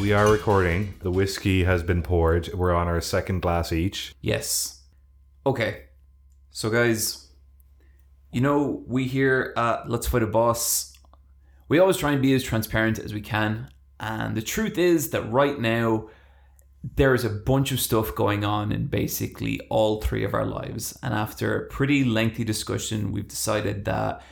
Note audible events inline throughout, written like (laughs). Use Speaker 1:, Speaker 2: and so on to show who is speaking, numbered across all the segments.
Speaker 1: we are recording. The whiskey has been poured. We're on our second glass each.
Speaker 2: Yes. Okay. So, guys, you know, we here at Let's Fight a Boss, we always try and be as transparent as we can. And the truth is that right now, there is a bunch of stuff going on in basically all three of our lives. And after a pretty lengthy discussion, we've decided that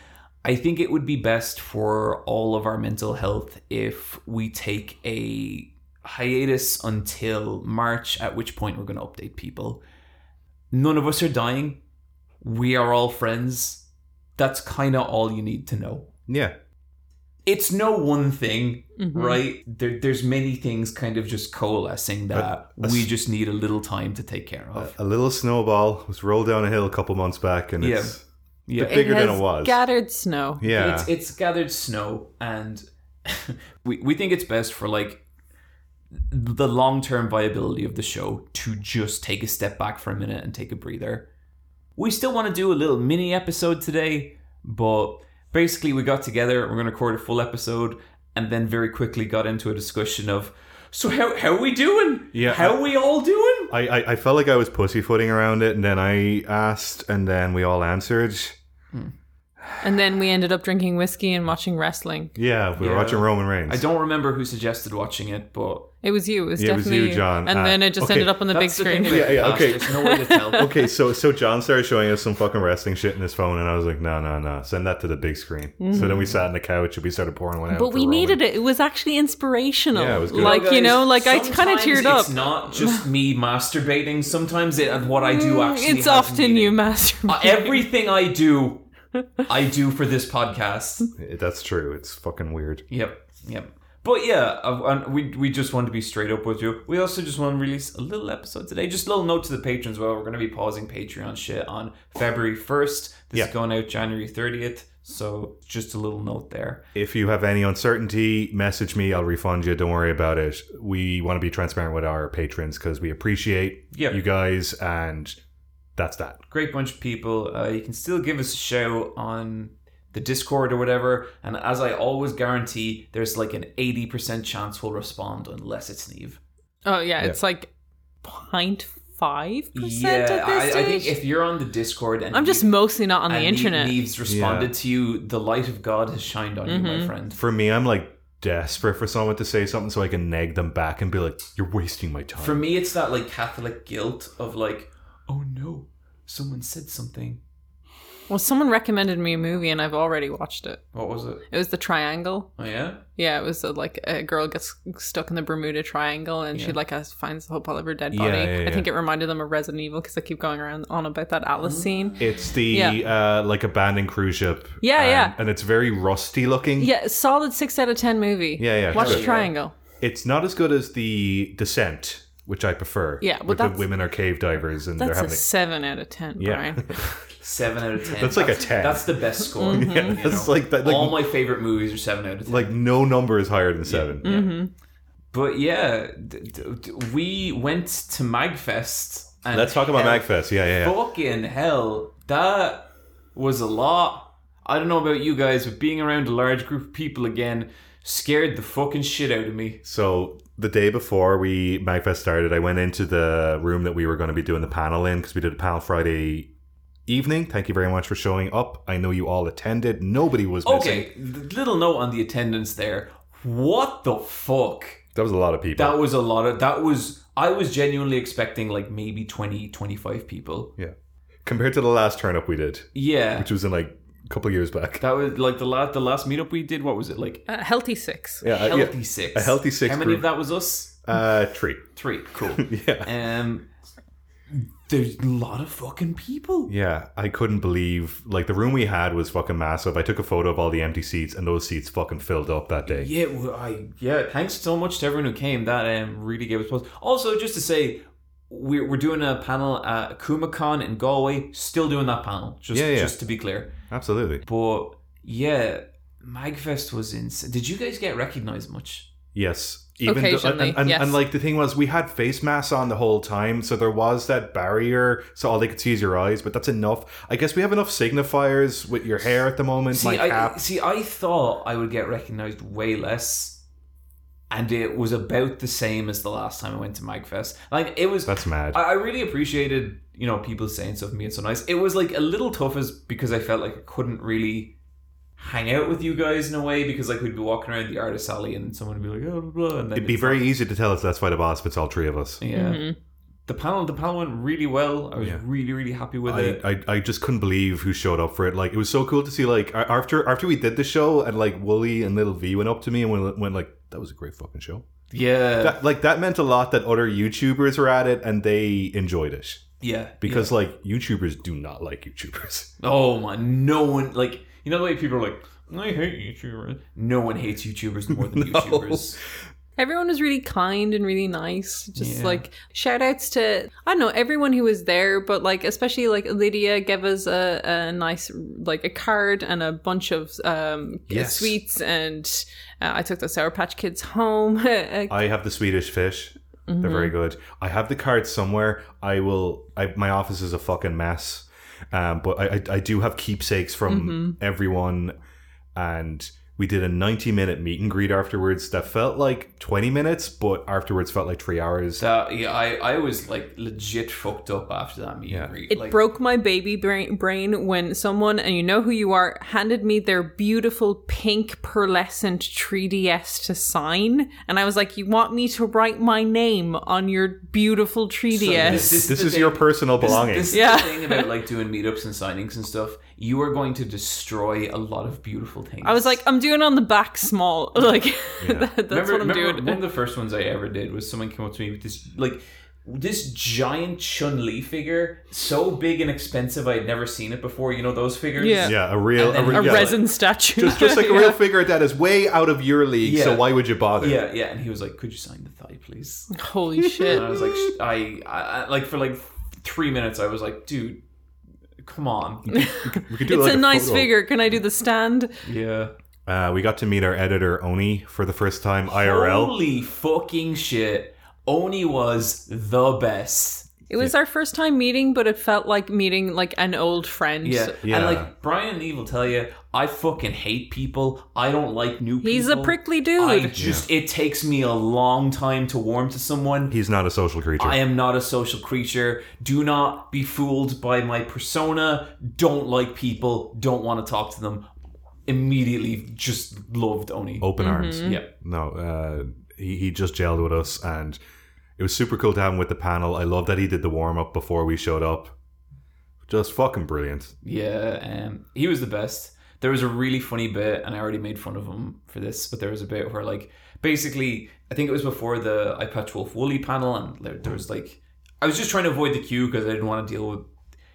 Speaker 2: I think it would be best for all of our mental health if we take a hiatus until March, at which point we're going to update people. None of us are dying. We are all friends. That's kind of all you need to know.
Speaker 1: Yeah.
Speaker 2: It's no one thing
Speaker 1: Mm-hmm.
Speaker 3: Mhm.
Speaker 2: right there, there's many things kind of just coalescing that
Speaker 1: a
Speaker 2: we
Speaker 1: s-
Speaker 2: just need a little time to take care
Speaker 1: A,
Speaker 2: of
Speaker 1: a little snowball was rolled down a hill a couple months back and
Speaker 2: Yeah.
Speaker 1: it's
Speaker 2: yeah
Speaker 1: bigger
Speaker 3: it
Speaker 1: than
Speaker 3: has
Speaker 1: it was.
Speaker 3: Gathered snow.
Speaker 1: yeah.
Speaker 2: it's it's gathered snow and (laughs) we, we think it's best for like the long-term viability of the show to just take a step back for a minute and take a breather we still want to do a little mini episode today but basically we got together we're going to record a full episode and then very quickly got into a discussion of so how, how we doing
Speaker 1: Yeah.
Speaker 2: how we all doing
Speaker 1: I, I, I felt like I was pussyfooting around it, and then I asked, and then we all answered.
Speaker 3: And then we ended up drinking whiskey and watching wrestling.
Speaker 1: Yeah, we were
Speaker 2: Yeah.
Speaker 1: watching Roman Reigns.
Speaker 2: I don't remember who suggested watching it, but
Speaker 3: It was you. It was
Speaker 1: Yeah, it was
Speaker 3: definitely
Speaker 1: you, John.
Speaker 3: And
Speaker 1: Uh,
Speaker 3: then it just
Speaker 1: okay.
Speaker 3: ended up on the big
Speaker 2: That's
Speaker 3: screen.
Speaker 2: thing about
Speaker 1: Yeah, yeah,
Speaker 2: the past,
Speaker 1: okay.
Speaker 2: There's no way to tell.
Speaker 1: (laughs) Okay, so so John started showing us some fucking wrestling shit in his phone, and I was like, no, no, no, send that to the big screen. So then we sat on the couch and we started pouring one out.
Speaker 3: But
Speaker 1: for
Speaker 3: we
Speaker 1: Roman.
Speaker 3: needed it. It was actually inspirational.
Speaker 1: Yeah, it was good.
Speaker 3: Like
Speaker 2: Well,
Speaker 3: you know,
Speaker 2: guys,
Speaker 3: like I kind of
Speaker 2: sometimes
Speaker 3: teared up.
Speaker 2: It's not just me masturbating. Sometimes it, and what I do actually.
Speaker 3: Mm, It's
Speaker 2: has
Speaker 3: often
Speaker 2: meaning.
Speaker 3: you masturbate. (laughs)
Speaker 2: Uh, everything I do, I do for this podcast.
Speaker 1: That's true. It's fucking weird.
Speaker 2: Yep, yep. But yeah, uh, and we we just want to be straight up with you. We also just want to release a little episode today. Just a little note to the patrons. Well, we're going to be pausing Patreon shit on February first. This
Speaker 1: Yeah.
Speaker 2: is going out January thirtieth. So just a little note there.
Speaker 1: If you have any uncertainty, message me. I'll refund you. Don't worry about it. We want to be transparent with our patrons because we appreciate
Speaker 2: Yeah.
Speaker 1: you guys, and that's that.
Speaker 2: great bunch of people. Uh, you can still give us a shout on the Discord or whatever. And as I always guarantee, there's like an 80% chance we'll respond unless it's Neve.
Speaker 3: oh yeah,
Speaker 1: Yeah.
Speaker 3: it's like 0.5 percent
Speaker 2: Yeah,
Speaker 3: at this
Speaker 2: I,
Speaker 3: stage.
Speaker 2: I think if you're on the Discord and
Speaker 3: I'm just
Speaker 2: Neve-
Speaker 3: mostly not on the
Speaker 2: and Neve-
Speaker 3: internet.
Speaker 2: Neve's responded to you, the light of God has shined on you, my
Speaker 3: Mhm.
Speaker 2: friend.
Speaker 1: For me, I'm like desperate for someone to say something so I can nag them back and be like, "You're wasting my time."
Speaker 2: For me, it's that like Catholic guilt of like, oh no, someone said something.
Speaker 3: well, someone recommended me a movie and I've already watched it.
Speaker 2: What was it?
Speaker 3: It was The Triangle.
Speaker 2: Oh yeah,
Speaker 3: Yeah, it was uh like a girl gets stuck in the Bermuda Triangle and she
Speaker 2: Yeah.
Speaker 3: like has, finds the whole pile of her dead
Speaker 1: Yeah,
Speaker 3: body.
Speaker 1: yeah, Mm.
Speaker 3: I think it reminded them of Resident Evil because I keep going around on about that Alice scene.
Speaker 1: It's the uh, like abandoned cruise ship.
Speaker 3: Yeah,
Speaker 1: and,
Speaker 3: yeah.
Speaker 1: And it's very rusty looking.
Speaker 3: Yeah, solid six out of ten movie.
Speaker 1: yeah, yeah.
Speaker 3: Watch
Speaker 1: sure.
Speaker 3: The Triangle.
Speaker 1: It's not as good as the Descent, which I prefer.
Speaker 3: Yeah, but
Speaker 1: with the
Speaker 3: that's-
Speaker 1: women are cave divers and they're
Speaker 3: That's a
Speaker 1: having.
Speaker 3: (laughs) seven out of ten,
Speaker 1: Yeah.
Speaker 3: Brian.
Speaker 2: seven out of ten.
Speaker 1: That's like a 10.
Speaker 2: That's the
Speaker 3: (laughs)
Speaker 2: best
Speaker 1: (laughs)
Speaker 2: score.
Speaker 1: yeah,
Speaker 3: Mm-hmm.
Speaker 2: you
Speaker 1: that's
Speaker 2: know?
Speaker 1: like that. Like,
Speaker 2: all my favorite movies are seven out of ten.
Speaker 1: like no number is higher than seven.
Speaker 2: but yeah, d- d- d- we went to Magfest. And
Speaker 1: Let's talk about
Speaker 2: hell-
Speaker 1: Magfest. Yeah, yeah, yeah.
Speaker 2: Fucking hell, that was a lot. I don't know about you guys, but being around a large group of people again scared the fucking shit out of me.
Speaker 1: So the day before we Magfest started, I went into the room that we were going to be doing the panel in because we did a panel Friday evening. Thank you very much for showing up. I know you all attended. Nobody was missing.
Speaker 2: Okay, th- little note on the attendance there. What the fuck?
Speaker 1: That was a lot of people.
Speaker 2: That was a lot of. That was. I was genuinely expecting like maybe 20, 25 people.
Speaker 1: Compared to the last turn up we did,
Speaker 2: Yeah.
Speaker 1: which was in like a couple of years back.
Speaker 2: that was like the last the last meetup we did. What was it like?
Speaker 3: Uh, healthy
Speaker 1: (laughs)
Speaker 3: six.
Speaker 1: Yeah, uh, yeah.
Speaker 2: healthy six.
Speaker 1: A healthy six
Speaker 2: How many
Speaker 1: group.
Speaker 2: of that was us?
Speaker 1: Uh, tree. (laughs)
Speaker 2: Three. Cool.
Speaker 1: Yeah.
Speaker 2: (laughs) um, there's a lot of fucking people.
Speaker 1: Yeah, I couldn't believe like the room we had was fucking massive. I took a photo of all the empty seats, and those seats fucking filled up that day.
Speaker 2: Yeah, well, I yeah. Thanks so much to everyone who came. That um, really gave us pause. Also, just to say, we're, we're doing a panel at KumaCon in Galway. Still doing that panel. Just
Speaker 1: Yeah, yeah.
Speaker 2: just to be clear.
Speaker 1: Absolutely.
Speaker 2: But yeah, Magfest was insane. Did you guys get recognized much?
Speaker 1: Yes. Even though-
Speaker 3: Occasionally,
Speaker 1: and, and,
Speaker 3: yes.
Speaker 1: and like the thing was, we had face masks on the whole time, so there was that barrier, so all they could see is your eyes. But that's enough. I guess we have enough signifiers with your hair at the moment,
Speaker 2: See,
Speaker 1: my
Speaker 2: I
Speaker 1: cap.
Speaker 2: see. I thought I would get recognized way less, and it was about the same as the last time I went to Magfest. Like it was,
Speaker 1: That's mad.
Speaker 2: I, I really appreciated you know people saying stuff and being so nice. It was like a little tough as because I felt like I couldn't really hang out with you guys in a way because like we'd be walking around the artist alley and someone would be like oh, blah, blah, and then
Speaker 1: It'd be
Speaker 2: it's
Speaker 1: very easy to tell us that's why the boss if it's all three of us.
Speaker 2: not- yeah.
Speaker 3: Mhm.
Speaker 2: The panel, the panel went really well. I was
Speaker 1: Yeah.
Speaker 2: really, really happy with
Speaker 1: I,
Speaker 2: it.
Speaker 1: I, I just couldn't believe who showed up for it. Like it was so cool to see. Like a- after after we did the show, and like Wooly and Little V went up to me and went, went like, "That was a great fucking show."
Speaker 2: yeah,
Speaker 1: That, like that meant a lot that other YouTubers were at it and they enjoyed it
Speaker 2: yeah,
Speaker 1: because like YouTubers do not like YouTubers. (laughs)
Speaker 2: yeah. oh my, no one like you know the way people are like I hate YouTubers. No one hates YouTubers more than
Speaker 1: No.
Speaker 2: YouTubers.
Speaker 3: Everyone was really kind and really nice. Just
Speaker 2: Yeah.
Speaker 3: like shout outs to I don't know everyone who was there, but like especially like Lydia gave us a, a nice like a card and a bunch of um,
Speaker 1: Yes.
Speaker 3: sweets, and uh, I took the Sour Patch Kids home. (laughs) Uh, mm-hmm.
Speaker 1: I have the Swedish fish. They're very
Speaker 2: Mm-hmm.
Speaker 1: good. I have the card somewhere. I will. I, my office is a fucking mess, um, but I, I I do have keepsakes from
Speaker 2: Mm-hmm.
Speaker 1: everyone, and we did a ninety minute meet and greet afterwards that felt like twenty minutes, but afterwards felt like three hours.
Speaker 2: That yeah, I, I was like legit fucked up after that meet and greet.
Speaker 3: It
Speaker 2: like,
Speaker 3: broke my baby brain, brain when someone, and you know who you are, handed me their beautiful pink pearlescent 3DS to sign. And I was like, You want me to write my name on your beautiful 3DS?
Speaker 2: this is
Speaker 1: this
Speaker 2: the
Speaker 1: is your
Speaker 2: thing.
Speaker 1: personal
Speaker 2: This-
Speaker 1: belongings.
Speaker 2: This, is
Speaker 3: Yeah.
Speaker 2: the thing about like doing meetups and signings and stuff. You are going to destroy a lot of beautiful things.
Speaker 3: I was like, I'm doing on the back small. (laughs) Like, that- that's
Speaker 2: remember,
Speaker 3: what I'm
Speaker 2: remember
Speaker 3: doing.
Speaker 2: One of the first ones I ever did was someone came up to me with this like this giant Chun Li figure, so big and expensive I'd never seen it before. You know those figures?
Speaker 3: Yeah.
Speaker 1: yeah, a real,
Speaker 2: And then
Speaker 1: a, real
Speaker 3: a
Speaker 1: yeah, like-
Speaker 3: resin statue.
Speaker 1: just, just
Speaker 3: (laughs)
Speaker 1: like a
Speaker 2: (laughs)
Speaker 1: real figure that is way out of your league. So
Speaker 2: Yeah.
Speaker 1: why would you bother?
Speaker 2: Yeah, yeah, and he was like, "Could you sign the thigh, please?"
Speaker 3: Holy shit.
Speaker 1: Uh,
Speaker 2: And I was like, sh- I, I, I- like for like three minutes, I was like, "Dude, come
Speaker 3: (laughs)
Speaker 2: on."
Speaker 1: We could do
Speaker 3: It's
Speaker 1: like
Speaker 3: a nice
Speaker 1: photo.
Speaker 3: figure. Can I do the stand?
Speaker 2: yeah.
Speaker 1: Uh, we got to meet our editor Oni for the first time IRL.
Speaker 2: Holy fucking shit! Oni was the best.
Speaker 3: It was our first time meeting, but it felt like meeting like an old friend.
Speaker 2: Yeah.
Speaker 1: Yeah.
Speaker 2: And like Brian and Eve will tell you, I fucking hate people. I don't like new people.
Speaker 3: He's a prickly dude.
Speaker 2: I just it takes me a long time to warm to someone.
Speaker 1: He's not a social creature.
Speaker 2: I am not a social creature. Do not be fooled by my persona. Don't like people. Don't want to talk to them. Immediately just loved Oni.
Speaker 1: Open arms.
Speaker 2: Mm-hmm. Yeah.
Speaker 1: No, uh, he, he just gelled with us, and it was super cool to have him with the panel. I love that he did the warm up before we showed up. Just fucking brilliant. (laughs)
Speaker 2: Yeah, um, he was the best. There was a really funny bit, and I already made fun of him for this, but there was a bit where, like, basically, I think it was before the I Patch Wolf Wooly panel, and there, there was like, I was just trying to avoid the queue because I didn't want to deal with,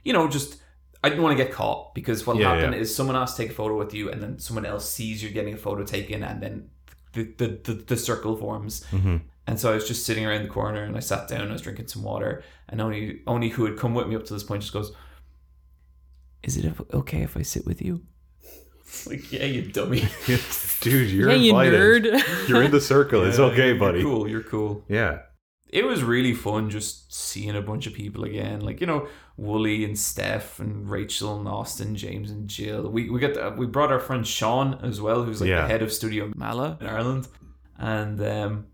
Speaker 2: you know, just I didn't want to get caught because what
Speaker 1: Yeah,
Speaker 2: happened
Speaker 1: yeah.
Speaker 2: is someone asked to take a photo with you, and then someone else sees you're getting a photo taken, and then the the, the, the circle forms.
Speaker 1: Mm-hmm.
Speaker 2: And so I was just sitting around the corner, and I sat down, I was drinking some water, and only only who had come with me up to this point just goes is it okay if I sit with you? It's (laughs) like, yeah, you (laughs) dummy.
Speaker 1: Dude, you're
Speaker 3: yeah, you
Speaker 1: invited. (laughs)
Speaker 3: nerd. (laughs)
Speaker 1: You're in the circle. it's okay, buddy.
Speaker 2: You're cool, you're cool.
Speaker 1: Yeah.
Speaker 2: It was really fun just seeing a bunch of people again. Like, you know, Wooly and Steph and Rachel and Austin, James and Jill. We we got the, we brought our friend Sean as well, who's like
Speaker 1: Yeah.
Speaker 2: the head of Studio Mala in Ireland. And um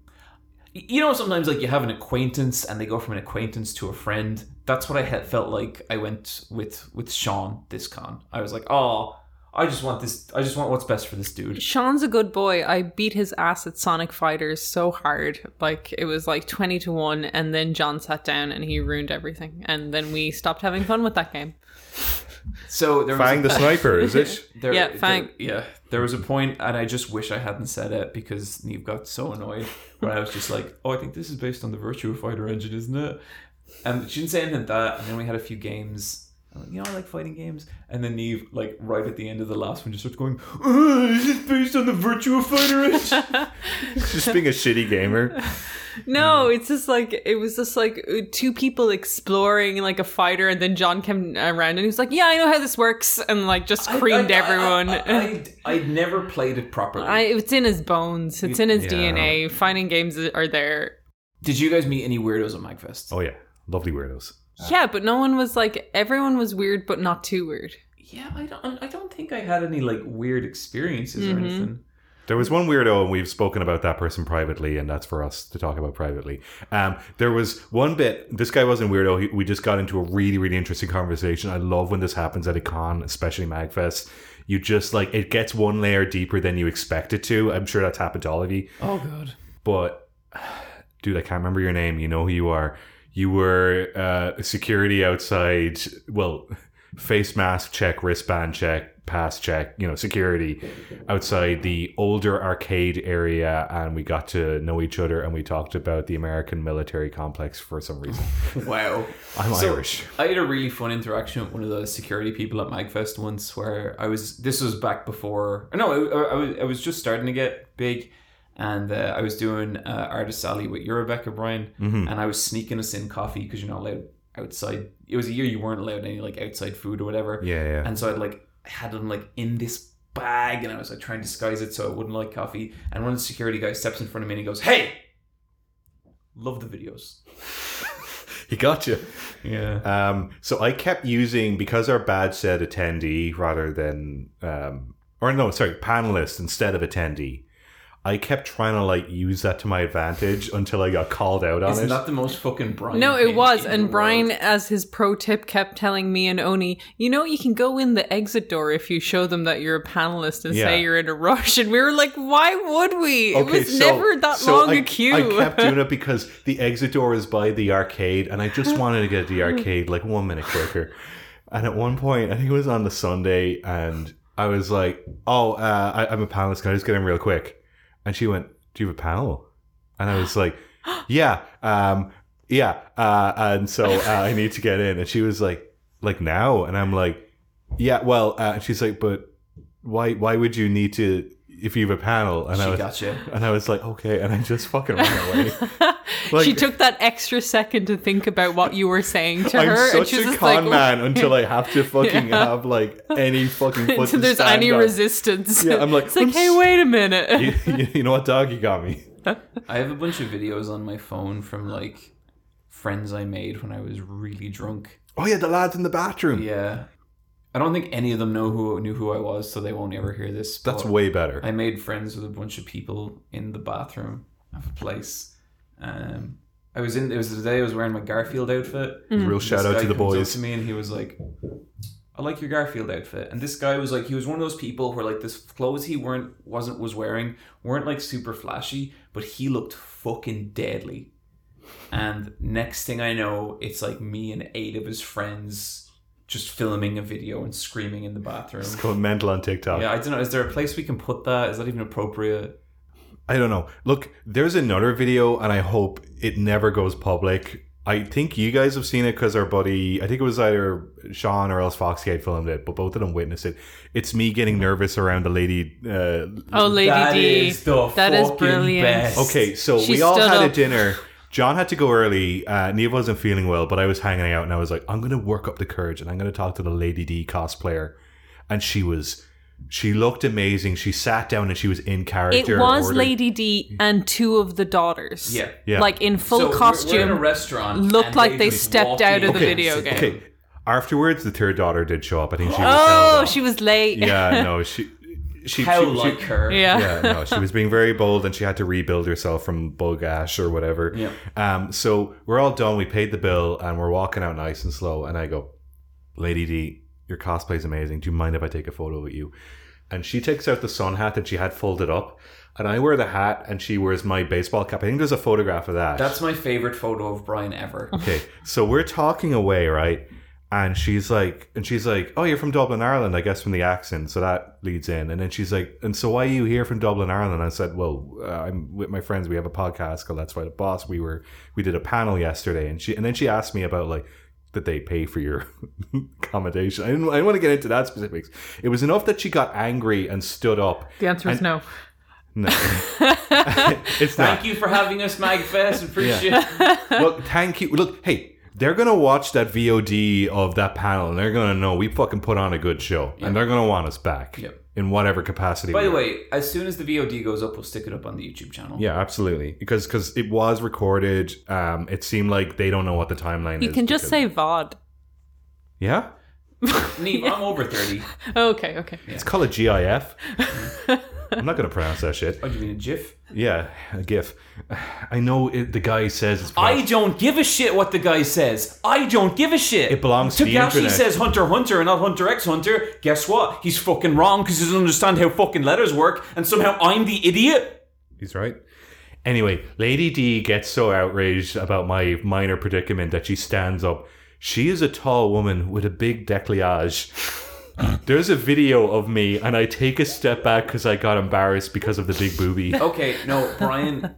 Speaker 2: y- you know, sometimes like you have an acquaintance and they go from an acquaintance to a friend. That's what I had felt like I went with with Sean this con. I was like, oh, I just want this. I just want what's best for this dude.
Speaker 3: Sean's a good boy. I beat his ass at Sonic Fighters so hard. Like it was like 20 to 1 and then John sat down and he ruined everything and then we stopped having fun with that game.
Speaker 2: So there was
Speaker 1: Fang
Speaker 2: a-
Speaker 1: the sniper, is
Speaker 2: (laughs)
Speaker 1: it?
Speaker 2: there,
Speaker 3: Yeah,
Speaker 2: there-
Speaker 3: Fang.
Speaker 2: yeah, there was a point, and I just wish I hadn't said it because Neve got so annoyed when I was just like, "Oh, I think this is based on the Virtua Fighter engine, isn't it?" And she didn't say anything like that. And then we had a few games. I'm like, You know, I like fighting games. And then Neve, like right at the end of the last one, just starts going, "Oh, "This is based on the Virtua Fighter
Speaker 3: (laughs)
Speaker 2: engine."
Speaker 1: just being a shitty gamer.
Speaker 3: No, it's just like it was just like uh, two people exploring like a fighter and then John came around and he was like, "Yeah, I know how this works." and like just creamed
Speaker 2: I- I-
Speaker 3: everyone.
Speaker 2: I, would never played it properly.
Speaker 3: (laughs) I- it's in his bones. It's in his
Speaker 1: Yeah.
Speaker 3: DNA. Fighting games are there.
Speaker 2: Did you guys meet any weirdos at Magfest?
Speaker 1: Oh, yeah. Lovely weirdos.
Speaker 3: Yeah, but no one was like everyone was weird but not too weird.
Speaker 2: Yeah, I don't. I don't think I had any like weird experiences
Speaker 3: Mhm.
Speaker 2: or anything.
Speaker 1: There was one weirdo, and we've spoken about that person privately, and that's for us to talk about privately. Um, there was one bit. This guy wasn't weirdo. He, we just got into a really, really interesting conversation. I love when this happens at a con, especially Magfest. You just like it gets one layer deeper than you expect it to. I'm sure that's happened to all of you.
Speaker 2: Oh god.
Speaker 1: But dude, I can't remember your name. You know who you are. You were uh, security outside. Well, (laughs) face mask check, wristband check, pass check. You know, security outside the older arcade area, and we got to know each other, and we talked about the American military complex for some reason.
Speaker 2: Wow.
Speaker 1: I'm
Speaker 2: So-
Speaker 1: Irish.
Speaker 2: I had a really fun interaction with one of the security people at Magfest once, where I was. This was back before. No, I, I, I was. I was just starting to get big, and uh, I was doing uh, Artist Alley with your Rebecca Bryan,
Speaker 1: Mhm.
Speaker 2: and I was sneaking us in coffee because you're not allowed outside. It was a year you weren't allowed any like outside food or whatever.
Speaker 1: Yeah, yeah.
Speaker 2: And so I'd like had them like in this bag and I was like trying to disguise it so I wouldn't like coffee. And one of the security guys steps in front of me and he goes, Hey! Love the videos.
Speaker 1: he got you.
Speaker 2: Yeah.
Speaker 1: Um, so I kept using because our badge said attendee rather than um, or no, sorry, panelist instead of attendee. I kept trying to like use that to my advantage until I got called out on
Speaker 2: Isn't
Speaker 1: it.
Speaker 2: that the most fucking Brian?
Speaker 3: No, it
Speaker 2: thing
Speaker 3: was.
Speaker 2: in the
Speaker 3: And Brian,
Speaker 2: world?
Speaker 3: as his pro tip, kept telling me and Oni, you know, you can go in the exit door if you show them that you're a panelist and
Speaker 1: Yeah.
Speaker 3: say you're in a rush. (laughs) And we were like, why would we?
Speaker 1: Okay,
Speaker 3: it was
Speaker 1: so-
Speaker 3: never that
Speaker 1: so
Speaker 3: long
Speaker 1: I,
Speaker 3: a queue.
Speaker 1: I
Speaker 3: (laughs)
Speaker 1: kept doing it because the exit door is by the arcade, and I
Speaker 3: (laughs)
Speaker 1: just wanted to get to the arcade like one minute quicker. And at one point, I think it was on the Sunday, and I was like, "Oh, uh, I, I'm a panelist. Can I just get in real quick?" And she went, "Do you have a panel?" And I was
Speaker 3: (gasps)
Speaker 1: like, "Yeah, um, yeah." Uh, and so uh, I need to get in. And she was like, "Like now?" And I'm like, "Yeah, well." Uh, and she's like, "But why? Why would you need to if you have a panel?" And I
Speaker 2: she
Speaker 1: was,
Speaker 2: got you.
Speaker 1: and I was like, okay, and I just fucking ran away.
Speaker 3: (laughs) she
Speaker 1: Like-
Speaker 3: took that extra second to think about what you were saying to
Speaker 1: I'm
Speaker 3: her. and
Speaker 1: such
Speaker 3: she was
Speaker 1: a
Speaker 3: just
Speaker 1: con
Speaker 3: like,
Speaker 1: man until I have to fucking
Speaker 3: (laughs) Yeah.
Speaker 1: have like any fucking
Speaker 3: (laughs)
Speaker 1: foot to
Speaker 3: So there's
Speaker 1: stand
Speaker 3: any
Speaker 1: on.
Speaker 3: resistance.
Speaker 1: Yeah, I'm like,
Speaker 3: it's like,
Speaker 1: "I'm
Speaker 3: hey,
Speaker 1: s-
Speaker 3: wait a minute.
Speaker 1: You, you- you know what, dog? You got me.
Speaker 2: I have a bunch of videos on my phone from like friends I made when I was really drunk.
Speaker 1: Oh yeah, the lads in the bathroom.
Speaker 2: Yeah. I don't think any of them know who knew who I was, so they won't ever hear this.
Speaker 1: That's
Speaker 2: but-
Speaker 1: way better.
Speaker 2: I made friends with a bunch of people in the bathroom of a place. Um, I was in. It was the day I was wearing my Garfield outfit.
Speaker 3: Mm.
Speaker 1: Real
Speaker 2: This
Speaker 1: shout out
Speaker 2: guy
Speaker 1: to the
Speaker 2: comes up
Speaker 1: boys.
Speaker 2: To me, and he was like, "I like your Garfield outfit." And this guy was like, he was one of those people where like this clothes he weren't wasn't was wearing weren't like super flashy, but he looked fucking deadly. And next thing I know, it's like me and eight of his friends just filming a video and screaming in the bathroom.
Speaker 1: (laughs) It's going mental on TikTok.
Speaker 2: Yeah, I don't know. Is there a place we can put that? Is that even appropriate?
Speaker 1: I don't know. Look, there's another video, and I hope it never goes public. I think you guys have seen it because our buddy, I think it was either Sean or else Foxy had filmed it, but both of them witnessed it. It's me getting nervous around the lady. Uh,
Speaker 3: (laughs) oh, Lady
Speaker 2: That
Speaker 3: D.
Speaker 2: is the
Speaker 3: That is
Speaker 2: fucking
Speaker 3: brilliant.
Speaker 2: best.
Speaker 1: okay, so
Speaker 3: She
Speaker 1: we all
Speaker 3: stood
Speaker 1: had
Speaker 3: up.
Speaker 1: a dinner. John had to go early. Uh, Neve wasn't feeling well, but I was hanging out, and I was like, I'm going to work up the courage, and I'm going to talk to the Lady D cosplayer. And she was, she looked amazing. She sat down, and she was in
Speaker 3: It
Speaker 1: character.
Speaker 3: was
Speaker 1: ordered-
Speaker 3: Lady D and two of the daughters.
Speaker 2: Yeah.
Speaker 1: Yeah.
Speaker 3: Like in full
Speaker 2: So we're-
Speaker 3: costume.
Speaker 2: We're in a restaurant.
Speaker 3: Looked
Speaker 2: and
Speaker 3: like they
Speaker 2: just
Speaker 3: stepped
Speaker 2: walked
Speaker 3: out
Speaker 2: in
Speaker 3: of
Speaker 1: the
Speaker 2: and
Speaker 1: video
Speaker 2: sit
Speaker 3: game.
Speaker 2: down.
Speaker 1: Okay. Afterwards, the third daughter did show up. I think she was. held
Speaker 3: Oh,
Speaker 1: up.
Speaker 3: she was late.
Speaker 1: Yeah, no, she. She,
Speaker 2: How
Speaker 1: she,
Speaker 2: like
Speaker 1: she,
Speaker 2: her.
Speaker 3: (laughs) Yeah.
Speaker 1: yeah, no, she was being very bold, and she had to rebuild herself from bug ash or whatever.
Speaker 2: Yeah.
Speaker 1: Um. So we're all done. We paid the bill, and we're walking out nice and slow. And I go, Lady D, your cosplay is amazing. Do you mind if I take a photo with you? And she takes out the sun hat that she had folded up, and I wear the hat, and she wears my baseball cap. I think there's a photograph of that.
Speaker 2: That's my favorite photo of Brian
Speaker 3: (laughs)
Speaker 2: ever.
Speaker 1: Okay, so we're talking away, right? And she's like, and she's like, oh, you're from Dublin, Ireland, I guess, from the accent. So that leads in, and then she's like, and so why are you here from Dublin, Ireland? I said, well, uh, I'm with my friends. We have a podcast called That's Why the Boss. We were we did a panel yesterday, and she and then she asked me about like that they pay for your (laughs) accommodation. I didn't, I didn't want to get into that specifics. It was enough that she got angry and stood up. (laughs)
Speaker 3: The answer is no.
Speaker 1: No, it's not.
Speaker 2: Thank you for having us, Magfest.
Speaker 3: (laughs)
Speaker 2: Appreciate
Speaker 1: (laughs) Look, thank you. Look, hey, they're gonna watch that VOD of that panel, and they're gonna know we fucking put on a good show, and they're gonna want us back
Speaker 2: Yep.
Speaker 1: in whatever capacity.
Speaker 2: By
Speaker 1: we
Speaker 2: the
Speaker 1: are.
Speaker 2: way, as soon as the VOD goes up, we'll stick it up on the YouTube channel.
Speaker 1: yeah, absolutely, because because it was recorded. Um, it seemed like they don't know what the timeline is.
Speaker 3: You can just
Speaker 1: because-
Speaker 3: say VOD.
Speaker 1: yeah.
Speaker 2: Neve, I'm over 30.
Speaker 3: Oh, Okay, okay. (laughs)
Speaker 1: It's called a GIF. I'm not going to pronounce that shit.
Speaker 2: What do you mean, a GIF?
Speaker 1: Yeah, a GIF. (sighs) I know it, the guy says it's
Speaker 2: I
Speaker 1: pronounced-
Speaker 2: don't give a shit what the guy says. I don't give a shit.
Speaker 1: It belongs to the
Speaker 2: Takashi
Speaker 1: internet.
Speaker 2: says Hunter Hunter and not Hunter X Hunter. Guess what? He's fucking wrong because he doesn't understand how fucking letters work, and somehow I'm the idiot.
Speaker 1: He's right. Anyway, Lady D gets so outraged about my minor predicament that she stands up. She is a tall woman with a big decolletage. There's a video of me, and I take a step back because I got embarrassed because of the big boobie.
Speaker 2: Okay, no, Brian,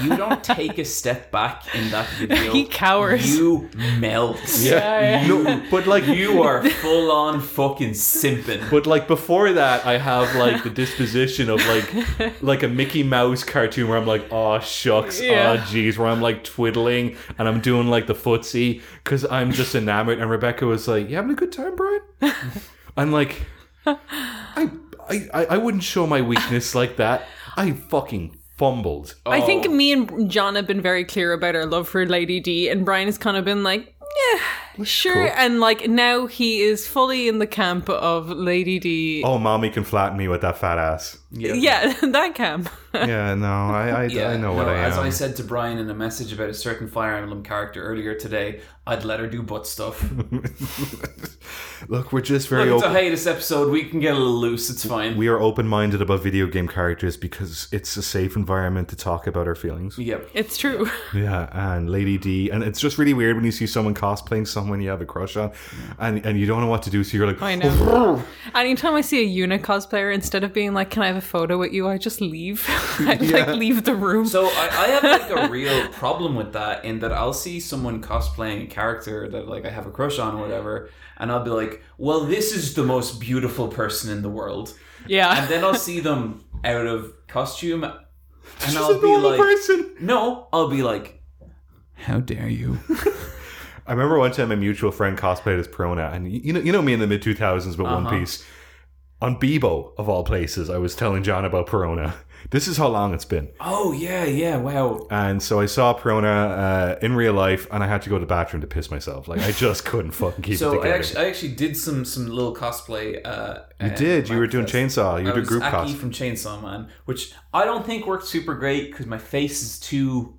Speaker 2: you don't take a step back in that video.
Speaker 3: He cowers.
Speaker 2: You melt.
Speaker 1: (laughs) (laughs) Yeah, no, but like
Speaker 2: You are full on fucking
Speaker 1: (laughs)
Speaker 2: simping.
Speaker 1: But like before that, I have like the disposition of
Speaker 2: (laughs)
Speaker 1: like like a Mickey Mouse cartoon where I'm like, oh shucks,
Speaker 3: Yeah.
Speaker 1: oh jeez, where I'm like twiddling and I'm doing like the footsie because I'm just enamored. And Rebecca was like, "You having a good time,
Speaker 2: (laughs)
Speaker 1: Brian?" I'm like, I I I I wouldn't show my weakness like that. I fucking fumbled.
Speaker 3: I
Speaker 2: Oh.
Speaker 3: think me and John have been very clear about our love for Lady D, and Brian has kind of been like, yeah, sure.
Speaker 1: cool.
Speaker 3: And like now he is fully in the camp of Lady D.
Speaker 1: Oh, mommy can flatten me with that fat ass.
Speaker 3: Yeah, (laughs) that camp.
Speaker 1: Yeah, no, I
Speaker 2: (laughs)
Speaker 1: I, I know what
Speaker 2: no,
Speaker 1: I am.
Speaker 2: As I said to Brian in a message about a certain Fire Emblem character earlier today, I'd let her do
Speaker 1: (laughs)
Speaker 2: butt stuff.
Speaker 1: Look, we're just very
Speaker 2: Look, it's
Speaker 1: open.
Speaker 2: a hiatus episode. We can get a little loose. It's fine.
Speaker 1: we are open-minded about video game characters because it's a safe environment to talk about our feelings.
Speaker 2: yep.
Speaker 3: It's true. (laughs)
Speaker 1: Yeah, and Lady D, and it's just really weird when you see someone cosplaying someone you have a crush on, and and you don't know what to do, so you're like, "Oh,
Speaker 3: I know. Anytime I see a Una cosplayer, instead of being like, "Can I have a photo with you?" I just leave. (laughs) I like leave the room.
Speaker 2: So I, I have like a real problem with that in that I'll see someone cosplaying a character that like I have a crush on or whatever, and I'll be like, "Well, this is the most beautiful person in the world,"
Speaker 3: yeah,
Speaker 2: and then I'll see them out of costume, and
Speaker 1: She's
Speaker 2: I'll
Speaker 1: a
Speaker 2: be
Speaker 1: normal
Speaker 2: like,
Speaker 1: person.
Speaker 2: "No," I'll be like, "How dare you?"
Speaker 1: I remember one time a mutual friend cosplayed as Perona, and you know, you know me in the mid two thousands, but One
Speaker 2: Uh-huh.
Speaker 1: Piece. On Bebo of all places, I was telling John about Perona. This is how long it's been.
Speaker 2: oh yeah, yeah, wow.
Speaker 1: And so I saw Perona uh, in real life, and I had to go to the bathroom to piss myself. Like I just couldn't fucking keep it
Speaker 2: So I
Speaker 1: together.
Speaker 2: actually, I actually did some some little cosplay. Uh,
Speaker 1: You did. You were doing chainsaw. You were
Speaker 2: I
Speaker 1: doing
Speaker 2: was
Speaker 1: group
Speaker 2: Aki
Speaker 1: cosplay.
Speaker 2: from Chainsaw Man, which I don't think worked super great because my face is too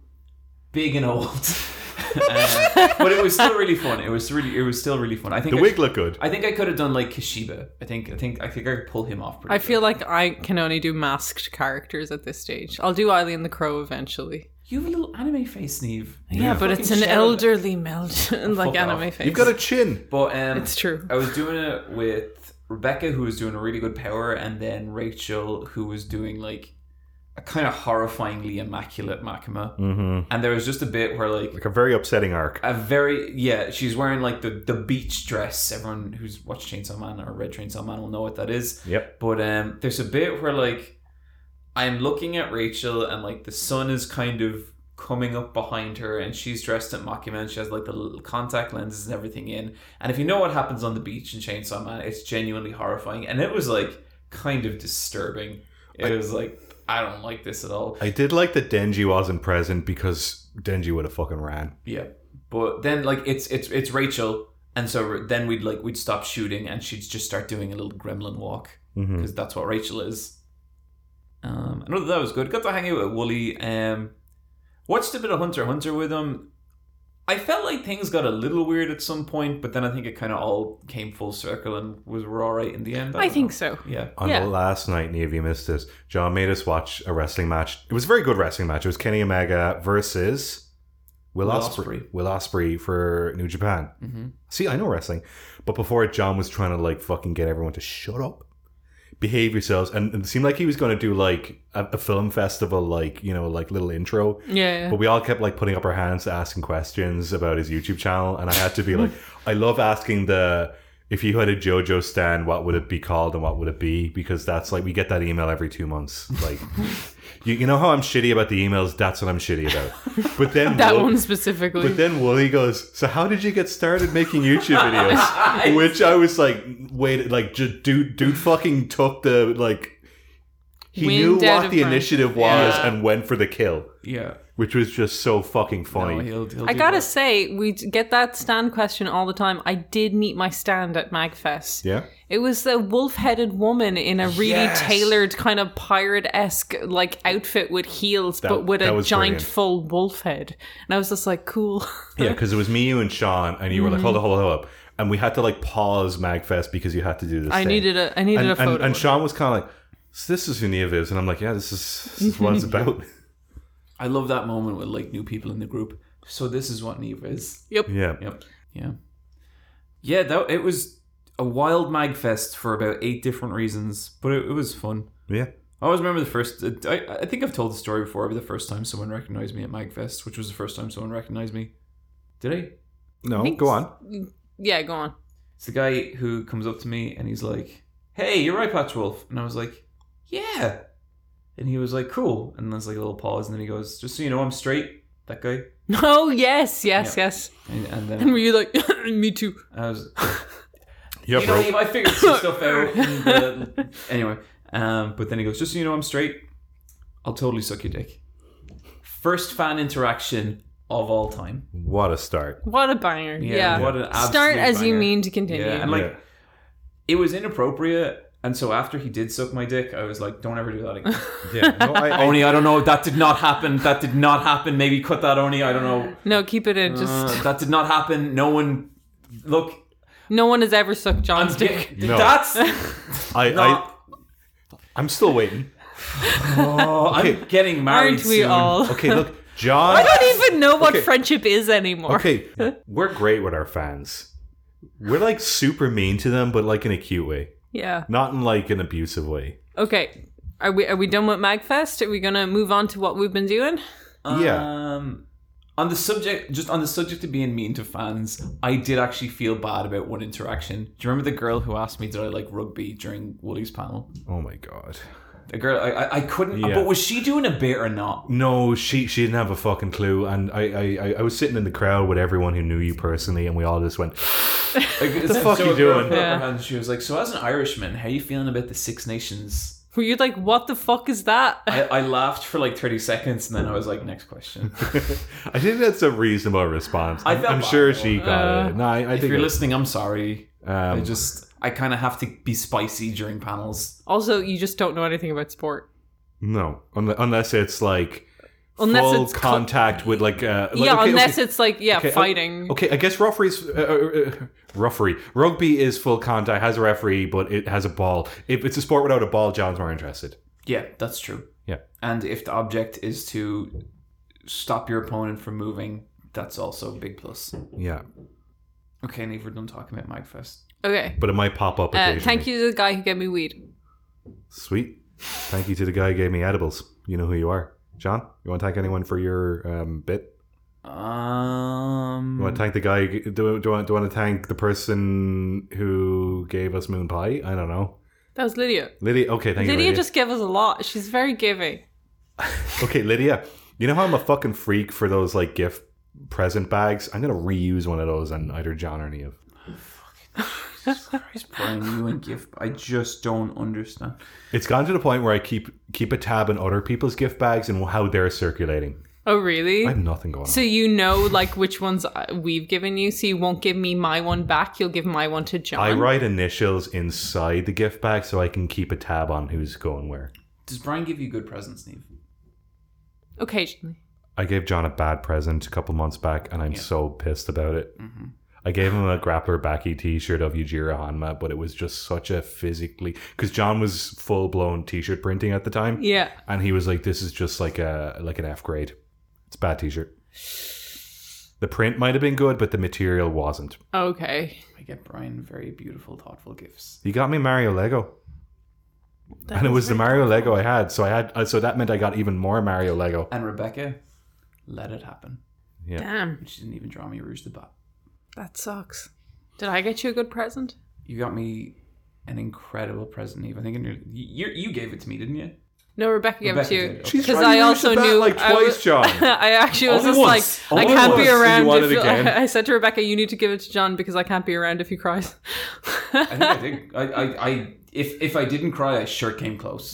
Speaker 2: big and old. (laughs) Uh, but it was still really fun. It was really, it was still really fun. I think
Speaker 1: The
Speaker 2: I
Speaker 1: wig
Speaker 2: sh-
Speaker 1: looked good.
Speaker 2: I think I could have done like Kishiba. I think, I think, I think I could pull him off. Pretty
Speaker 3: I feel like I can only do masked characters at this stage. I'll do Eileen the Crow eventually.
Speaker 2: you have a little anime face, Neve.
Speaker 3: Yeah, but it's an
Speaker 2: Fucking shell.
Speaker 3: elderly melt (laughs) like
Speaker 2: Fuck off.
Speaker 3: anime face.
Speaker 1: You've got a chin.
Speaker 2: But um,
Speaker 3: It's true.
Speaker 2: I was doing it with Rebecca, who was doing a really good power, and then Rachel, who was doing like a kind of horrifyingly immaculate Makima.
Speaker 1: Mm-hmm.
Speaker 2: And there was just a bit where like
Speaker 1: Like a very upsetting arc.
Speaker 2: a very yeah, she's wearing like the the beach dress. Everyone who's watched Chainsaw Man or Red Chainsaw Man will know what that is.
Speaker 1: Yep.
Speaker 2: But um, there's a bit where like I'm looking at Rachel and like the sun is kind of coming up behind her and she's dressed in Makima and she has like the little contact lenses and everything in. And if you know what happens on the beach in Chainsaw Man, it's genuinely horrifying. And it was like kind of disturbing. It was like I don't like this at all.
Speaker 1: I did like that Denji wasn't present because Denji would have fucking ran.
Speaker 2: Yeah, but then like it's it's it's Rachel, and so then we'd like we'd stop shooting, and she'd just start doing a little gremlin walk
Speaker 1: Mm-hmm.
Speaker 2: because that's what Rachel is. Um, I know that that was good. Got to hang out with Wooly. Um, watched a bit of Hunter x Hunter with him. I felt like things got a little weird at some point, but then I think it kind of all came full circle and was we're all right in the end.
Speaker 3: I
Speaker 2: don't
Speaker 3: think
Speaker 2: know.
Speaker 3: so.
Speaker 2: Yeah.
Speaker 1: On
Speaker 3: Yeah.
Speaker 1: the last night, Neve, you missed this. John made us watch a wrestling match. It was a very good wrestling match. It was Kenny Omega versus Will,
Speaker 2: Will
Speaker 1: Osprey.
Speaker 2: Ospreay.
Speaker 1: Will Osprey for New Japan.
Speaker 2: hmm
Speaker 1: See, I know wrestling, but before it, John was trying to like fucking get everyone to shut up, behave yourselves, and it seemed like he was going to do like a, a film festival, like you know, like little intro.
Speaker 3: Yeah.
Speaker 1: But we all kept like putting up our hands to asking questions about his YouTube channel, and I had to be
Speaker 3: (laughs)
Speaker 1: like, I love asking the if you had a JoJo stand, what would it be called and what would it be? Because that's like we get that email every two months.
Speaker 3: (laughs)
Speaker 1: Like, you, you know how I'm shitty about the emails. That's what I'm shitty
Speaker 3: (laughs)
Speaker 1: about. But then
Speaker 3: that
Speaker 1: Will-
Speaker 3: one specifically.
Speaker 1: But then Wooly goes, "So how did you get started making YouTube
Speaker 3: (laughs)
Speaker 1: videos?" Which I was like, "Wait, like ju- dude, dude, fucking took the like." He
Speaker 3: Wind
Speaker 1: knew
Speaker 3: out
Speaker 1: what
Speaker 3: of
Speaker 1: the
Speaker 3: my-
Speaker 1: initiative was
Speaker 2: Yeah.
Speaker 1: and went for the kill.
Speaker 2: Yeah.
Speaker 1: which was just so fucking
Speaker 2: No,
Speaker 1: funny.
Speaker 2: he'll- he'll
Speaker 3: I
Speaker 2: do
Speaker 3: gotta
Speaker 2: that.
Speaker 3: say, we d- get that stand question all the time. I did meet my stand at Magfest.
Speaker 1: yeah.
Speaker 3: It was the wolf-headed woman in a really
Speaker 2: Yes.
Speaker 3: tailored kind of pirate-esque like outfit with heels,
Speaker 1: That-
Speaker 3: but with
Speaker 1: that
Speaker 3: a
Speaker 1: was
Speaker 3: giant
Speaker 1: brilliant.
Speaker 3: full wolf head. And I was just like, cool. (laughs)
Speaker 1: Yeah, because it was me, you, and Sean, and you were like, hold up,
Speaker 3: Mm-hmm.
Speaker 1: hold up, hold up. And we had to like pause Magfest because you had to do this.
Speaker 3: I
Speaker 1: thing.
Speaker 3: needed a I needed
Speaker 1: and,
Speaker 3: a photo.
Speaker 1: and, and Sean was kind of like, so this is who Neve is. And I'm like, yeah, this is, this is
Speaker 3: (laughs)
Speaker 1: what it's about. (laughs)
Speaker 2: I love that moment with like new people in the group. So this is what Neve is.
Speaker 3: yep.
Speaker 1: yeah.
Speaker 2: Yep. Yeah. Yeah, that it was a wild magfest for about eight different reasons, but it, it was fun.
Speaker 1: Yeah.
Speaker 2: I always remember the first. uh, I, I think I've told the story before, but the first time someone recognized me at Magfest, which was the first time someone recognized me. Did I?
Speaker 1: No,
Speaker 3: Thanks.
Speaker 1: go on.
Speaker 3: Yeah, go on. (laughs)
Speaker 2: It's the guy who comes up to me and he's like, "Hey, you're right, Patch Wolf," and I was like, "Yeah," and he was like, "Cool," and there's like a little pause, and then he goes, "Just so you know, I'm straight." That guy,
Speaker 3: Oh yes, yes, yes.
Speaker 2: and, and
Speaker 3: (laughs) And were
Speaker 2: then
Speaker 3: you like me too?
Speaker 2: I was,
Speaker 1: Yeah,
Speaker 2: you know,
Speaker 1: bro.
Speaker 2: Eve, I figured
Speaker 1: (laughs)
Speaker 2: some stuff out. And, uh, anyway, um, but then he goes, "Just so you know, I'm straight. I'll totally suck your dick." First fan interaction of all time.
Speaker 1: What a start.
Speaker 3: What a banger. Yeah.
Speaker 2: what an absolute
Speaker 3: Start as you
Speaker 2: banger.
Speaker 3: mean to continue.
Speaker 2: Yeah, and like
Speaker 1: Yeah.
Speaker 2: it was inappropriate, and so after he did suck my dick, I was like, "Don't ever do that again."
Speaker 1: Yeah. No, I, I,
Speaker 2: (laughs) Oni, I don't know. That did not happen. That did not happen. Maybe cut that, Oni. I don't (laughs) know.
Speaker 3: No, keep it in. Just
Speaker 2: Uh, that did not happen. No one. Look,
Speaker 3: no one has ever sucked John's
Speaker 2: I'm (laughs)
Speaker 3: dick.
Speaker 2: dick.
Speaker 1: No.
Speaker 2: That's
Speaker 1: I, I,
Speaker 2: not.
Speaker 1: I'm still waiting.
Speaker 2: oh, I'm
Speaker 1: Okay.
Speaker 2: getting married
Speaker 3: Aren't we
Speaker 2: soon.
Speaker 3: all?
Speaker 1: Okay, look, John.
Speaker 3: I don't even know what
Speaker 1: Okay.
Speaker 3: friendship is anymore.
Speaker 1: Okay, we're great with our fans. We're like super mean to them, but like in a cute way,
Speaker 3: Yeah.
Speaker 1: not in like an abusive way.
Speaker 3: Okay. Are we are we done with Magfest? Are we gonna move on to what we've been doing?
Speaker 1: Yeah.
Speaker 2: Um, on the subject, just on the subject of being mean to fans, I did actually feel bad about one interaction. Do you remember the girl who asked me, "Did I like rugby during Wooly's panel?"
Speaker 1: Oh my god.
Speaker 2: A girl, I, I, I couldn't.
Speaker 1: Yeah.
Speaker 2: But was she doing a bit
Speaker 1: (laughs)
Speaker 2: or not?
Speaker 1: No, she she didn't have a fucking clue, and I I, I, I was sitting in the crowd with everyone who knew you personally, and we all just went. (laughs)
Speaker 2: Like, the
Speaker 1: fuck you doing?
Speaker 3: Yeah.
Speaker 2: She was like, "So as an Irishman, how you feeling about the Six Nations?"
Speaker 3: Were you like, what the fuck is that?
Speaker 2: I, I laughed for like thirty seconds, and then I was like,
Speaker 1: (laughs)
Speaker 2: "Next question."
Speaker 1: I think that's a reasonable response.
Speaker 2: I
Speaker 1: I'm,
Speaker 2: felt
Speaker 1: I'm
Speaker 2: bad.
Speaker 1: sure she got
Speaker 3: Uh,
Speaker 1: it. No, I, I
Speaker 2: if
Speaker 1: think
Speaker 2: you're
Speaker 1: it-
Speaker 2: listening, I'm sorry. I
Speaker 1: um,
Speaker 2: just I kind of have to be spicy during panels.
Speaker 3: Also, you just don't know anything about sport.
Speaker 1: no, unle- unless it's like
Speaker 3: Unless
Speaker 1: full
Speaker 3: it's cl-
Speaker 1: contact with like, uh, like,
Speaker 3: yeah,
Speaker 1: okay,
Speaker 3: unless
Speaker 1: okay.
Speaker 3: it's like, yeah,
Speaker 1: Okay, o-
Speaker 3: fighting.
Speaker 1: Okay, I guess referee's uh, uh, uh, (laughs) referee rugby is full contact, has a referee, but it has a ball. If it's a sport without a ball, John's more interested.
Speaker 2: Yeah, that's true.
Speaker 1: Yeah.
Speaker 2: And if the object is to stop your opponent from moving, that's also a big plus.
Speaker 1: Yeah,
Speaker 2: Okay, Neve, we're done talking about Magfest.
Speaker 3: Okay.
Speaker 1: but it might pop up.
Speaker 3: Uh,
Speaker 1: Occasionally.
Speaker 3: thank you to the guy who gave me weed.
Speaker 1: Sweet. Thank you to the guy who gave me edibles. You know who you are, John. You want to thank anyone for your um, bit?
Speaker 2: Um,
Speaker 1: You
Speaker 2: Hmm.
Speaker 1: want to thank the guy? who- Do, do, you want, do you want to thank the person who gave us moon pie? I don't know.
Speaker 3: That was Lydia.
Speaker 1: Lydia. Okay, thank you.
Speaker 3: Lydia
Speaker 1: Lydia
Speaker 3: just gave us a lot. She's very giving.
Speaker 1: Okay, Lydia. You know how I'm a fucking freak for those like gift present bags. I'm gonna reuse one of those on either John or Neve.
Speaker 2: Christ, Brian, you and gift. I just don't understand.
Speaker 1: It's gone to the point where I keep keep a tab on other people's gift bags and how they're circulating.
Speaker 3: Oh, really?
Speaker 1: I have nothing going on.
Speaker 3: so you know like which ones I- we've given you, so you won't give me my one back. You'll give my one to John.
Speaker 1: I write initials inside the gift bag so I can keep a tab on who's going where.
Speaker 2: Does Brian give you good presents, Neve?
Speaker 3: Occasionally.
Speaker 1: I gave John a bad present a couple months back, and I'm so pissed about it.
Speaker 2: Mm-hmm.
Speaker 1: I gave him a grappler backy T-shirt of Yujiro Hanma, but it was just such a physically because John was full blown T-shirt printing at the time,
Speaker 3: Yeah.
Speaker 1: and he was like, "This is just like a like an F grade. It's a bad T-shirt." The print might have been good, but the material wasn't.
Speaker 3: Okay.
Speaker 2: I get Brian very beautiful, thoughtful gifts.
Speaker 1: He got me Mario Lego, and it was the Mario Lego I had. So I had, uh, so that meant I got even more Mario Lego.
Speaker 2: And Rebecca, let it happen.
Speaker 3: Damn.
Speaker 2: She didn't even draw me Rouge the Bat.
Speaker 3: That sucks. Did I get you a good present?
Speaker 2: You got me an incredible present, Eve. I think in your, you you gave it to me, didn't you?
Speaker 3: No, Rebecca gave it
Speaker 2: Rebecca
Speaker 3: to
Speaker 2: did,
Speaker 3: you.
Speaker 2: okay. She's
Speaker 3: Because
Speaker 1: trying
Speaker 3: I
Speaker 1: to
Speaker 3: also
Speaker 1: use the bat
Speaker 3: knew
Speaker 1: like
Speaker 3: I
Speaker 1: twice,
Speaker 3: was-
Speaker 1: John.
Speaker 3: (laughs) I actually was
Speaker 1: Only
Speaker 3: just
Speaker 1: once.
Speaker 3: like,
Speaker 1: Only
Speaker 3: I can't
Speaker 1: once
Speaker 3: be
Speaker 1: did you
Speaker 3: around.
Speaker 1: want
Speaker 3: if
Speaker 1: it again.
Speaker 3: (laughs) I, I said to Rebecca, "You need to give it to John because I can't be around if he cries."
Speaker 2: I think I did. I, I, I if if I didn't cry, I sure
Speaker 3: (laughs) Mm-hmm.
Speaker 2: came close.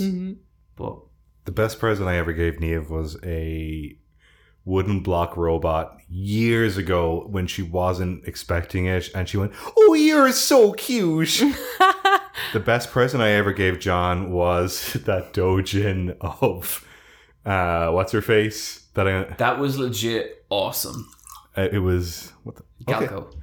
Speaker 2: But
Speaker 1: The best present I ever gave Neve was a wooden block robot years ago when she wasn't expecting it and she went oh you're so
Speaker 3: (laughs)
Speaker 1: cute the best present i ever gave john was (laughs) that dojin of uh what's her face that i
Speaker 2: That was legit awesome.
Speaker 1: uh, it was what the, okay.
Speaker 2: Galco.
Speaker 1: It-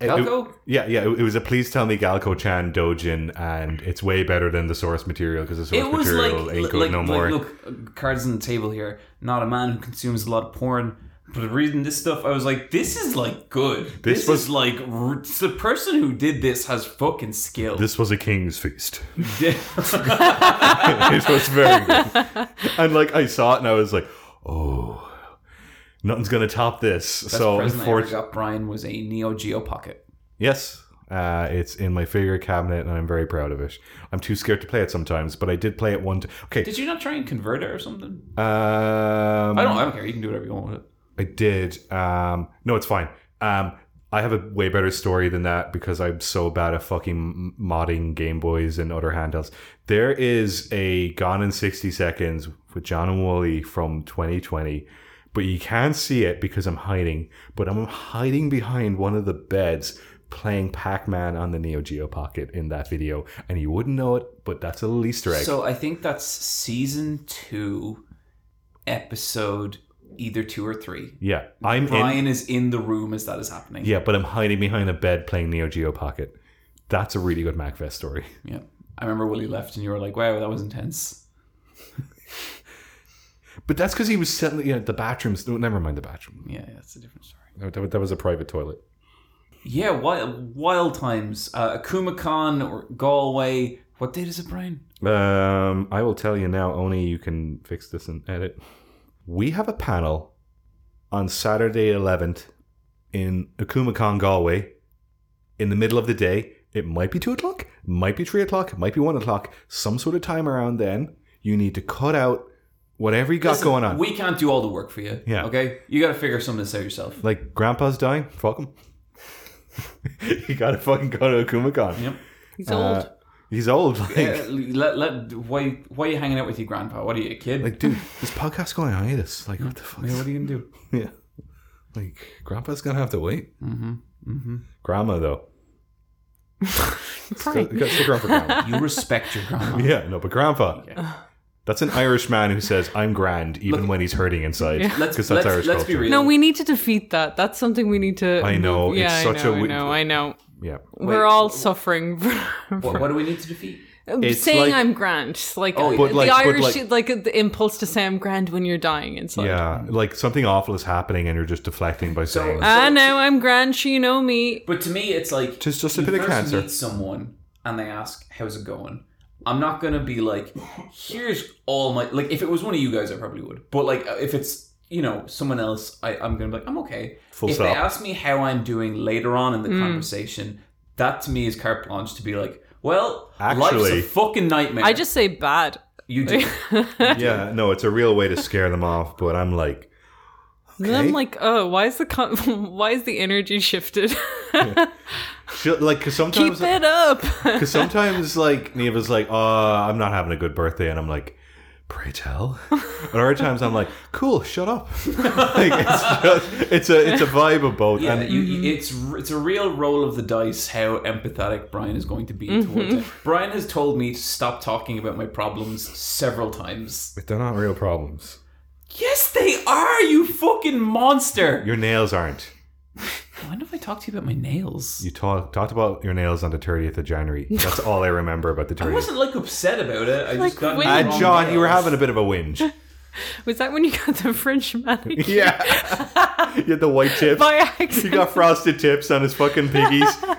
Speaker 1: it-
Speaker 2: Galco?
Speaker 1: yeah yeah it, it was a please tell me galco chan dojin and it's way better than the source material because the source
Speaker 2: It was like,
Speaker 1: material ain't
Speaker 2: like,
Speaker 1: good no
Speaker 2: like,
Speaker 1: more
Speaker 2: look, uh, cards on the table here. Not a man who consumes a lot of porn. But reading this stuff, I was like, this is like good. This,
Speaker 1: This
Speaker 2: is
Speaker 1: was-
Speaker 2: like r- the person who did this has fucking skill. (laughs)
Speaker 1: this was a king's feast (laughs)
Speaker 2: This-
Speaker 1: it was very good.
Speaker 2: (laughs)
Speaker 1: And like I saw it and I was like, oh, nothing's gonna top this. so
Speaker 2: present I ever
Speaker 1: unfortunately,
Speaker 2: got Brian was a Neo Geo Pocket.
Speaker 1: yes, uh, it's in my figure cabinet and I'm very proud of it. I'm too scared to play it sometimes, but I did play it one. T- okay,
Speaker 2: Did you not try and convert it or something?
Speaker 1: um,
Speaker 2: I don't. I don't care. You can do whatever you want with it.
Speaker 1: I did. Um, no, it's fine. Um, I have a way better story than that because I'm so bad at fucking modding Game Boys and other handhelds. There is a Gone in 60 Seconds with John and Wooly from 2020, but you can't see it because I'm hiding. But I'm hiding behind one of the beds playing Pac Man on the Neo Geo Pocket in that video. And you wouldn't know it, but that's a little Easter egg.
Speaker 2: So I think that's season two, episode either two or three.
Speaker 1: yeah, I'm in.
Speaker 2: Brian is in the room as that is happening.
Speaker 1: Yeah, but I'm hiding behind a bed playing Neo Geo Pocket. That's a really good MacFest story. (laughs)
Speaker 2: Yeah. I remember Willie left and you were like, wow, that was intense.
Speaker 1: But that's because he was selling you know, the bathrooms. No, never mind the bathroom.
Speaker 2: Yeah, that's a different story.
Speaker 1: That, wa- that was a private toilet.
Speaker 2: Yeah, wild, wild times. Uh, Kumacon or Galway. What date is it, Brian?
Speaker 1: Um, I will tell you now, Oni, you can fix this and edit. We have a panel on Saturday 11th in Akumakon, Galway, in the middle of the day. It might be 2 o'clock, might be 3 o'clock, might be 1 o'clock, some sort of time around then. You need to cut out whatever you got
Speaker 2: Listen,
Speaker 1: going on.
Speaker 2: We can't do all the work for you.
Speaker 1: Yeah.
Speaker 2: Okay? You got to figure some of this out yourself.
Speaker 1: Like grandpa's dying, fuck him. (laughs) you gotta fucking go to Akumakon.
Speaker 2: Yep.
Speaker 3: He's old.
Speaker 1: Uh, he's old. Like,
Speaker 2: Uh, let, let, why, why are you hanging out with your grandpa? What are you, a kid?
Speaker 1: like, dude, this podcast's going on hiatus. Like, what the fuck?
Speaker 2: Yeah, what are you going to do?
Speaker 1: (laughs) Yeah. Like, grandpa's gonna have to wait.
Speaker 2: Mm-hmm. Mm-hmm.
Speaker 1: Grandma though,
Speaker 3: (laughs) Right.
Speaker 1: Got- got stick around for grandma.
Speaker 3: (laughs)
Speaker 2: You respect your
Speaker 1: (laughs)
Speaker 2: grandma.
Speaker 1: yeah, no, but grandpa.
Speaker 2: Yeah.
Speaker 1: That's an Irish man who says, "I'm grand," even when he's hurting inside.
Speaker 3: Yeah.
Speaker 2: Let's,
Speaker 1: 'Cause that's
Speaker 2: let's,
Speaker 1: Irish
Speaker 2: let's be
Speaker 1: culture.
Speaker 2: real.
Speaker 3: No, we need to defeat that. That's something we need to.
Speaker 1: I know, it's
Speaker 3: Yeah, I
Speaker 1: such
Speaker 3: know,
Speaker 1: a
Speaker 3: I
Speaker 1: we-
Speaker 3: know. I know.
Speaker 1: Yeah.
Speaker 3: We're
Speaker 2: Wait,
Speaker 3: all
Speaker 2: wh-
Speaker 3: suffering. (laughs)
Speaker 2: What, what do we need to defeat?
Speaker 1: It's
Speaker 3: saying
Speaker 1: like-
Speaker 3: I'm grand, like, uh,
Speaker 2: Oh,
Speaker 1: but
Speaker 3: the
Speaker 1: like- but
Speaker 3: Irish,
Speaker 1: like-
Speaker 3: like, uh, the impulse to say I'm grand when you're dying. It's like,
Speaker 1: Yeah, like something awful is happening, and you're just deflecting by
Speaker 2: So-
Speaker 1: saying,
Speaker 3: I know I'm grand. She know me.
Speaker 2: But to me, it's like
Speaker 1: Just- just a
Speaker 2: you
Speaker 1: bit of
Speaker 2: first
Speaker 1: cancer.
Speaker 2: Meet someone and they ask, "How's it going?" I'm not gonna be like, "Here's all my like." If it was one of you guys, I probably would. But like, uh, if it's you know someone else, I, I'm gonna be like, "I'm okay."
Speaker 1: Full
Speaker 2: if they
Speaker 1: stop.
Speaker 2: ask me how I'm doing later on in
Speaker 3: Mm.
Speaker 2: the conversation, that to me is carte blanche to be like, "Well,
Speaker 1: Actually-
Speaker 2: life's a fucking nightmare."
Speaker 3: I just say bad. (laughs)
Speaker 2: you do.
Speaker 1: "Yeah, no, it's a real way to scare them off." But I'm like,
Speaker 3: And then I'm
Speaker 1: Okay.
Speaker 3: like, oh, why is the con- (laughs) why is the energy shifted?
Speaker 1: she'll, like, because sometimes
Speaker 3: (laughs) Keep it up.
Speaker 1: Because sometimes, like, Neva's like, oh, I'm not having a good birthday. And I'm like, pray
Speaker 2: (laughs)
Speaker 1: tell. And other times I'm like, cool, shut up. (laughs) like, it's, just, it's, a, it's a vibe of both.
Speaker 2: Yeah,
Speaker 1: and
Speaker 2: you,
Speaker 3: Mm-hmm.
Speaker 2: you- it's r- it's a real roll of the dice how empathetic Brian is going to be
Speaker 3: Mm-hmm.
Speaker 2: towards it. Brian has told me to stop talking about my problems several times.
Speaker 1: but they're not real problems.
Speaker 2: Yes, they are. You fucking monster.
Speaker 1: Your nails aren't.
Speaker 2: When have I talked to you about my nails?
Speaker 1: You talk, talked about your nails on the 30th of
Speaker 2: (laughs)
Speaker 1: January. That's all I remember about the
Speaker 2: I
Speaker 1: 30th.
Speaker 2: wasn't like upset about it. I
Speaker 3: Like,
Speaker 2: just got
Speaker 3: when-
Speaker 1: And
Speaker 2: wrong
Speaker 1: Uh, John, you were
Speaker 2: nails.
Speaker 1: having a bit of a
Speaker 2: (laughs)
Speaker 1: whinge.
Speaker 3: Was that when you got the French manicure
Speaker 1: yeah. (laughs) you had the
Speaker 2: (laughs)
Speaker 1: white tips.
Speaker 3: by
Speaker 1: He
Speaker 3: accident?
Speaker 1: got frosted tips on his fucking piggies.
Speaker 2: (laughs)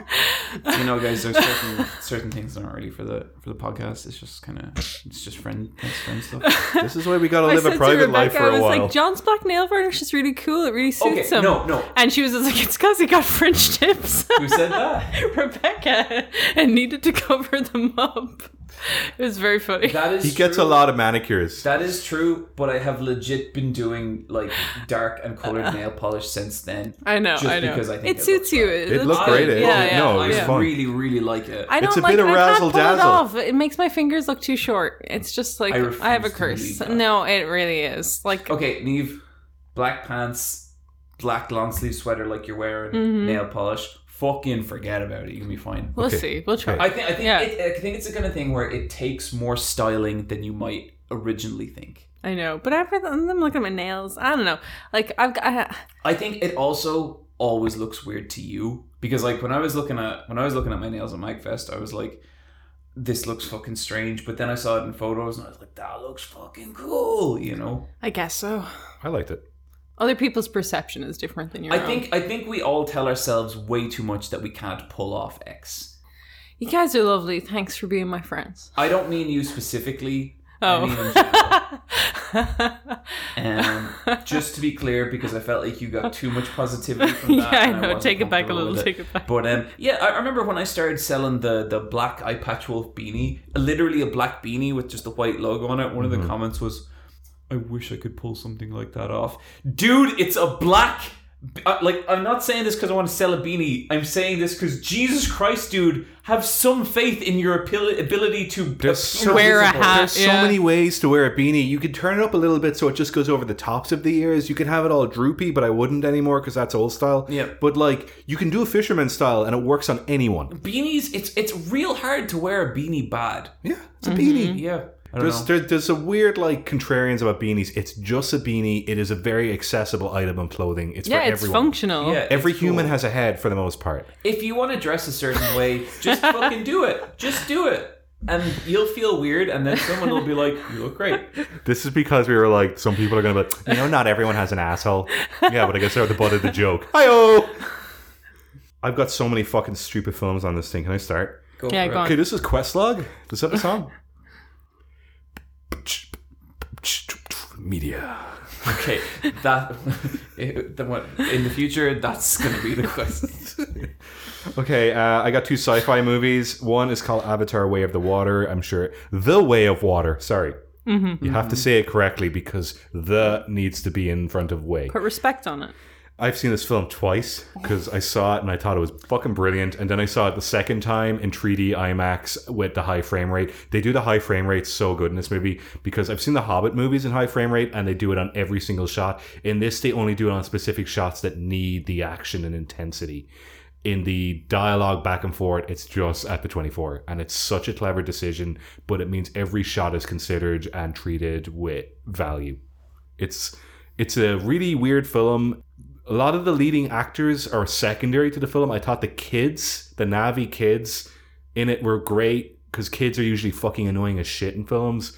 Speaker 2: You know, guys, there's certain certain things that aren't ready for the for the podcast. It's just kind of it's just friend it's friend stuff.
Speaker 3: (laughs)
Speaker 1: this is why we gotta
Speaker 3: I
Speaker 1: live
Speaker 3: said
Speaker 1: a
Speaker 3: to
Speaker 1: private life
Speaker 3: Rebecca,
Speaker 1: for
Speaker 3: I was
Speaker 1: a while.
Speaker 3: like, John's black nail varnish is really cool. It really suits
Speaker 2: Okay,
Speaker 3: him.
Speaker 2: no, no.
Speaker 3: And she was just like, it's because he got French tips. (laughs)
Speaker 2: Who said that?
Speaker 3: Rebecca and needed to cover them up. It was very funny.
Speaker 2: That is
Speaker 1: he gets a
Speaker 2: true.
Speaker 1: lot of manicures.
Speaker 2: That is true, but I have legit been doing like dark and
Speaker 1: Uh,
Speaker 2: colored nail polish since then.
Speaker 3: I know,
Speaker 2: Just
Speaker 3: I know.
Speaker 2: because I think
Speaker 3: it,
Speaker 2: it looks
Speaker 3: suits you.
Speaker 2: bad.
Speaker 1: It looked
Speaker 3: looks
Speaker 1: great,
Speaker 3: good.
Speaker 1: eh?
Speaker 3: Yeah, yeah,
Speaker 1: No, it was
Speaker 3: yeah.
Speaker 1: fun.
Speaker 2: really, really like it.
Speaker 3: I don't
Speaker 1: It's a
Speaker 3: like,
Speaker 1: bit of
Speaker 3: I can't
Speaker 1: razzle
Speaker 3: pull
Speaker 1: dazzle.
Speaker 3: It, off. it makes my fingers look too short. It's just like
Speaker 2: I
Speaker 3: I,
Speaker 2: refuse
Speaker 3: have a
Speaker 2: to believe
Speaker 3: curse.
Speaker 2: that.
Speaker 3: No, it really is. Like
Speaker 2: okay, Neve, black pants, black long sleeve sweater like you're wearing,
Speaker 3: Mhm.
Speaker 2: nail polish. Fucking forget about it. You can be fine.
Speaker 3: We'll
Speaker 1: Okay.
Speaker 3: see. We'll try.
Speaker 1: Okay.
Speaker 2: I think I think
Speaker 3: Yeah.
Speaker 2: it, I think it's the kind of thing where it takes more styling than you might originally think.
Speaker 3: I know, but after that, I'm looking at my nails. I don't know. Like I've got. I,
Speaker 2: I think it also always looks weird to you because like when I was looking at when I was looking at my nails at Magfest, I was like, this looks fucking strange. But then I saw it in photos and I was like, that looks fucking cool. You know.
Speaker 3: I guess so.
Speaker 1: I liked it.
Speaker 3: Other people's perception is different than your
Speaker 2: I
Speaker 3: own.
Speaker 2: think I think we all tell ourselves way too much that we can't pull off X.
Speaker 3: you guys are lovely. Thanks for being my friends.
Speaker 2: I don't mean you specifically. I mean in general.
Speaker 3: (laughs) Oh. (laughs)
Speaker 2: Um, just to be clear, because I felt like you got too much positivity from
Speaker 3: (laughs) yeah,
Speaker 2: that.
Speaker 3: I
Speaker 2: and
Speaker 3: know.
Speaker 2: wasn't
Speaker 3: Take it back a
Speaker 2: comfortable
Speaker 3: little.
Speaker 2: with it.
Speaker 3: Take it back.
Speaker 2: But um, yeah, I I remember when I started selling the the black eye patch wolf beanie, literally a black beanie with just a white logo on it. One of
Speaker 1: Mm-hmm.
Speaker 2: the comments was, "I wish I could pull something like that off, dude. It's a black." b- uh, Like I'm not saying this because I want to sell a beanie. I'm saying this because Jesus Christ, dude, have some faith in your abil- ability to
Speaker 1: There's
Speaker 2: appear
Speaker 1: so-
Speaker 3: Wear a
Speaker 2: visible.
Speaker 3: hat.
Speaker 1: There's so
Speaker 3: yeah.
Speaker 1: many ways to wear a beanie. You could turn it up a little bit so it just goes over the tops of the ears. You could have it all droopy, but I wouldn't anymore because that's old style.
Speaker 2: Yeah.
Speaker 1: But like, you can do a fisherman style, and it works on anyone.
Speaker 2: Beanies, it's it's real hard to wear a beanie bad.
Speaker 1: Yeah, it's a
Speaker 3: Mm-hmm.
Speaker 1: beanie.
Speaker 2: Yeah, I don't know.
Speaker 1: Mm-hmm. There's, there, there's a weird like contrarians about beanies. It's just a beanie. It is a very accessible item of clothing. It's
Speaker 3: Yeah,
Speaker 1: for
Speaker 3: it's
Speaker 1: everyone.
Speaker 3: functional.
Speaker 2: Yeah,
Speaker 1: Every
Speaker 2: it's
Speaker 1: human
Speaker 2: cool.
Speaker 1: has a head for the most part.
Speaker 2: If you want to dress a certain way, just fucking do it. Just do it, and you'll feel weird, and then someone will be like, "You look great."
Speaker 1: This is because we were like, some people are going to be like, you know, not everyone has an asshole. yeah, but I guess they're the butt of the (laughs) joke. Hi-oh! I've got so many fucking stupid films on this thing. Can I start?
Speaker 2: Go
Speaker 3: Yeah,
Speaker 2: for
Speaker 3: go
Speaker 2: it.
Speaker 3: on.
Speaker 1: Okay, this is Questlog. Does that have a song? Media.
Speaker 2: Okay, that (laughs) then what in the future? That's gonna be the question.
Speaker 1: Okay, uh, I got two sci-fi movies. One is called Avatar: Way of the Water. I'm sure the Way of Water. Sorry, you have to say it correctly because the needs to be in front of way.
Speaker 3: Put respect on it.
Speaker 1: I've seen this film twice because I saw it and I thought it was fucking brilliant, and then I saw it the second time in 3D IMAX with the high frame rate. They do the high frame rate so good in this movie because I've seen the Hobbit movies in high frame rate, and they do it on every single shot. In this, they only do it on specific shots that need the action and intensity. In the dialogue back and forth, it's just at the 24, and it's such a clever decision, but it means every shot is considered and treated with value. It's it's a really weird film. A lot of the leading actors are secondary to the film. I thought the kids, the Navi kids in it were great because kids are usually fucking annoying as shit in films.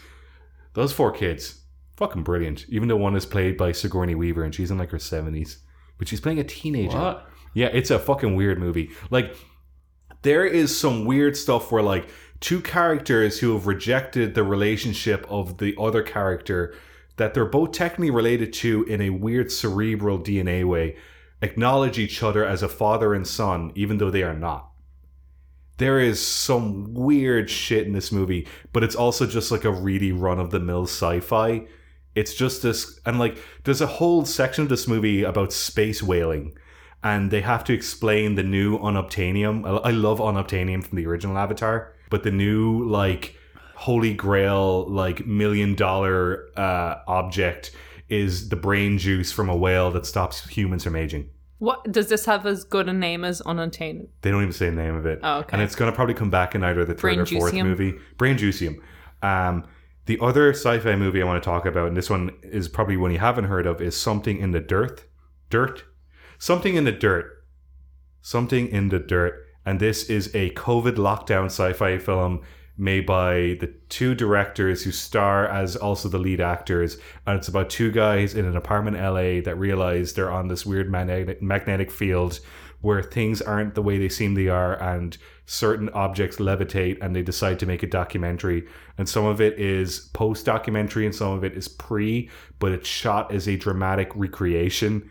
Speaker 1: Those four kids, fucking brilliant. Even though one is played by Sigourney Weaver and she's in like her 70s, but she's playing a teenager.
Speaker 2: What?
Speaker 1: Yeah, it's a fucking weird movie. Like, there is some weird stuff where, like, two characters who have rejected the relationship of the other character that they're both technically related to in a weird cerebral DNA way acknowledge each other as a father and son, even though they are not. There is some weird shit in this movie, but it's also just like a really run of the mill sci fi. It's just this, and like, there's a whole section of this movie about space whaling and they have to explain the new unobtainium. I I love unobtainium from the original Avatar, but the new like holy grail like million dollar uh, object is the brain juice from a whale that stops humans from aging.
Speaker 3: What does this have as good a name as unobtainable?
Speaker 1: They don't even say the name of it.
Speaker 3: Oh, okay.
Speaker 1: And it's going to probably come back in either the third or fourth
Speaker 3: Brainjuicium?
Speaker 1: movie. Brain Juicium. Um, the other sci fi movie I want to talk about, and this one is probably one you haven't heard of, is Something in the Dirt. Dirt? Something in the Dirt. Something in the Dirt. And this is a COVID lockdown sci fi film made by the two directors who star as also the lead actors. And it's about two guys in an apartment in LA that realize they're on this weird magnetic, magnetic field where things aren't the way they seem they are and certain objects levitate and they decide to make a documentary and some of it is post documentary and some of it is pre but it's shot as a dramatic recreation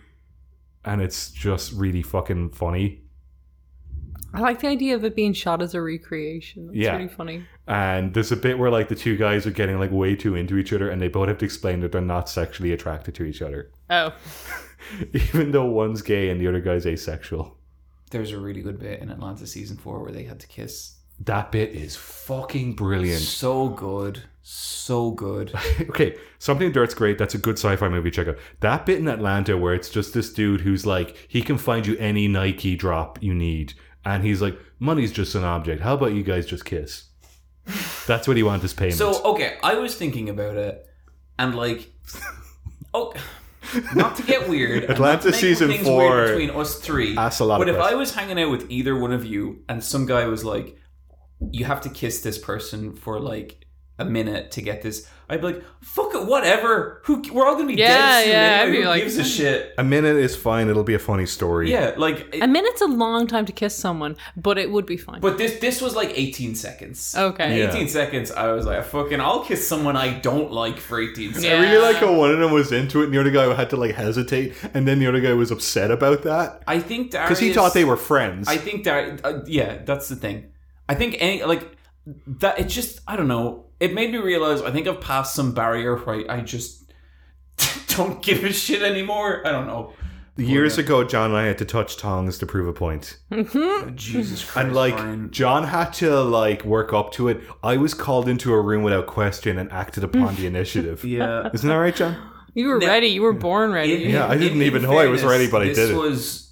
Speaker 1: and it's just really fucking funny
Speaker 3: I like the idea of it being shot as a recreation. It's
Speaker 1: Yeah.
Speaker 3: pretty funny.
Speaker 1: and there's a bit where like the two guys are getting like way too into each other and they both have to explain that they're not sexually attracted to each other (laughs)
Speaker 3: Oh,
Speaker 1: even though one's gay and the other guy's asexual
Speaker 2: There's a really good bit in Atlanta season four where they had to kiss.
Speaker 1: that bit is fucking brilliant
Speaker 2: So good, so good.
Speaker 1: okay, something in dirt's great. That's a good sci-fi movie. Check out that bit in Atlanta where it's just this dude who's like he can find you any Nike drop you need, and he's like, money's just an object. How about you guys just kiss? That's what he wanted as payment.
Speaker 2: So okay, I was thinking about it, and like, oh, not to get weird. and not to
Speaker 1: Atlanta
Speaker 2: make
Speaker 1: season
Speaker 2: things
Speaker 1: four
Speaker 2: weird between us three.
Speaker 1: asks a lot
Speaker 2: But
Speaker 1: of
Speaker 2: if I
Speaker 1: questions.
Speaker 2: was hanging out with either one of you, and some guy was like, "You have to kiss this person for like a minute to get this," I'd be like, "Fuck it, whatever. Who? We're all gonna be
Speaker 3: Yeah,
Speaker 2: dead soon.
Speaker 3: yeah,
Speaker 2: anyway.
Speaker 3: I'd be
Speaker 2: Who
Speaker 3: like-
Speaker 2: gives a shit?"
Speaker 1: a minute is fine. It'll be a funny story.
Speaker 2: Yeah, like. it-
Speaker 3: A minute's a long time to kiss someone, but it would be fine.
Speaker 2: but this this was like 18 seconds.
Speaker 3: okay.
Speaker 1: Yeah.
Speaker 2: 18 seconds, I was like, fucking, I'll kiss someone I don't like for 18 seconds.
Speaker 1: I really like
Speaker 3: Yeah.
Speaker 1: how one of them was into it, and the other guy had to like hesitate, and then the other guy was upset about that
Speaker 2: I think Darius.
Speaker 1: because he thought they were friends.
Speaker 2: I think that uh, yeah, that's the thing. I think any like that it just I don't know. It made me realize I think I've passed some barrier where I, I just (laughs) don't give a shit anymore. I don't know.
Speaker 1: Years ago, John and I had to touch tongs to prove a point,
Speaker 3: Mhm.
Speaker 2: Jesus Christ.
Speaker 1: and like
Speaker 2: Brian.
Speaker 1: John had to like work up to it. I was called into a room without question and acted upon
Speaker 2: (laughs)
Speaker 1: the initiative. (laughs)
Speaker 2: yeah.
Speaker 1: Isn't that right, John?
Speaker 3: you were ready. You were born ready.
Speaker 2: In-
Speaker 1: Yeah, I
Speaker 2: in-
Speaker 1: didn't
Speaker 2: in
Speaker 1: even know I was ready, but I
Speaker 2: this
Speaker 1: did it.
Speaker 2: was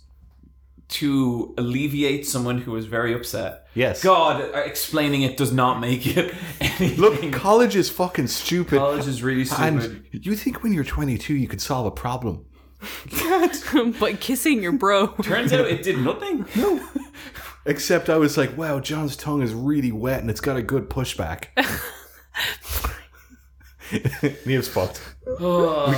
Speaker 2: to alleviate someone who was very upset.
Speaker 1: Yes.
Speaker 2: God, uh, explaining it does not make it (laughs) anything.
Speaker 1: Look, college is fucking stupid.
Speaker 2: college is really stupid.
Speaker 1: And you think when you're 22 you could solve a problem?
Speaker 3: (laughs) but kissing your bro. (laughs)
Speaker 2: Turns out it did nothing. No.
Speaker 1: Except I was like, wow, John's tongue is really wet and it's got a good
Speaker 2: (laughs)
Speaker 1: pushback. (laughs) Niamh's fucked. We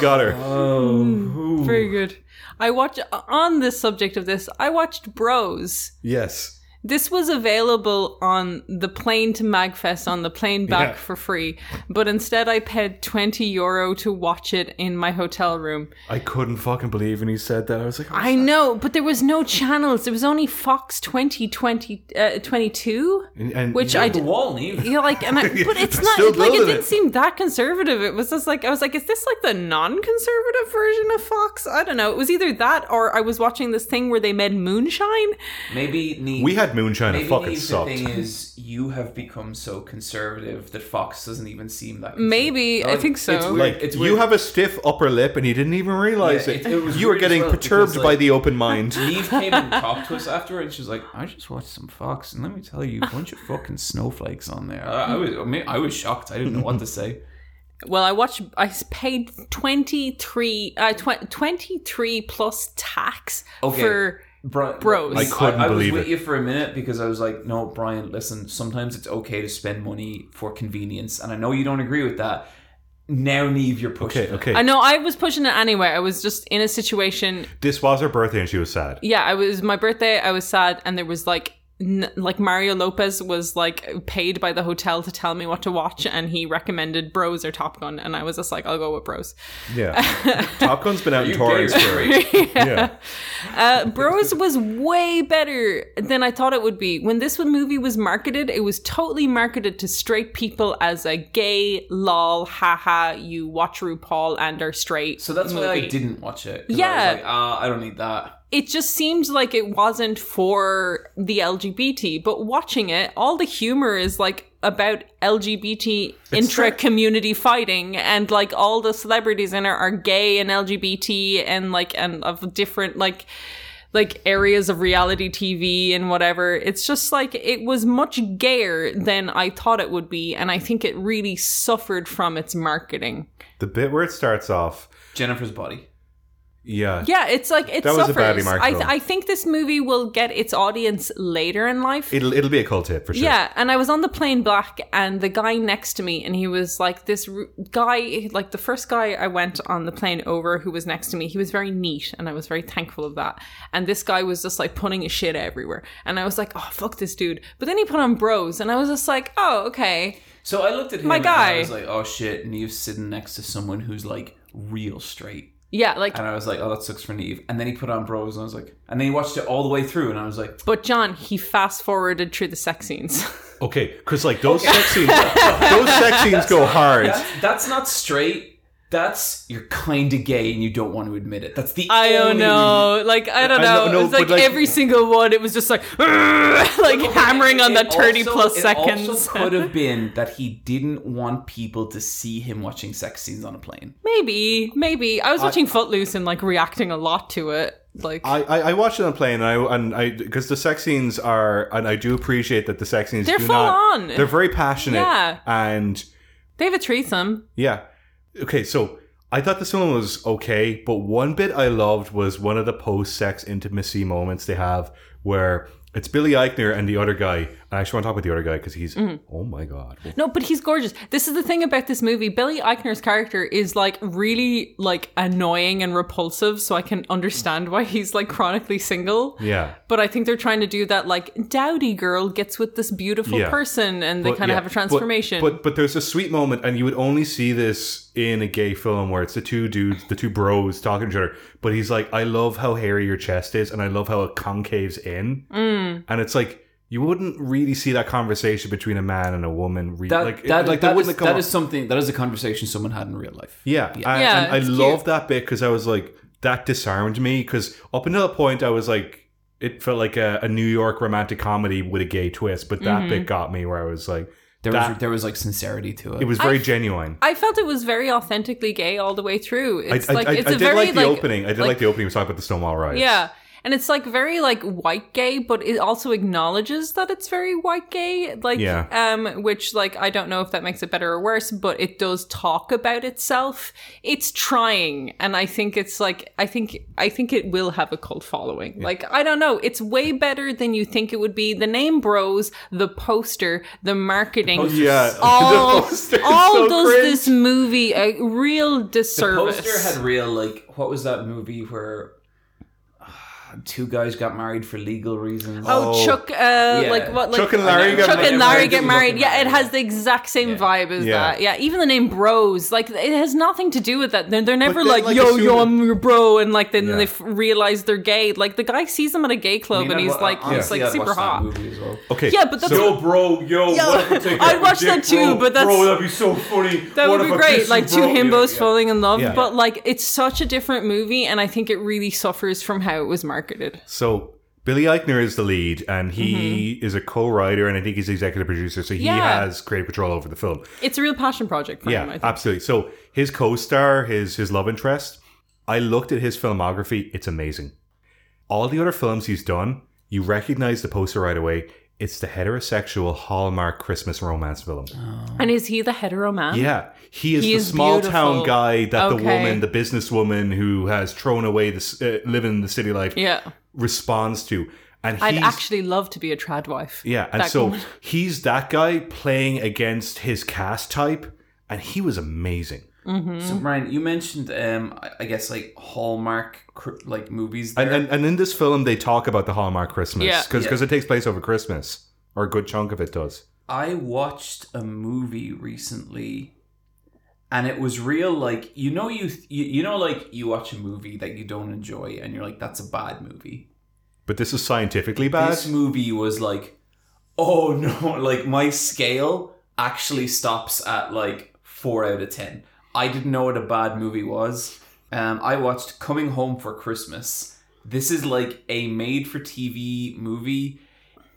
Speaker 1: got her.
Speaker 2: Oh,
Speaker 3: Very good. I watch on the subject of this. I watched Bros.
Speaker 1: Yes.
Speaker 3: This was available on the plane to Magfest on the plane back
Speaker 1: Yeah.
Speaker 3: for free, but instead I paid 20 euro to watch it in my hotel room.
Speaker 1: I couldn't fucking believe when he said that. I was like, oh,
Speaker 3: I know, but there was no channels. There was only Fox 20, 20 uh, 22,
Speaker 1: And- and-
Speaker 3: which
Speaker 1: yeah.
Speaker 3: I
Speaker 2: the
Speaker 3: (laughs) did.
Speaker 2: wall, Neve.
Speaker 3: You're like, and I, but it's not
Speaker 1: Still
Speaker 3: it's like it
Speaker 1: building
Speaker 3: didn't
Speaker 1: it.
Speaker 3: seem that conservative. It was just like I was like, is this like the non-conservative version of Fox? I don't know. It was either that or I was watching this thing where they made moonshine.
Speaker 2: Maybe Neve.
Speaker 1: We had moonshine
Speaker 2: Maybe
Speaker 1: and fucking
Speaker 2: Neve,
Speaker 1: sucked.
Speaker 2: The thing is, you have become so conservative that Fox doesn't even seem that. Conservative.
Speaker 3: Maybe I
Speaker 2: Like,
Speaker 3: think so.
Speaker 2: It's weird.
Speaker 1: Like
Speaker 2: it's weird.
Speaker 1: you have a stiff upper lip, and you didn't even realize
Speaker 2: Yeah,
Speaker 1: it.
Speaker 2: it- it was
Speaker 1: You were
Speaker 2: weird as
Speaker 1: getting
Speaker 2: well,
Speaker 1: perturbed
Speaker 2: because,
Speaker 1: by
Speaker 2: like-
Speaker 1: the open
Speaker 2: (laughs)
Speaker 1: mind.
Speaker 2: Neve came and talked to us afterward, and she was like, "I just watched some Fox, and let me tell you, a bunch of fucking snowflakes on there." Uh, I, I was, I, mean, I was shocked. I didn't know
Speaker 1: (laughs)
Speaker 2: what to say.
Speaker 3: Well, I watched. I paid twenty three, uh, tw- twenty three plus tax
Speaker 2: Okay.
Speaker 3: for.
Speaker 2: Bro,
Speaker 3: Bros. I
Speaker 1: couldn't
Speaker 2: I,
Speaker 1: believe
Speaker 2: was with
Speaker 1: it.
Speaker 2: you for a minute because I was like, no, Brian, listen, sometimes it's okay to spend money for convenience, and I know you don't agree with that. Now, Neve, you're pushing.
Speaker 1: Okay,
Speaker 2: it.
Speaker 1: okay.
Speaker 3: I know I was pushing it anyway. I was just in a situation.
Speaker 1: This was her birthday, and she was
Speaker 3: (laughs)
Speaker 1: sad.
Speaker 3: Yeah, I was my birthday. I was sad, and there was like. N- like Mario Lopez was like paid by the hotel to tell me what to watch, and he recommended Bros or Top Gun, and I was just like, I'll go with Bros.
Speaker 1: Yeah, Top Gun's been out
Speaker 2: (laughs) You
Speaker 1: in Torrance
Speaker 2: gave it
Speaker 1: for
Speaker 2: great.
Speaker 1: yeah.
Speaker 3: Uh, Bros was way better than I thought it would be. When this one movie was marketed, it was totally marketed to straight people as a gay, lol, haha, you watch RuPaul and are straight.
Speaker 2: So that's why I
Speaker 3: movie.
Speaker 2: didn't watch it. 'cause I
Speaker 3: Yeah.
Speaker 2: was like, ah, I don't need that.
Speaker 3: It just seemed like it wasn't for the LGBT, but watching it, all the humor is like about LGBT intra community fighting, and like all the celebrities in it are gay and LGBT and like, and of different, like, like areas of reality TV and whatever. It's just like it was much gayer than I thought it would be, and I think it really suffered from its marketing.
Speaker 1: The bit where it starts off,
Speaker 2: Jennifer's body.
Speaker 1: yeah,
Speaker 3: Yeah, it's like it
Speaker 1: That was a
Speaker 3: suffers.
Speaker 1: badly marked
Speaker 3: I,
Speaker 1: film.
Speaker 3: I think this movie will get its audience later in life.
Speaker 1: it'll it'll be a cult hit for sure.
Speaker 3: Yeah, and I was on the plane back, and the guy next to me, and he was like this r- guy, like the first guy I went on the plane over who was next to me. He was very neat, and I was very thankful of that. And this guy was just like putting his shit everywhere, and I was like, oh fuck this dude. But then he put on Bros, and I was just like, oh okay,
Speaker 2: So I looked at him
Speaker 3: My
Speaker 2: and
Speaker 3: guy.
Speaker 2: I was like, oh shit, Neve's sitting next to someone who's like real straight.
Speaker 3: yeah, like.
Speaker 2: And I was like, oh, that sucks for Neve. And then he put on Bros and I was like, and then he watched it all the way through and I was like,
Speaker 3: But John, he fast forwarded through the sex scenes. (laughs)
Speaker 2: (laughs)
Speaker 1: Okay, because like those sex scenes, those sex scenes go hard.
Speaker 2: that's not straight. That's you're kind of gay and you don't want to admit it. That's the
Speaker 3: I don't
Speaker 2: only
Speaker 3: know. Like I don't
Speaker 1: I
Speaker 3: know.
Speaker 1: know- no,
Speaker 3: it was like,
Speaker 1: but, like-
Speaker 3: every single one. It was just like (laughs) like
Speaker 2: reason.
Speaker 3: (laughs) hammering on
Speaker 2: It
Speaker 3: that thirty
Speaker 2: also-
Speaker 3: plus
Speaker 2: It
Speaker 3: seconds.
Speaker 2: also could have been that he didn't want people to see him watching sex scenes on a plane.
Speaker 3: (laughs) maybe, maybe I was watching Footloose and like reacting a lot to it. Like
Speaker 1: I, I, I watched it on plane and I and I because the sex scenes are and I do appreciate that the sex scenes
Speaker 3: They're
Speaker 1: do
Speaker 3: full
Speaker 1: not-
Speaker 3: on.
Speaker 1: They're very passionate.
Speaker 3: Yeah.
Speaker 1: And
Speaker 3: they have a threesome.
Speaker 1: yeah. Okay, so I thought this one was okay, but one bit I loved was one of the post sex intimacy moments they have where it's Billy Eichner and the other guy. And I actually want to talk about the other guy because he's oh my god.
Speaker 3: No, but he's gorgeous. This is the thing about this movie. Billy Eichner's character is like really like annoying and repulsive, so I can understand why he's like chronically single.
Speaker 1: Yeah.
Speaker 3: But I think they're trying to do that like dowdy girl gets with this beautiful
Speaker 1: Yeah.
Speaker 3: person and they
Speaker 1: But,
Speaker 3: kind of
Speaker 1: yeah,
Speaker 3: have a transformation.
Speaker 1: But, but but there's a sweet moment, and you would only see this in a gay film where it's the two dudes, the two bros talking to each other. But he's like, "I love how hairy your chest is, and I love how it concaves in."
Speaker 3: Mm.
Speaker 1: And it's like you wouldn't really see that conversation between a man and a woman. Re-
Speaker 2: That
Speaker 1: like it-
Speaker 2: that,
Speaker 1: like
Speaker 2: that, is,
Speaker 1: wouldn't come.
Speaker 2: that
Speaker 1: up.
Speaker 2: is something that is a conversation someone had in real life.
Speaker 1: yeah, and-
Speaker 3: Yeah,
Speaker 1: and,
Speaker 3: it's
Speaker 1: I
Speaker 3: cute.
Speaker 1: love that bit because I was like, that disarmed me because up until that point, I was like. It felt like a, a New York romantic comedy with a gay twist, but
Speaker 3: Mm-hmm.
Speaker 1: that bit got me where I was like,
Speaker 2: There was
Speaker 1: That-
Speaker 2: there was like sincerity to it.
Speaker 1: it was very genuine.
Speaker 3: I felt it was very authentically gay all the way through. It's
Speaker 1: I,
Speaker 3: like
Speaker 1: I,
Speaker 3: it's
Speaker 1: I did
Speaker 3: a very
Speaker 1: like the opening. I did like,
Speaker 3: like-
Speaker 1: the opening. We talking about the Stonewall riots.
Speaker 3: yeah, and it's like very like white gay, but it also acknowledges that it's very white gay. Like
Speaker 1: Yeah.
Speaker 3: um, which like I don't know if that makes it better or worse, but it does talk about itself. It's trying, and I think it's like I think I think it will have a cult following. Like I don't know, it's way better than you think it would be. The name Bros, the poster, the marketing.
Speaker 2: poster-
Speaker 1: yeah. (laughs)
Speaker 3: all,
Speaker 1: the poster is
Speaker 3: all
Speaker 1: so
Speaker 3: does
Speaker 1: cringe.
Speaker 3: this movie a real
Speaker 2: the
Speaker 3: disservice.
Speaker 2: poster had real like what was that movie where ah, two guys got married for legal reasons?
Speaker 3: Oh,
Speaker 1: Oh.
Speaker 3: Chuck, uh, like what, like
Speaker 1: Chuck and Larry
Speaker 2: got
Speaker 3: Chuck and
Speaker 2: married.
Speaker 3: Larry
Speaker 2: Chuck
Speaker 3: get
Speaker 2: and
Speaker 3: married.
Speaker 2: Larry.
Speaker 3: Yeah, it has the exact same
Speaker 2: Yeah.
Speaker 3: vibe as
Speaker 1: Yeah.
Speaker 3: that. Yeah, even the name bros, like it has nothing to do with that. They're, they're never
Speaker 1: then,
Speaker 3: like,
Speaker 1: like,
Speaker 3: yo,
Speaker 1: as soon
Speaker 3: yo,
Speaker 1: as-
Speaker 3: I'm your bro, and like then
Speaker 1: Yeah.
Speaker 3: they f- realize they're gay. Like the guy sees them at a gay club,
Speaker 2: I mean,
Speaker 3: and
Speaker 2: I'd
Speaker 3: he's
Speaker 2: wa-
Speaker 3: like, he's
Speaker 2: honestly,
Speaker 3: like
Speaker 2: I'd
Speaker 3: super
Speaker 2: watch that
Speaker 3: hot.
Speaker 2: movie as well.
Speaker 1: Okay.
Speaker 3: Yeah, but that's-
Speaker 1: so, bro, yo,
Speaker 3: Yeah.
Speaker 1: what if I take
Speaker 3: I'd
Speaker 1: that
Speaker 3: watch that
Speaker 1: dick,
Speaker 3: too,
Speaker 1: bro?
Speaker 3: but that's-
Speaker 1: bro, that'd be so funny.
Speaker 3: (laughs) That
Speaker 1: What
Speaker 3: would
Speaker 1: if
Speaker 3: be
Speaker 1: I
Speaker 3: great,
Speaker 1: piss
Speaker 3: like
Speaker 1: you,
Speaker 3: two
Speaker 1: bro?
Speaker 3: himbos
Speaker 1: Yeah, yeah.
Speaker 3: falling in love,
Speaker 1: Yeah.
Speaker 3: but like it's such a different movie, and I think it really suffers from how it was marketed.
Speaker 1: So Billy Eichner is the lead, and he is a co-writer, and I think he's the executive producer. So he
Speaker 3: Mm-hmm. Yeah.
Speaker 1: has creative control over the film.
Speaker 3: It's a real passion project for him. I
Speaker 1: Yeah,
Speaker 3: think.
Speaker 1: absolutely. So his co-star, his his love interest. I looked at his filmography; it's amazing. All the other films he's done, you recognize the poster right away. It's the heterosexual Hallmark Christmas romance film.
Speaker 3: And is he the hetero man?
Speaker 1: Yeah, he is
Speaker 3: Uh-huh. He
Speaker 1: the
Speaker 3: is
Speaker 1: small
Speaker 3: beautiful.
Speaker 1: town guy that the
Speaker 3: Okay.
Speaker 1: woman, the businesswoman who has thrown away this uh, living the city life,
Speaker 3: Yeah.
Speaker 1: responds to, and
Speaker 3: I'd
Speaker 1: he's
Speaker 3: actually love to be a trad wife.
Speaker 1: yeah, and
Speaker 3: that
Speaker 1: so he's that guy playing against his cast type, and he was amazing.
Speaker 2: So Ryan, you mentioned um, I- I guess like Hallmark cr- like movies. There.
Speaker 1: And, and and in this film, they talk about the Hallmark Christmas
Speaker 3: Yeah.
Speaker 1: because
Speaker 2: Yeah.
Speaker 1: it takes place over Christmas, or a good chunk of it does.
Speaker 2: I watched a movie recently, and it was real. Like you know, you, you you know, like you watch a movie that you don't enjoy, and you're like, "That's a bad movie."
Speaker 1: But this is scientifically bad.
Speaker 2: This movie was like, "Oh (laughs) no!" Like my scale actually stops at like four out of ten. I didn't know what a bad movie was. Um, I watched Coming Home for Christmas. This is like a made-for-TV movie.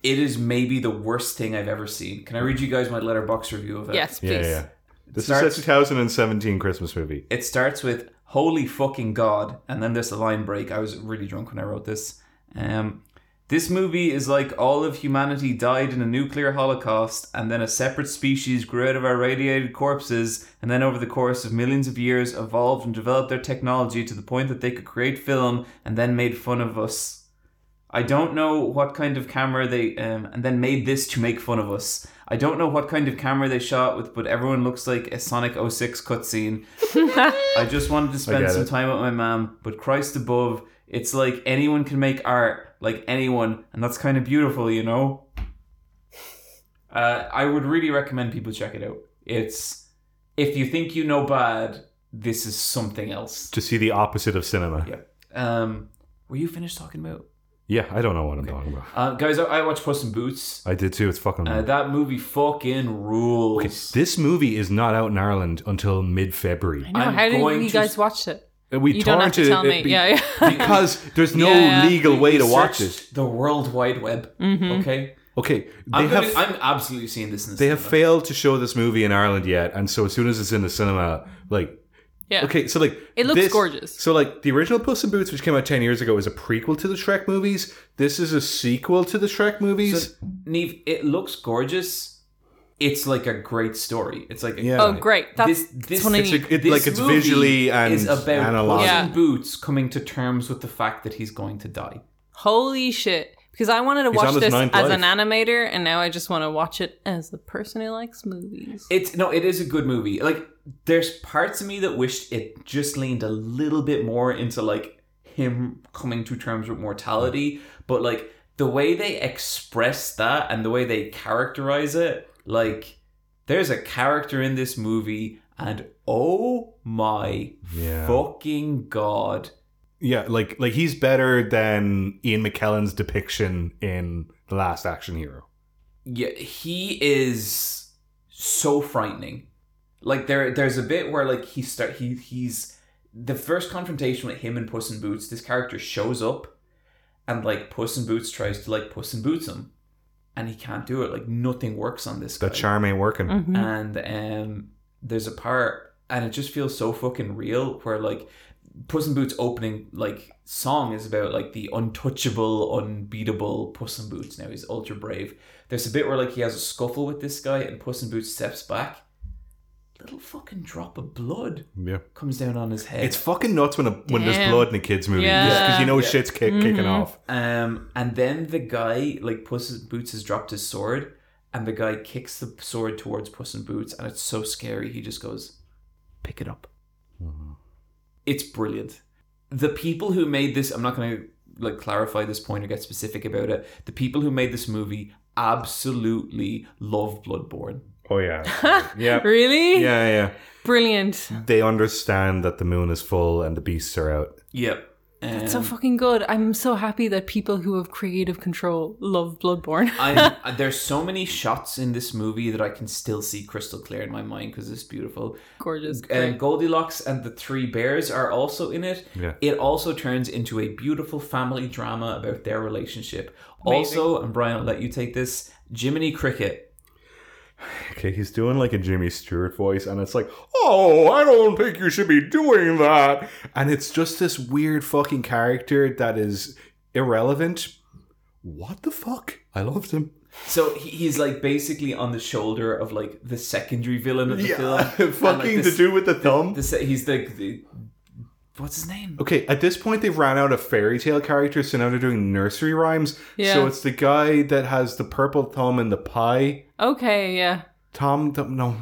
Speaker 2: It is maybe the worst thing I've ever seen. Can I read you guys my letterbox review of it?
Speaker 3: Yes, please.
Speaker 1: yeah, yeah. This
Speaker 2: Starts-
Speaker 1: is a 2017 Christmas movie.
Speaker 2: It starts with "Holy fucking god," and then there's a line break. I was really drunk when I wrote this. Um, this movie is like all of humanity died in a nuclear holocaust, and then a separate species grew out of our radiated corpses, and then over the course of millions of years evolved and developed their technology to the point that they could create film, and then made fun of us. I don't know what kind of camera they um, and then made this to make fun of us. I don't know what kind of camera they shot with, but everyone looks like a Sonic 06 cutscene. I just wanted to spend
Speaker 1: get
Speaker 2: some
Speaker 1: it.
Speaker 2: time with my mom, but Christ above, it's like anyone can make art, like anyone, and that's kind of beautiful, you know. Uh, I would really recommend people check it out. It's if you think you know bad, this is something else.
Speaker 1: To see the opposite of cinema.
Speaker 2: Yeah. Um, were you finished talking about?
Speaker 1: Yeah, I don't know what I'm talking about.
Speaker 2: Uh, guys, I, I watched Puss in Boots.
Speaker 1: I did too. It's fucking.
Speaker 2: Uh, that movie fucking rules.
Speaker 1: this movie is not out in Ireland until mid February.
Speaker 3: I know.
Speaker 2: I'm
Speaker 3: How did
Speaker 2: going
Speaker 3: you
Speaker 2: to-
Speaker 3: guys watch it?
Speaker 1: We
Speaker 3: You don't have to
Speaker 1: torrented
Speaker 3: tell
Speaker 1: it
Speaker 3: me.
Speaker 1: be-
Speaker 3: yeah,
Speaker 1: (laughs)
Speaker 3: yeah.
Speaker 1: because there's no
Speaker 3: Yeah.
Speaker 1: legal way to
Speaker 2: We
Speaker 1: watch
Speaker 2: searched
Speaker 1: it.
Speaker 2: The World Wide Web.
Speaker 3: Mm-hmm.
Speaker 2: Okay.
Speaker 1: Okay, they
Speaker 2: I'm, gonna-
Speaker 1: have
Speaker 2: I'm absolutely seeing this in the
Speaker 1: they have
Speaker 2: cinema.
Speaker 1: failed to show this movie in Ireland yet, and so as soon as it's in the cinema, like
Speaker 3: yeah.
Speaker 1: okay, so like
Speaker 3: It looks
Speaker 1: this-
Speaker 3: gorgeous.
Speaker 1: So like the original Puss in Boots, which came out ten years ago, is a prequel to the Shrek movies. This is a sequel to the Shrek movies.
Speaker 2: Neve, it looks gorgeous. It's like a great story. It's like a
Speaker 1: Yeah.
Speaker 3: Oh, great. That's,
Speaker 2: this,
Speaker 3: that's
Speaker 2: this,
Speaker 3: what I
Speaker 1: It's
Speaker 3: need.
Speaker 1: a- it- like it's
Speaker 2: movie
Speaker 1: visually and
Speaker 2: is about
Speaker 1: analog.
Speaker 2: Puss
Speaker 3: Yeah.
Speaker 2: in Boots coming to terms with the fact that he's going to die.
Speaker 3: Holy shit. Because I wanted to
Speaker 1: He's on
Speaker 3: watch
Speaker 1: his
Speaker 3: this
Speaker 1: ninth
Speaker 3: as
Speaker 1: life.
Speaker 3: an animator, and now I just want to watch it as the person who likes movies.
Speaker 2: It's no, it is a good movie. Like there's parts of me that wished it just leaned a little bit more into like him coming to terms with mortality, but like the way they express that and the way they characterize it, like there's a character in this movie and oh my
Speaker 1: Yeah.
Speaker 2: fucking god.
Speaker 1: Yeah, like like he's better than Ian McKellen's depiction in The Last Action Hero.
Speaker 2: yeah, he is so frightening. Like there, there's a bit where like he start he he's the first confrontation with him and Puss in Boots. This character shows up, and like Puss in Boots tries to like Puss in Boots him, and he can't do it. Like nothing works on this guy.
Speaker 1: That charm ain't working.
Speaker 3: Mhm.
Speaker 2: And um, there's a part, and it just feels so fucking real. Where like Puss in Boots opening like song is about like the untouchable, unbeatable Puss in Boots. Now he's ultra brave. There's a bit where like he has a scuffle with this guy, and Puss in Boots steps back. Little fucking drop of blood
Speaker 1: Yeah,
Speaker 2: comes down on his head.
Speaker 1: it's fucking nuts when a, when there's
Speaker 3: Damn. Mm-hmm.
Speaker 1: blood in a kids movie because you know
Speaker 2: Yeah.
Speaker 1: shit's kick, kicking off.
Speaker 2: Um, and then the guy, like Puss in Boots, has dropped his sword, and the guy kicks the sword towards Puss in Boots, and it's so scary. He just goes, "Pick it up." It's brilliant. The people who made this, I'm not going to like clarify this point or get specific about it. The people who made this movie absolutely love Bloodborne.
Speaker 1: Oh
Speaker 3: (laughs)
Speaker 1: yeah, yeah,
Speaker 3: Really?
Speaker 1: yeah, yeah.
Speaker 3: Brilliant.
Speaker 1: They understand that the moon is full and the beasts are out.
Speaker 2: Yep.
Speaker 3: That's so fucking good. I'm so happy that people who have creative control love
Speaker 1: (laughs)
Speaker 3: Bloodborne. (laughs)
Speaker 2: I'm, there's so many shots in this movie that I can still see crystal clear in my mind because it's beautiful.
Speaker 3: Gorgeous. Great.
Speaker 2: And Goldilocks and the Three Bears are also in it.
Speaker 1: Yeah.
Speaker 2: It also turns into a beautiful family drama about their relationship. Also, and Brian, I'll let you take this. Jiminy Cricket.
Speaker 1: Okay, he's doing like a Jimmy Stewart voice, and it's like, oh, I don't think you should be doing that. And it's just this weird fucking character that is irrelevant. What the fuck? I loved him.
Speaker 2: So he, he's like basically on the shoulder of like the secondary villain of the
Speaker 3: (laughs)
Speaker 2: film.
Speaker 1: fucking
Speaker 2: And, like,
Speaker 1: the
Speaker 2: this-
Speaker 1: dude with the thumb.
Speaker 2: the se- he's the, the what's his name?
Speaker 1: Okay, at this point they've ran out of fairy tale characters, so now they're doing nursery rhymes.
Speaker 3: Yeah.
Speaker 1: So it's the guy that has the purple thumb and the pie.
Speaker 3: okay, yeah.
Speaker 1: Tom, Tom no,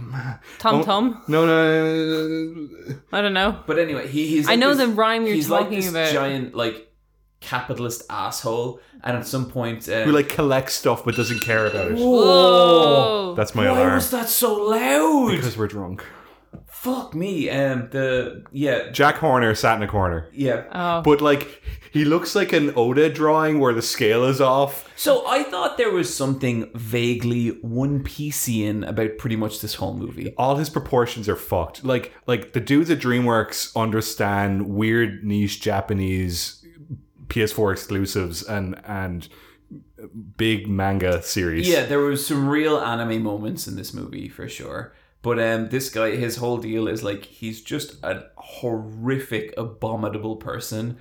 Speaker 3: Tom
Speaker 1: Oh.
Speaker 3: Tom?
Speaker 1: no, no, no, no.
Speaker 3: I don't know.
Speaker 2: But anyway, he, he's.
Speaker 3: I
Speaker 2: like
Speaker 3: know
Speaker 2: this-
Speaker 3: the rhyme you're
Speaker 2: he's like
Speaker 3: talking
Speaker 2: this
Speaker 3: about.
Speaker 2: Giant like capitalist asshole, and at some point, uh,
Speaker 1: who like collects stuff but doesn't care about it.
Speaker 3: Whoa.
Speaker 1: Oh, That's my
Speaker 2: Why
Speaker 1: alarm.
Speaker 2: was that so loud?
Speaker 1: Because we're drunk.
Speaker 2: Fuck me. Um, the yeah,
Speaker 1: Jack Horner sat in a corner.
Speaker 2: yeah.
Speaker 3: oh.
Speaker 1: But like he looks like an Oda drawing where the scale is off.
Speaker 2: So I thought there was something vaguely One Pieceian about pretty much this whole movie.
Speaker 1: All his proportions are fucked. Like like the dudes at DreamWorks understand weird niche Japanese PS4 exclusives and and big manga series.
Speaker 2: Yeah, there was some real anime moments in this movie for sure. But um, this guy, his whole deal is like he's just a horrific, abominable person.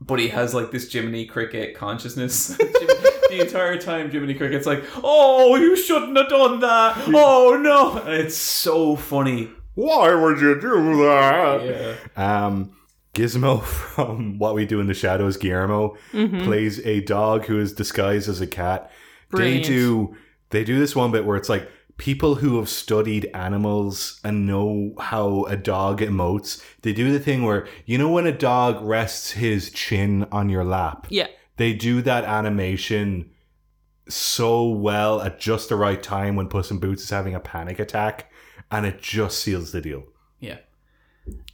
Speaker 2: But he has like this Jiminy Cricket consciousness. (laughs) Jim- the entire time, Jiminy Cricket's like, "Oh, you shouldn't have done that. Oh no!" And it's so funny.
Speaker 1: Why would you do that?
Speaker 2: Yeah.
Speaker 1: Um, Gizmo (laughs) from What We Do in the Shadows, Guillermo
Speaker 3: Mm-hmm. Hmm.
Speaker 1: plays a dog who is disguised as a cat.
Speaker 3: Brilliant.
Speaker 1: They do they do this one bit where it's like people who have studied animals and know how a dog emotes. They do the thing where you know when a dog rests his chin on your lap.
Speaker 3: Yeah.
Speaker 1: They do that animation so well at just the right time when Puss in Boots is having a panic attack, and it just seals the deal.
Speaker 2: Yeah.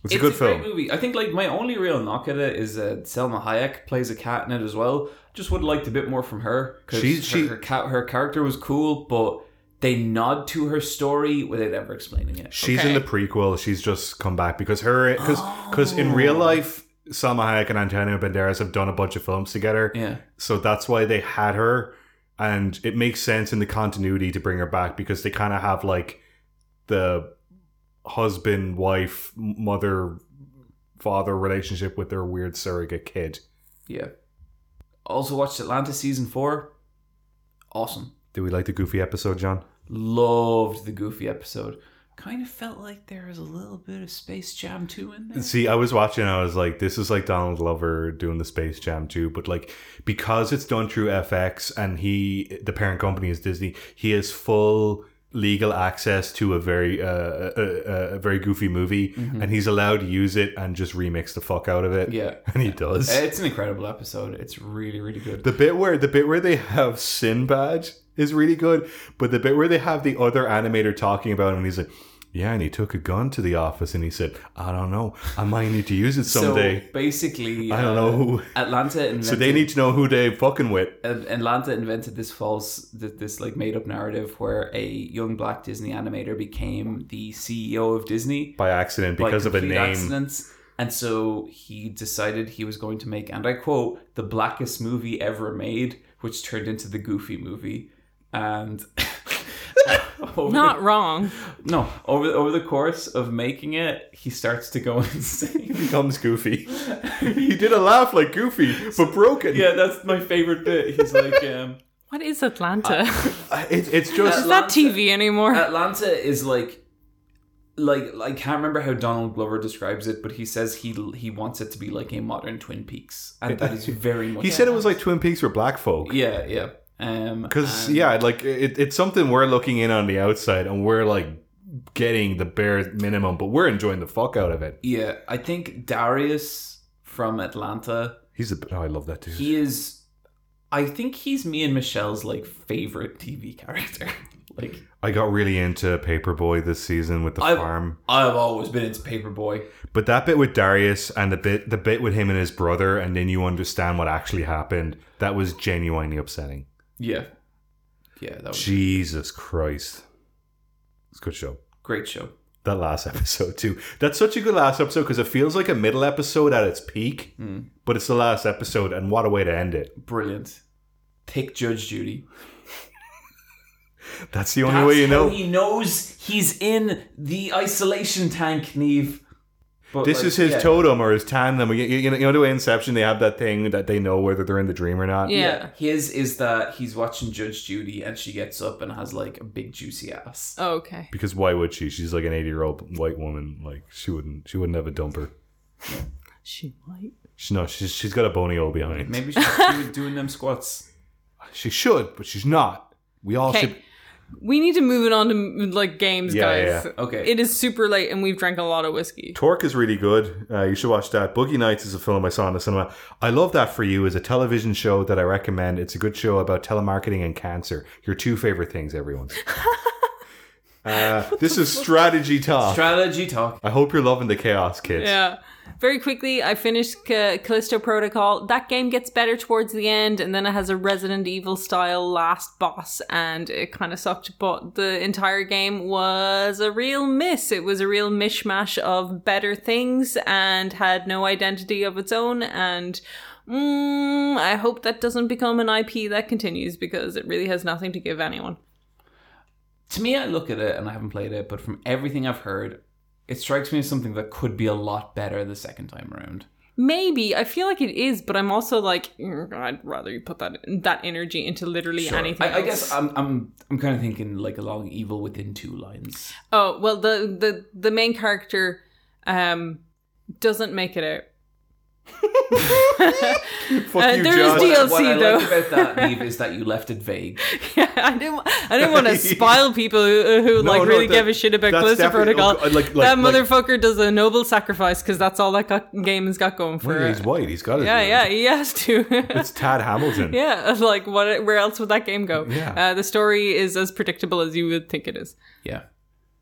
Speaker 1: It's, a good film.
Speaker 2: Great movie. I think like my only real knock at it is uh, Selma Hayek plays a cat in it as well. Just would have liked a bit more from her because
Speaker 1: She-
Speaker 2: her,
Speaker 1: she-
Speaker 2: her cat her character was cool, but they nod to her story without ever explaining it.
Speaker 1: She's
Speaker 3: Okay.
Speaker 1: in the prequel. She's just come back because her
Speaker 2: Oh.
Speaker 1: because because in real life, Salma Hayek and Antonio Banderas have done a bunch of films together,
Speaker 2: Yeah,
Speaker 1: so that's why they had her, and it makes sense in the continuity to bring her back because they kind of have like the husband, wife, mother, father relationship with their weird surrogate kid.
Speaker 2: yeah. Also watched Atlanta season four. Awesome.
Speaker 1: Do we like the goofy episode, John?
Speaker 2: Loved the Goofy episode. Kind of felt like there was a little bit of Space Jam 2 in there.
Speaker 1: See, I was watching. I was like, "This is like Donald Glover doing the Space Jam too," but like because it's done through FX and he, the parent company is Disney, he has full legal access to a very, uh, a, a- a very goofy movie,
Speaker 2: Mhm.
Speaker 1: and he's allowed to use it and just remix the fuck out of it,
Speaker 2: Yeah.
Speaker 1: (laughs) and he does.
Speaker 2: It's an incredible episode. It's really, really good.
Speaker 1: the bit where the bit where they have Sinbad is really good, but the bit where they have the other animator talking about him, and he's like. Yeah, and he took a gun to the office and he said, I don't know. I might need to use it someday.
Speaker 2: So
Speaker 1: (laughs)
Speaker 2: basically,
Speaker 1: I don't
Speaker 2: uh,
Speaker 1: know who.
Speaker 2: Atlanta invented,
Speaker 1: So they need to know who they fucking with.
Speaker 2: Ad- Atlanta invented this false, th- this like made up narrative where a young black Disney animator became the CEO of Disney
Speaker 1: By accident,
Speaker 2: by
Speaker 1: because of a
Speaker 2: complete
Speaker 1: name. (laughs)
Speaker 2: accidents. And so he decided he was going to make, and I quote, the blackest movie ever made, which turned into the Goofy movie. And (laughs) over
Speaker 3: Not wrong.
Speaker 2: the, no, over the, over the course of making it, he starts to go (laughs) insane.
Speaker 1: Becomes Goofy. (laughs) he did a laugh like Goofy, but broken.
Speaker 2: yeah, that's my favorite bit. He's like, um,
Speaker 3: What is Atlanta?
Speaker 1: Uh, It, it's just.
Speaker 3: It's not TV anymore.
Speaker 2: Atlanta is like like I can't remember how Donald Glover describes it, but he says he he wants it to be like a modern Twin Peaks, and that is very
Speaker 1: (laughs)
Speaker 2: much.
Speaker 1: he said it was like Twin Peaks for black folk.
Speaker 2: yeah, yeah. Um,
Speaker 1: Because,
Speaker 2: and-
Speaker 1: yeah, like it, it's something we're looking in on the outside and we're like getting the bare minimum, but we're enjoying the fuck out of it.
Speaker 2: yeah, I think Darius from Atlanta,
Speaker 1: He's a. Oh, I love that dude.
Speaker 2: he is. I think he's me and Michelle's like favorite TV character. (laughs) like
Speaker 1: I got really into Paperboy this season with the
Speaker 2: I've-
Speaker 1: farm.
Speaker 2: I've always been into Paperboy.
Speaker 1: But that bit with Darius and the bit the bit with him and his brother, and then you understand what actually happened. That was genuinely upsetting.
Speaker 2: Yeah, yeah, that was
Speaker 1: Jesus Christ, it's a good show.
Speaker 2: great show.
Speaker 1: That last (laughs) episode too. That's such a good last episode because it feels like a middle episode at its peak,
Speaker 2: Mm.
Speaker 1: but it's the last episode, and what a way to end it.
Speaker 2: Brilliant. Take Judge Judy.
Speaker 1: That's the only
Speaker 2: That's
Speaker 1: way you
Speaker 2: how
Speaker 1: know.
Speaker 2: he knows he's in the isolation tank, Neve. But
Speaker 1: this
Speaker 2: like,
Speaker 1: is his
Speaker 2: yeah.
Speaker 1: totem or his tandem. You, you, you know, you know the way in Inception they have that thing that they know whether they're in the dream or not.
Speaker 3: Yeah.
Speaker 2: his is that he's watching Judge Judy, and she gets up and has like a big juicy ass.
Speaker 3: Oh, okay.
Speaker 1: Because why would she? She's like an eighty-year-old white woman. Like she wouldn't. She wouldn't have a dumper.
Speaker 3: She might.
Speaker 1: She, no, she's she's got a bony hole behind. (laughs)
Speaker 2: Maybe she's doing, doing them squats.
Speaker 1: She should, but she's not. We all
Speaker 3: Okay.
Speaker 1: should.
Speaker 3: We need to move it on to m- like games,
Speaker 1: Yeah,
Speaker 3: guys.
Speaker 1: yeah,
Speaker 2: Okay,
Speaker 3: It is super late, and we've drank a lot of whiskey.
Speaker 1: Torque is really good. Uh, you should watch that. Boogie Nights is a film I saw in the cinema. I love that for you is a television show that I recommend. It's a good show about telemarketing and cancer. Your two favorite things,
Speaker 3: (laughs)
Speaker 1: everyone. uh, this is strategy talk.
Speaker 2: strategy talk.
Speaker 1: I hope you're loving the chaos, kids.
Speaker 3: Yeah. Very quickly, I finished Ca- Callisto Protocol. That game gets better towards the end, and then it has a Resident Evil style last boss, and it kind of sucked. But the entire game was a real miss. It was a real mishmash of better things and had no identity of its own. And mm, I hope that doesn't become an IP that continues because it really has nothing to give anyone.
Speaker 2: To me, I look at it and I haven't played it, but from everything I've heard, it strikes me as something that could be a lot better the second time around.
Speaker 3: Maybe I feel like it is, but I'm also like "Mm, I'd rather you put that that energy into literally anything.
Speaker 2: I, I guess
Speaker 3: else."
Speaker 2: I'm I'm I'm kind of thinking like along Evil Within two lines.
Speaker 3: Oh well, the the the main character um doesn't make it out. (laughs)
Speaker 1: Fuck
Speaker 3: Uh,
Speaker 1: you,
Speaker 3: there is
Speaker 1: John.
Speaker 3: deal-
Speaker 2: what I
Speaker 3: DLC though.
Speaker 2: like about
Speaker 3: (laughs)
Speaker 2: that, Neve, is that you left it vague.
Speaker 3: yeah, I didn't I
Speaker 1: (laughs)
Speaker 3: didn't want to spoil people who, who
Speaker 1: No,
Speaker 3: like
Speaker 1: no,
Speaker 3: really
Speaker 1: that-
Speaker 3: give a shit about
Speaker 1: that's
Speaker 3: Callisto
Speaker 1: definitely-
Speaker 3: Protocol.
Speaker 1: oh, God, like- like-
Speaker 3: that
Speaker 1: like-
Speaker 3: motherfucker does a noble sacrifice because that's all that got, game has got going for
Speaker 1: Wait,
Speaker 3: it.
Speaker 1: He's white. He's got it.
Speaker 3: Yeah, yeah, he has to.
Speaker 1: It's Tad Hamilton.
Speaker 3: (laughs) yeah, like what? Where else would that game go?
Speaker 1: Yeah.
Speaker 3: Uh, the story is as predictable as you would think it is.
Speaker 2: Yeah.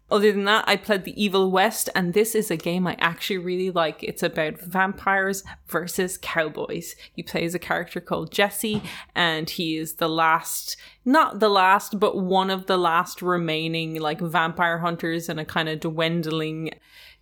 Speaker 3: Other than that, I played The Evil West, and this is a game I actually really like. It's about vampires versus cowboys. You play as a character called Jesse, and he is the last, not the last, but one of the last remaining like vampire hunters in a kind of dwindling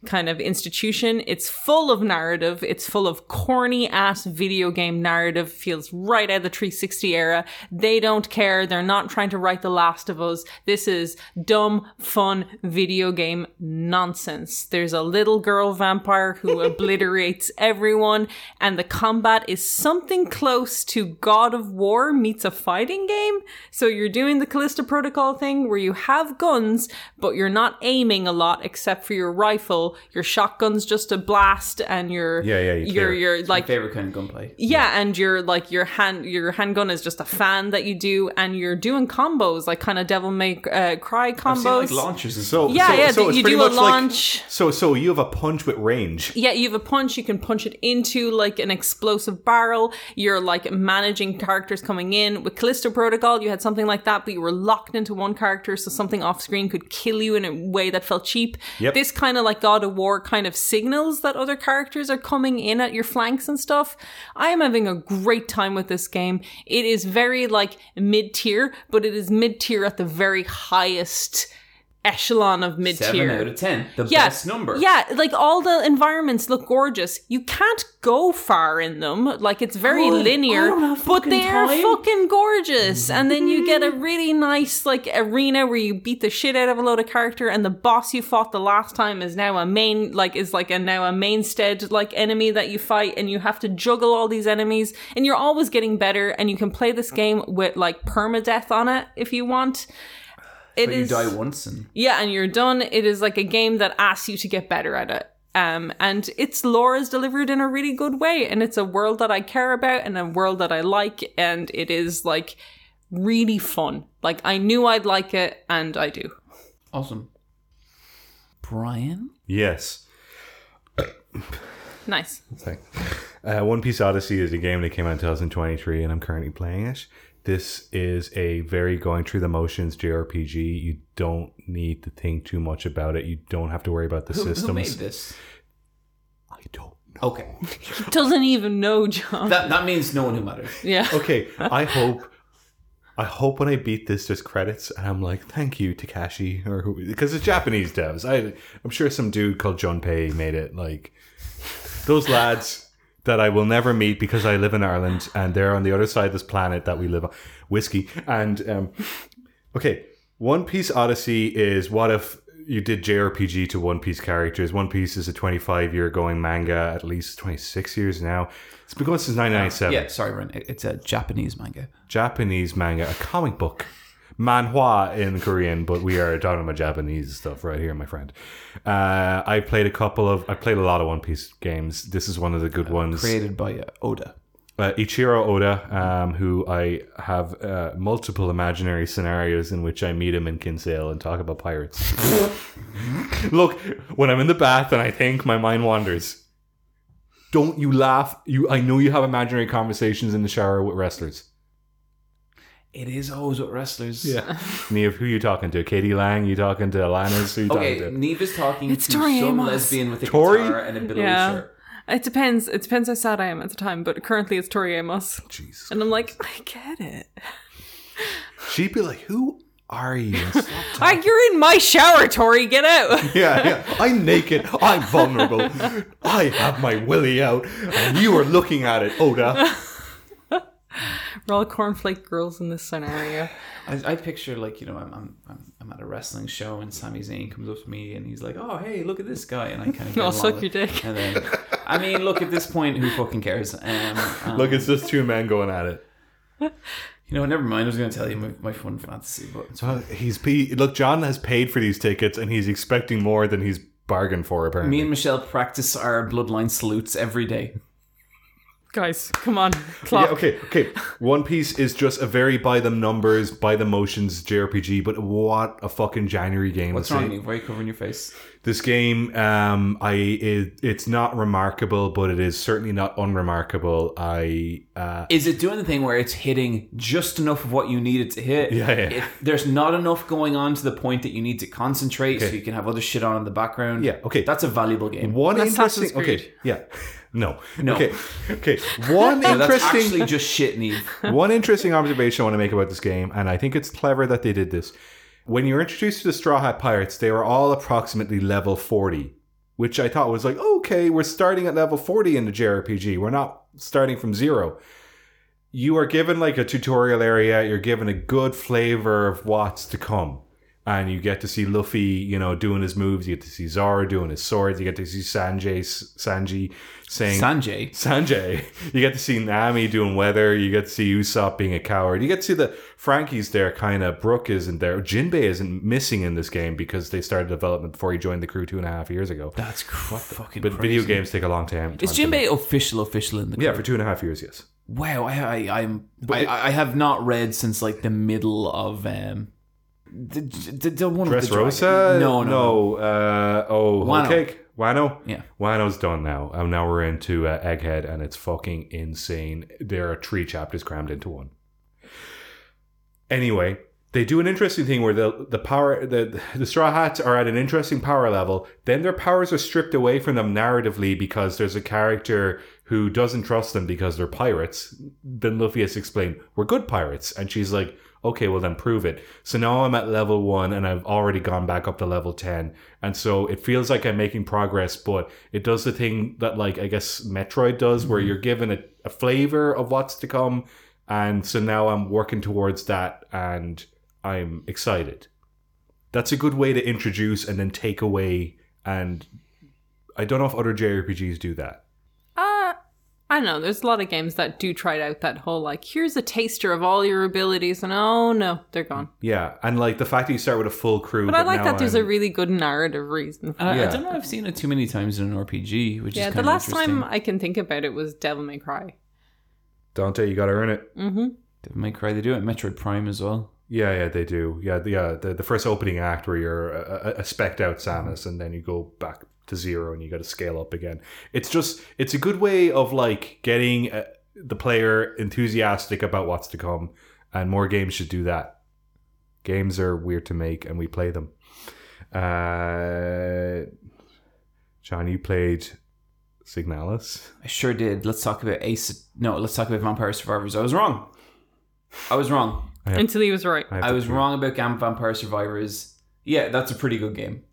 Speaker 3: kind of institution. It's full of narrative. It's full of corny ass video game narrative. Feels right out of the 360 era. They don't care. They're not trying to write The Last of Us. This is dumb, fun video game nonsense. There's a little girl vampire who obliterates everyone, and the combat is something close to God of War meets a fighting game. So you're doing the Callisto Protocol thing where you have guns, but you're not aiming a lot except for your rifle your shotgun's just a blast and your
Speaker 1: Yeah, yeah, you
Speaker 3: your
Speaker 1: clear.
Speaker 3: your
Speaker 2: Like
Speaker 3: like
Speaker 2: favorite kind of gunplay.
Speaker 3: yeah, and your like your hand your handgun is just a fan that you do and you're doing combos like kind of devil may uh, cry
Speaker 2: I've seen, like
Speaker 3: combos.
Speaker 2: launchers and
Speaker 1: So
Speaker 2: stuff.
Speaker 3: Yeah,
Speaker 1: so,
Speaker 3: yeah,
Speaker 1: So
Speaker 3: that
Speaker 1: it's
Speaker 3: you
Speaker 1: pretty
Speaker 3: do a
Speaker 1: much like-
Speaker 3: launch.
Speaker 1: so so you have a punch with range.
Speaker 3: yeah, you have a punch, you can punch it into like an explosive barrel. You're like managing characters coming in. With Callisto Protocol, you had something like that, but you were locked into one character, so something off screen could kill you in a way that felt cheap.
Speaker 1: Yep.
Speaker 3: This kind of like God of War kind of signals that other characters are coming in at your flanks and stuff. I am having a great time with this game. It is very like mid tier, but it is mid tier at the very highest echelon of mid tier.
Speaker 2: Seven out of ten. The
Speaker 3: Yeah,
Speaker 2: best number.
Speaker 3: Yeah, like all the environments look gorgeous. You can't go far in them. Like it's very
Speaker 2: Good. I
Speaker 3: linear,
Speaker 2: don't have
Speaker 3: but
Speaker 2: fucking
Speaker 3: they are
Speaker 2: time. Mm-hmm.
Speaker 3: fucking gorgeous. And then you get a really nice like arena where you beat the shit out of a load of character and the boss you fought the last time is now a main like is like a now a mainstead like enemy that you fight and you have to juggle all these enemies and you're always getting better and you can play this game with like permadeath on it if you want. It
Speaker 2: But
Speaker 3: is.
Speaker 2: you die once and
Speaker 3: Yeah, and you're done. It is like a game that asks you to get better at it. Um, and its lore is delivered in a really good way, and it's a world that I care about and a world that I like, and it is like really fun. Like I knew I'd like it, and I do.
Speaker 2: awesome. Brian?
Speaker 1: Yes.
Speaker 3: Nice. (laughs)
Speaker 1: Thanks. Uh, One Piece Odyssey is a game that came out in 2023, and I'm currently playing it. This is a very going through the motions JRPG. You don't need to think too much about it. You don't have to worry about the
Speaker 2: Who,
Speaker 1: systems.
Speaker 2: who made this?
Speaker 1: I don't.
Speaker 2: Okay.
Speaker 3: Doesn't even know John.
Speaker 2: That that means no one who matters.
Speaker 3: (laughs) yeah.
Speaker 1: Okay, I hope. I hope when I beat this, there's credits, and I'm like, "Thank you, Takashi," or who? Because it's Japanese devs. I, I'm sure some dude called John Pei made it. Like those lads that I will never meet because I live in Ireland, and they're on the other side of this planet that we live on. Whiskey and um, okay, One Piece Odyssey is what if you did JRPG to One Piece characters? One Piece is a 25 year going manga, at least 26 years now. It's been going since 1997.
Speaker 2: Yeah, sorry, Brian. It- It's a Japanese manga.
Speaker 1: Japanese manga, a comic book, manhwa in Korean, but we are talking about Japanese stuff right here, my friend. Uh, I played a couple of, I played a lot of One Piece games. This is one of the good ones.
Speaker 2: Created by uh, Oda.
Speaker 1: Uh, Ichiro Oda, um, who I have uh, multiple imaginary scenarios in which I meet him in Kinsale and talk about pirates. (laughs) Look, when I'm in the bath and I think, my mind wanders. Don't you laugh? You, I know you have imaginary conversations in the shower with wrestlers.
Speaker 2: It is always with wrestlers. (laughs)
Speaker 1: Yeah. Neve, who you talking to? Katie Lang? You talking to Alanis? Who you
Speaker 2: Okay,
Speaker 1: talking to?
Speaker 2: Neve is talking
Speaker 3: It's
Speaker 2: to
Speaker 3: Tori
Speaker 2: some
Speaker 3: Amos.
Speaker 2: lesbian with a
Speaker 1: Tori?
Speaker 2: guitar and a billowy
Speaker 3: Yeah.
Speaker 2: shirt.
Speaker 3: It depends. It depends how sad I am at the time, but currently it's Tori Amos,
Speaker 1: Jesus.
Speaker 3: and I'm like, I get it.
Speaker 1: She'd be like, who are (laughs) you? And stop talking.
Speaker 3: Like you're in my shower, Tori. Get out. (laughs)
Speaker 1: yeah, yeah. I'm naked. I'm vulnerable. I have my willy out. And you are looking at it, Oda.
Speaker 3: We're all cornflake girls in this scenario.
Speaker 2: I, I picture like you know I'm, I'm I'm I'm at a wrestling show and Sami Zayn comes up to me and he's like, oh hey, look at this guy, and I
Speaker 3: (laughs)
Speaker 2: kind of
Speaker 3: I'll suck your dick.
Speaker 2: And then, I mean, look at this point, who fucking cares? Um, um,
Speaker 1: Look, it's just two men going at it.
Speaker 2: you know, never mind. I was going to tell you my, my fun fantasy, but
Speaker 1: So he's he, look. John has paid for these tickets, and he's expecting more than he's bargained for. Apparently,
Speaker 2: me and Michelle practice our bloodline salutes every day.
Speaker 3: Guys, come on.
Speaker 1: Yeah,
Speaker 3: Clock.
Speaker 1: okay, okay. One Piece is just a very by the numbers, by the motions JRPG, but what a fucking January game.
Speaker 2: What's
Speaker 1: this
Speaker 2: wrong
Speaker 1: is.
Speaker 2: with you? Why are you covering your face?
Speaker 1: This game, um, I it, it's not remarkable, but it is certainly not unremarkable. I uh,
Speaker 2: Is it doing the thing where it's hitting just enough of what you need it to hit?
Speaker 1: Yeah, yeah.
Speaker 2: It- there's not enough going on to the point that you need to concentrate so
Speaker 1: Okay.
Speaker 2: you can have other shit on in the background.
Speaker 1: yeah, okay.
Speaker 2: That's a valuable game.
Speaker 1: one
Speaker 3: That's
Speaker 1: interesting.
Speaker 3: Assassin's
Speaker 1: Okay,
Speaker 3: Creed.
Speaker 1: yeah, (laughs) no,
Speaker 2: No.
Speaker 1: Okay, okay. One
Speaker 2: No, that's
Speaker 1: interesting.
Speaker 2: actually just shit, Neve.
Speaker 1: One interesting observation I want to make about this game, and I think it's clever that they did this. When you were introduced to the Straw Hat Pirates, they were all approximately level 40, which I thought was like, okay, we're starting at level 40 in the JRPG. We're not starting from zero. You are given like a tutorial area, you're given a good flavor of what's to come. And you get to see Luffy, you know, doing his moves. You get to see Zara doing his swords. You get to see Sanjay, Sanji saying,
Speaker 2: (laughs) Sanjay.
Speaker 1: Sanjay. You get to see Nami doing weather. You get to see Usopp being a coward. You get to see the Frankie's there, kind of. Brooke isn't there. Jinbei isn't missing in this game because they started development before he joined the crew two and a half years ago.
Speaker 2: That's cr- fucking
Speaker 1: But
Speaker 2: crazy.
Speaker 1: video games take a long time.
Speaker 2: Is
Speaker 1: time to
Speaker 2: Jinbei official official in the
Speaker 1: make. Yeah, for two and a half years, yes.
Speaker 2: Wow, I, I I'm I, I have not read since like the middle of um the, the, the one
Speaker 1: Dress
Speaker 2: of the dragon-
Speaker 1: Rosa?
Speaker 2: No, no, no.
Speaker 1: no. Uh, oh, Whole
Speaker 2: Wano.
Speaker 1: Cake? Wano?
Speaker 2: Yeah.
Speaker 1: Wano's done now. And now we're into uh, Egghead, and it's fucking insane. There are three chapters crammed into one. Anyway, they do an interesting thing where the the power the the Straw Hats are at an interesting power level. Then their powers are stripped away from them narratively because there's a character who doesn't trust them because they're pirates. Then Luffy has to explain, "We're good pirates," and she's like. Okay, well then prove it. So now I'm at level one and I've already gone back up to level 10. And so it feels like I'm making progress, but it does the thing that, like, I guess Metroid does, where you're given a, a flavor of what's to come. And so now I'm working towards that and I'm excited. That's a good way to introduce and then take away. And I don't know if other JRPGs do that.
Speaker 3: Uh, I don't know. There's a lot of games that do try out that whole like, here's a taster of all your abilities, and oh no, they're gone.
Speaker 1: Yeah. And like the fact that you start with a full crew.
Speaker 3: But I like
Speaker 1: now
Speaker 3: that there's a
Speaker 1: I'm-
Speaker 3: really good narrative reason.
Speaker 2: Uh, I
Speaker 1: Yeah.
Speaker 2: don't know. I've seen it too many times in an RPG, which
Speaker 3: yeah,
Speaker 2: is
Speaker 3: the
Speaker 2: kind
Speaker 3: last
Speaker 2: of interesting.
Speaker 3: time I can think about it was Devil May Cry.
Speaker 1: Dante, you got to earn it.
Speaker 3: Mm-hmm.
Speaker 2: Devil May Cry, they do it. Metroid Prime as well.
Speaker 1: Yeah, yeah, they do. Yeah, the- yeah. The, the first opening act where you're a, a, a specked out
Speaker 2: Mm-hmm.
Speaker 1: Samus, and then you go back to zero, and you got to scale up again. It's just it's a good way of like getting uh, the player enthusiastic about what's to come, and more games should do that. Games are weird to make, and we play them. Uh, John, you played Signalis.
Speaker 2: I sure did. Let's talk about Ace. No, let's talk about Vampire Survivors. I was wrong. I was wrong.
Speaker 1: Yeah.
Speaker 3: Until he was right.
Speaker 1: have
Speaker 2: I
Speaker 1: to-
Speaker 2: was wrong about Gam Vampire Survivors. Yeah, that's a pretty good game.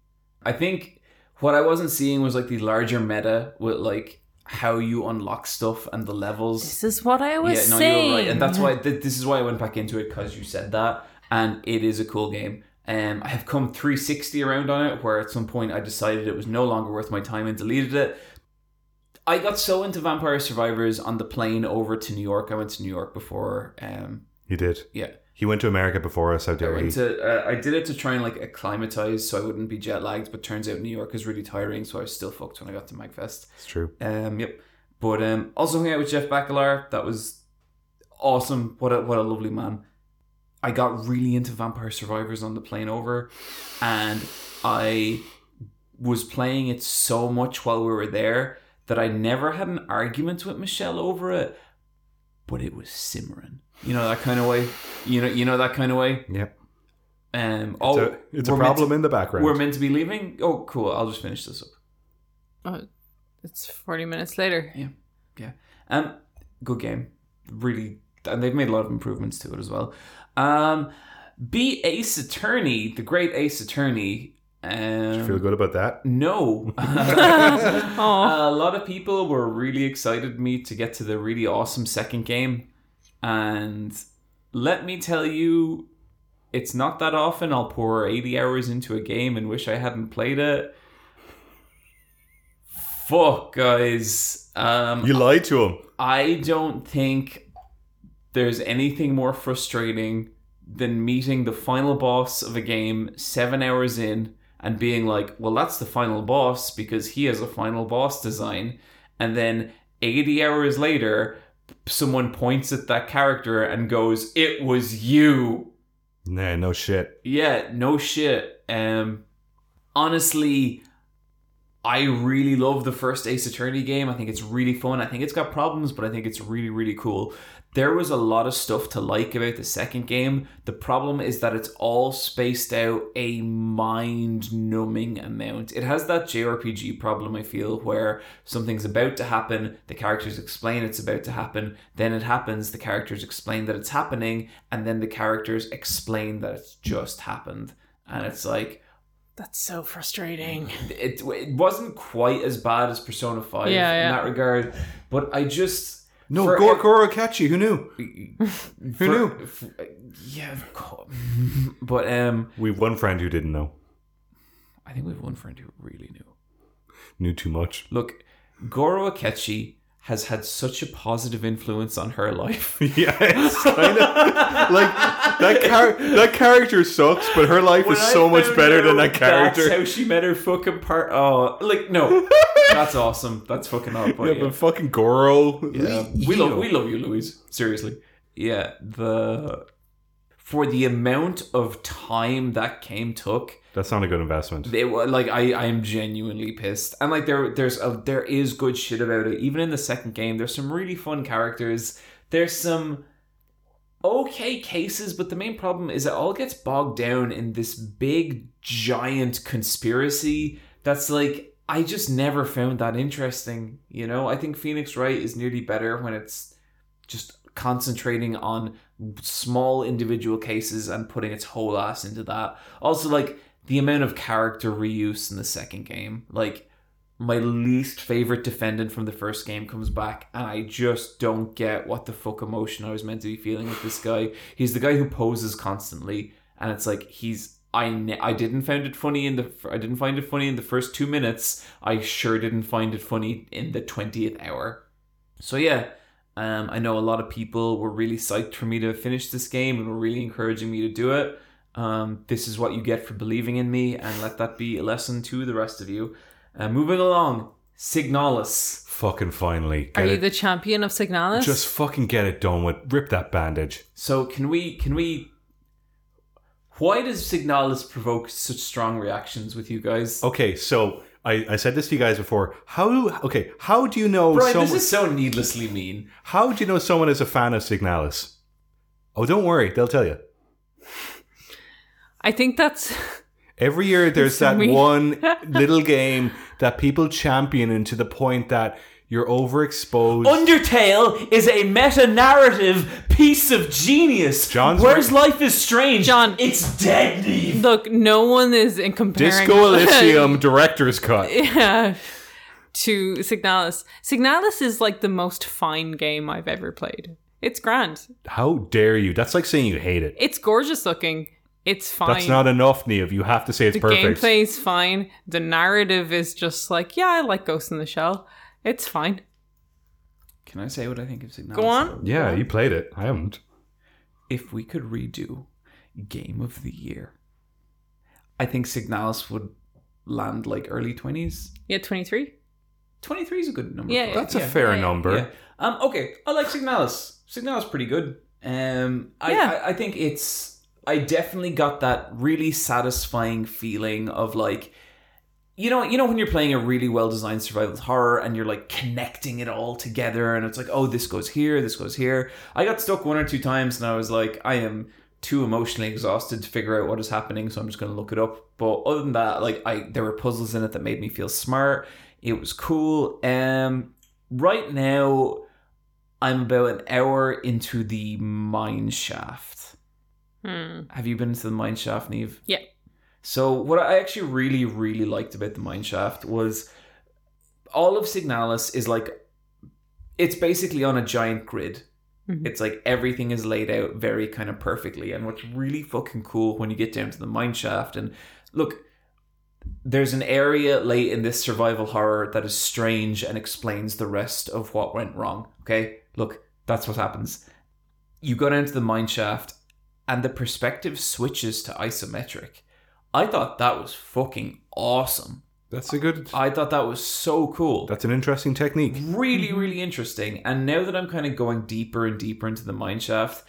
Speaker 2: I think what I wasn't seeing was like the larger meta with like how you unlock stuff and the levels.
Speaker 3: This is what I was
Speaker 2: yeah, no,
Speaker 3: saying.
Speaker 2: you were right, and that's why th- this is why I went back into it because you said that, and it is a cool game. Um, I have come 360 around on it, where at some point I decided it was no longer worth my time and deleted it. I got so into Vampire Survivors on the plane over to New York. I went to New York before. Um,
Speaker 1: You did.
Speaker 2: yeah,
Speaker 1: He went to America before us. How
Speaker 2: I
Speaker 1: dare he?
Speaker 2: went to. Uh, I did it to try and like acclimatize, so I wouldn't be jet lagged. But turns out New York is really tiring, so I was still fucked when I got to Magfest.
Speaker 1: it's true.
Speaker 2: Um, yep. But um, also hung out with Jeff Bacalar. That was awesome. What a what a lovely man. I got really into Vampire Survivors on the plane over, and I was playing it so much while we were there that I never had an argument with Michelle over it, but it was simmering. You know that kind of way. You know you know that kind of way.
Speaker 1: Yep.
Speaker 2: Um,
Speaker 1: It's
Speaker 2: oh,
Speaker 1: a, it's a
Speaker 2: we're meant
Speaker 1: problem
Speaker 2: to-
Speaker 1: in the background.
Speaker 2: we're meant to be leaving. Oh, cool. I'll just finish this up.
Speaker 3: Oh, it's 40 minutes later.
Speaker 2: Um, good game, really, and they've made a lot of improvements to it as well. Um, be Ace Attorney, the great Ace Attorney. Um,
Speaker 1: Did you feel good about that? (laughs)
Speaker 2: No,
Speaker 3: Aw.
Speaker 2: (laughs) a lot of people were really excited me to get to the really awesome second game, and let me tell you, it's not that often I'll pour eighty hours into a game and wish I hadn't played it. Fuck, guys. Um,
Speaker 1: You lied to him.
Speaker 2: I don't think there's anything more frustrating than meeting the final boss of a game seven hours in and being like, well, that's the final boss because he has a final boss design. And then 80 hours later, someone points at that character and goes, It was you.
Speaker 1: Nah, no shit.
Speaker 2: Yeah, no shit. Um, honestly, I really love the first Ace Attorney game. I think it's really fun. I think it's got problems, but I think it's really, really cool. There was a lot of stuff to like about the second game. The problem is that it's all spaced out a mind numbing amount. It has that JRPG problem, I feel, where something's about to happen, the characters explain it's about to happen, then it happens, the characters explain that it's happening, and then the characters explain that it's just happened. And it's like,
Speaker 3: That's so frustrating.
Speaker 2: it, it wasn't quite as bad as Persona 5
Speaker 3: Yeah, yeah.
Speaker 2: in that regard, but I just.
Speaker 1: No,
Speaker 2: For-
Speaker 1: Gorkoro Akachi, who knew?
Speaker 2: for-
Speaker 1: knew?
Speaker 2: f- yeah, of course. (laughs) but um,
Speaker 1: We've one friend who didn't know.
Speaker 2: I think we have one friend who really knew.
Speaker 1: Knew too much. (laughs)
Speaker 2: Look, Goro Akechi has had such a positive influence on her life. (laughs)
Speaker 1: yeah, (laughs) it's kind of like that, char- that character sucks, but her life
Speaker 2: When
Speaker 1: is
Speaker 2: I
Speaker 1: so much
Speaker 2: found
Speaker 1: better than
Speaker 2: out
Speaker 1: that character.
Speaker 2: That's how she met her fucking part. Oh,
Speaker 1: (laughs)
Speaker 2: like no, that's awesome. That's fucking up.
Speaker 1: yeah,
Speaker 2: But yeah.
Speaker 1: but fucking Goro.
Speaker 2: Yeah. we love we love you, Louise. Seriously. Yeah, the for the amount of time that game took,
Speaker 1: That's not a good investment.
Speaker 2: They were like I, I am genuinely pissed. And like there there's a there is good shit about it. Even in the second game, there's some really fun characters. There's some okay cases, but the main problem is it all gets bogged down in this big giant conspiracy that's like I just never found that interesting, you know? I think Phoenix Wright is nearly better when it's just concentrating on small individual cases and putting its whole ass into that. Also like the amount of character reuse in the second game. Like, my least favorite defendant from the first game comes back, and I just don't get what the fuck emotion I was meant to be feeling with this guy. He's the guy who poses constantly, and it's like he's. I, ne- I didn't find it funny in the f- I didn't find it funny in the first two minutes. I sure didn't find it funny in the twentieth hour. So yeah, um, I know a lot of people were really psyched for me to finish this game and were really encouraging me to do it um, this is what you get for believing in me, and let that be a lesson to the rest of you. Uh, moving along, Signalis.
Speaker 1: Fucking finally. Get
Speaker 3: Are you
Speaker 1: it-
Speaker 3: the champion of Signalis?
Speaker 1: just fucking get it done with. Rip that bandage.
Speaker 2: So can we can we? Why does Signalis provoke such strong reactions with you guys?
Speaker 1: Okay, Oh, so I, I said this to you guys before. How okay? How do you know
Speaker 2: Brian,
Speaker 1: someone?
Speaker 2: this is so needlessly mean.
Speaker 1: how do you know someone is a fan of Signalis? Oh, don't worry, they'll tell you.
Speaker 3: I think that's (laughs)
Speaker 1: Every year, there's that
Speaker 3: Sweet. (laughs)
Speaker 1: one little game that people champion into the point that you're overexposed.
Speaker 2: Undertale is a meta narrative piece of genius.
Speaker 1: John's
Speaker 2: Where's Life is Strange?
Speaker 3: John.
Speaker 2: it's dead. Neve.
Speaker 3: look. No one is in comparing (laughs)
Speaker 1: Disco Elysium director's cut.
Speaker 3: yeah, (laughs) to Signalis. Signalis is like the most fine game I've ever played. It's grand.
Speaker 1: How dare you? That's like saying you hate it.
Speaker 3: It's gorgeous looking. It's fine.
Speaker 1: That's not enough, Neve. You have to say it's
Speaker 3: the
Speaker 1: perfect.
Speaker 3: gameplay is fine. The narrative is just like, yeah, I like Ghost in the Shell. It's fine.
Speaker 2: Can I say what I think of Signalis?
Speaker 3: Go on.
Speaker 1: Yeah, you played it. I haven't.
Speaker 2: if we could redo game of the year, I think Signalis would land like early 20s.
Speaker 3: Yeah, twenty three.
Speaker 2: 23 is a good number.
Speaker 3: Yeah,
Speaker 2: for it.
Speaker 1: That's
Speaker 3: Yeah,
Speaker 1: a fair
Speaker 3: yeah, yeah.
Speaker 1: number.
Speaker 2: Yeah. Um, okay, I like Signalis. Signalis pretty good. Um, I,
Speaker 3: Yeah.
Speaker 2: I, I think it's. I definitely got that really satisfying feeling of like, you know, you know when you're playing a really well designed survival horror and you're like connecting it all together, and it's like, oh, this goes here, this goes here. I got stuck one or two times, and I was like, I am too emotionally exhausted to figure out what is happening, so I'm just going to look it up. But other than that, like, I there were puzzles in it that made me feel smart. It was cool. Um, right now, I'm about an hour into the mine shaft.
Speaker 3: Hmm.
Speaker 2: Have you been into the mine shaft, Neve?
Speaker 3: Yeah.
Speaker 2: So what I actually really, really liked about the mine shaft was all of Signalis is like it's basically on a giant grid.
Speaker 3: Mhm.
Speaker 2: It's like everything is laid out very kind of perfectly. And what's really fucking cool when you get down to the mine shaft and look, there's an area late in this survival horror that is strange and explains the rest of what went wrong. Okay? Look, that's what happens. You go down to the mine shaft and the perspective switches to isometric. I thought that was fucking awesome.
Speaker 1: That's a good.
Speaker 3: Uh,
Speaker 2: I thought that was so cool.
Speaker 1: That's an interesting technique.
Speaker 2: really really interesting and now that i'm kind of going deeper and deeper into the mine shaft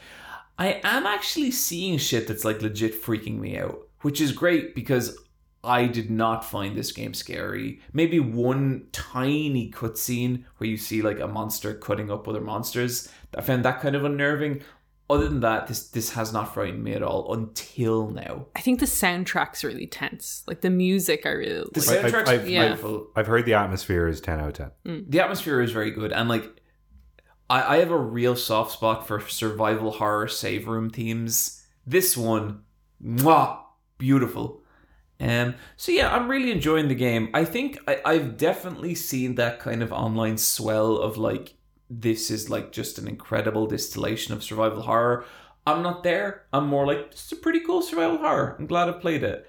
Speaker 2: i am actually seeing shit that's like legit freaking me out which is great because i did not find this game scary maybe one tiny cutscene where you see like a monster cutting up other monsters i found that kind of unnerving other than that this this has not frightened me at all until now
Speaker 3: I think the soundtrack's really tense. Like the music, I really
Speaker 2: the
Speaker 3: like.
Speaker 1: I- I-
Speaker 2: soundtrack's
Speaker 1: I've- I've-
Speaker 2: beautiful
Speaker 1: I've heard the atmosphere is ten out of ten.
Speaker 2: the atmosphere is very good and like I, I have a real soft spot for survival horror save room themes this one mwah, beautiful um so yeah i'm really enjoying the game i think I, i've definitely seen that kind of online swell of like this is like just an incredible distillation of survival horror i'm not there i'm more like this is a pretty cool survival horror i'm glad i played it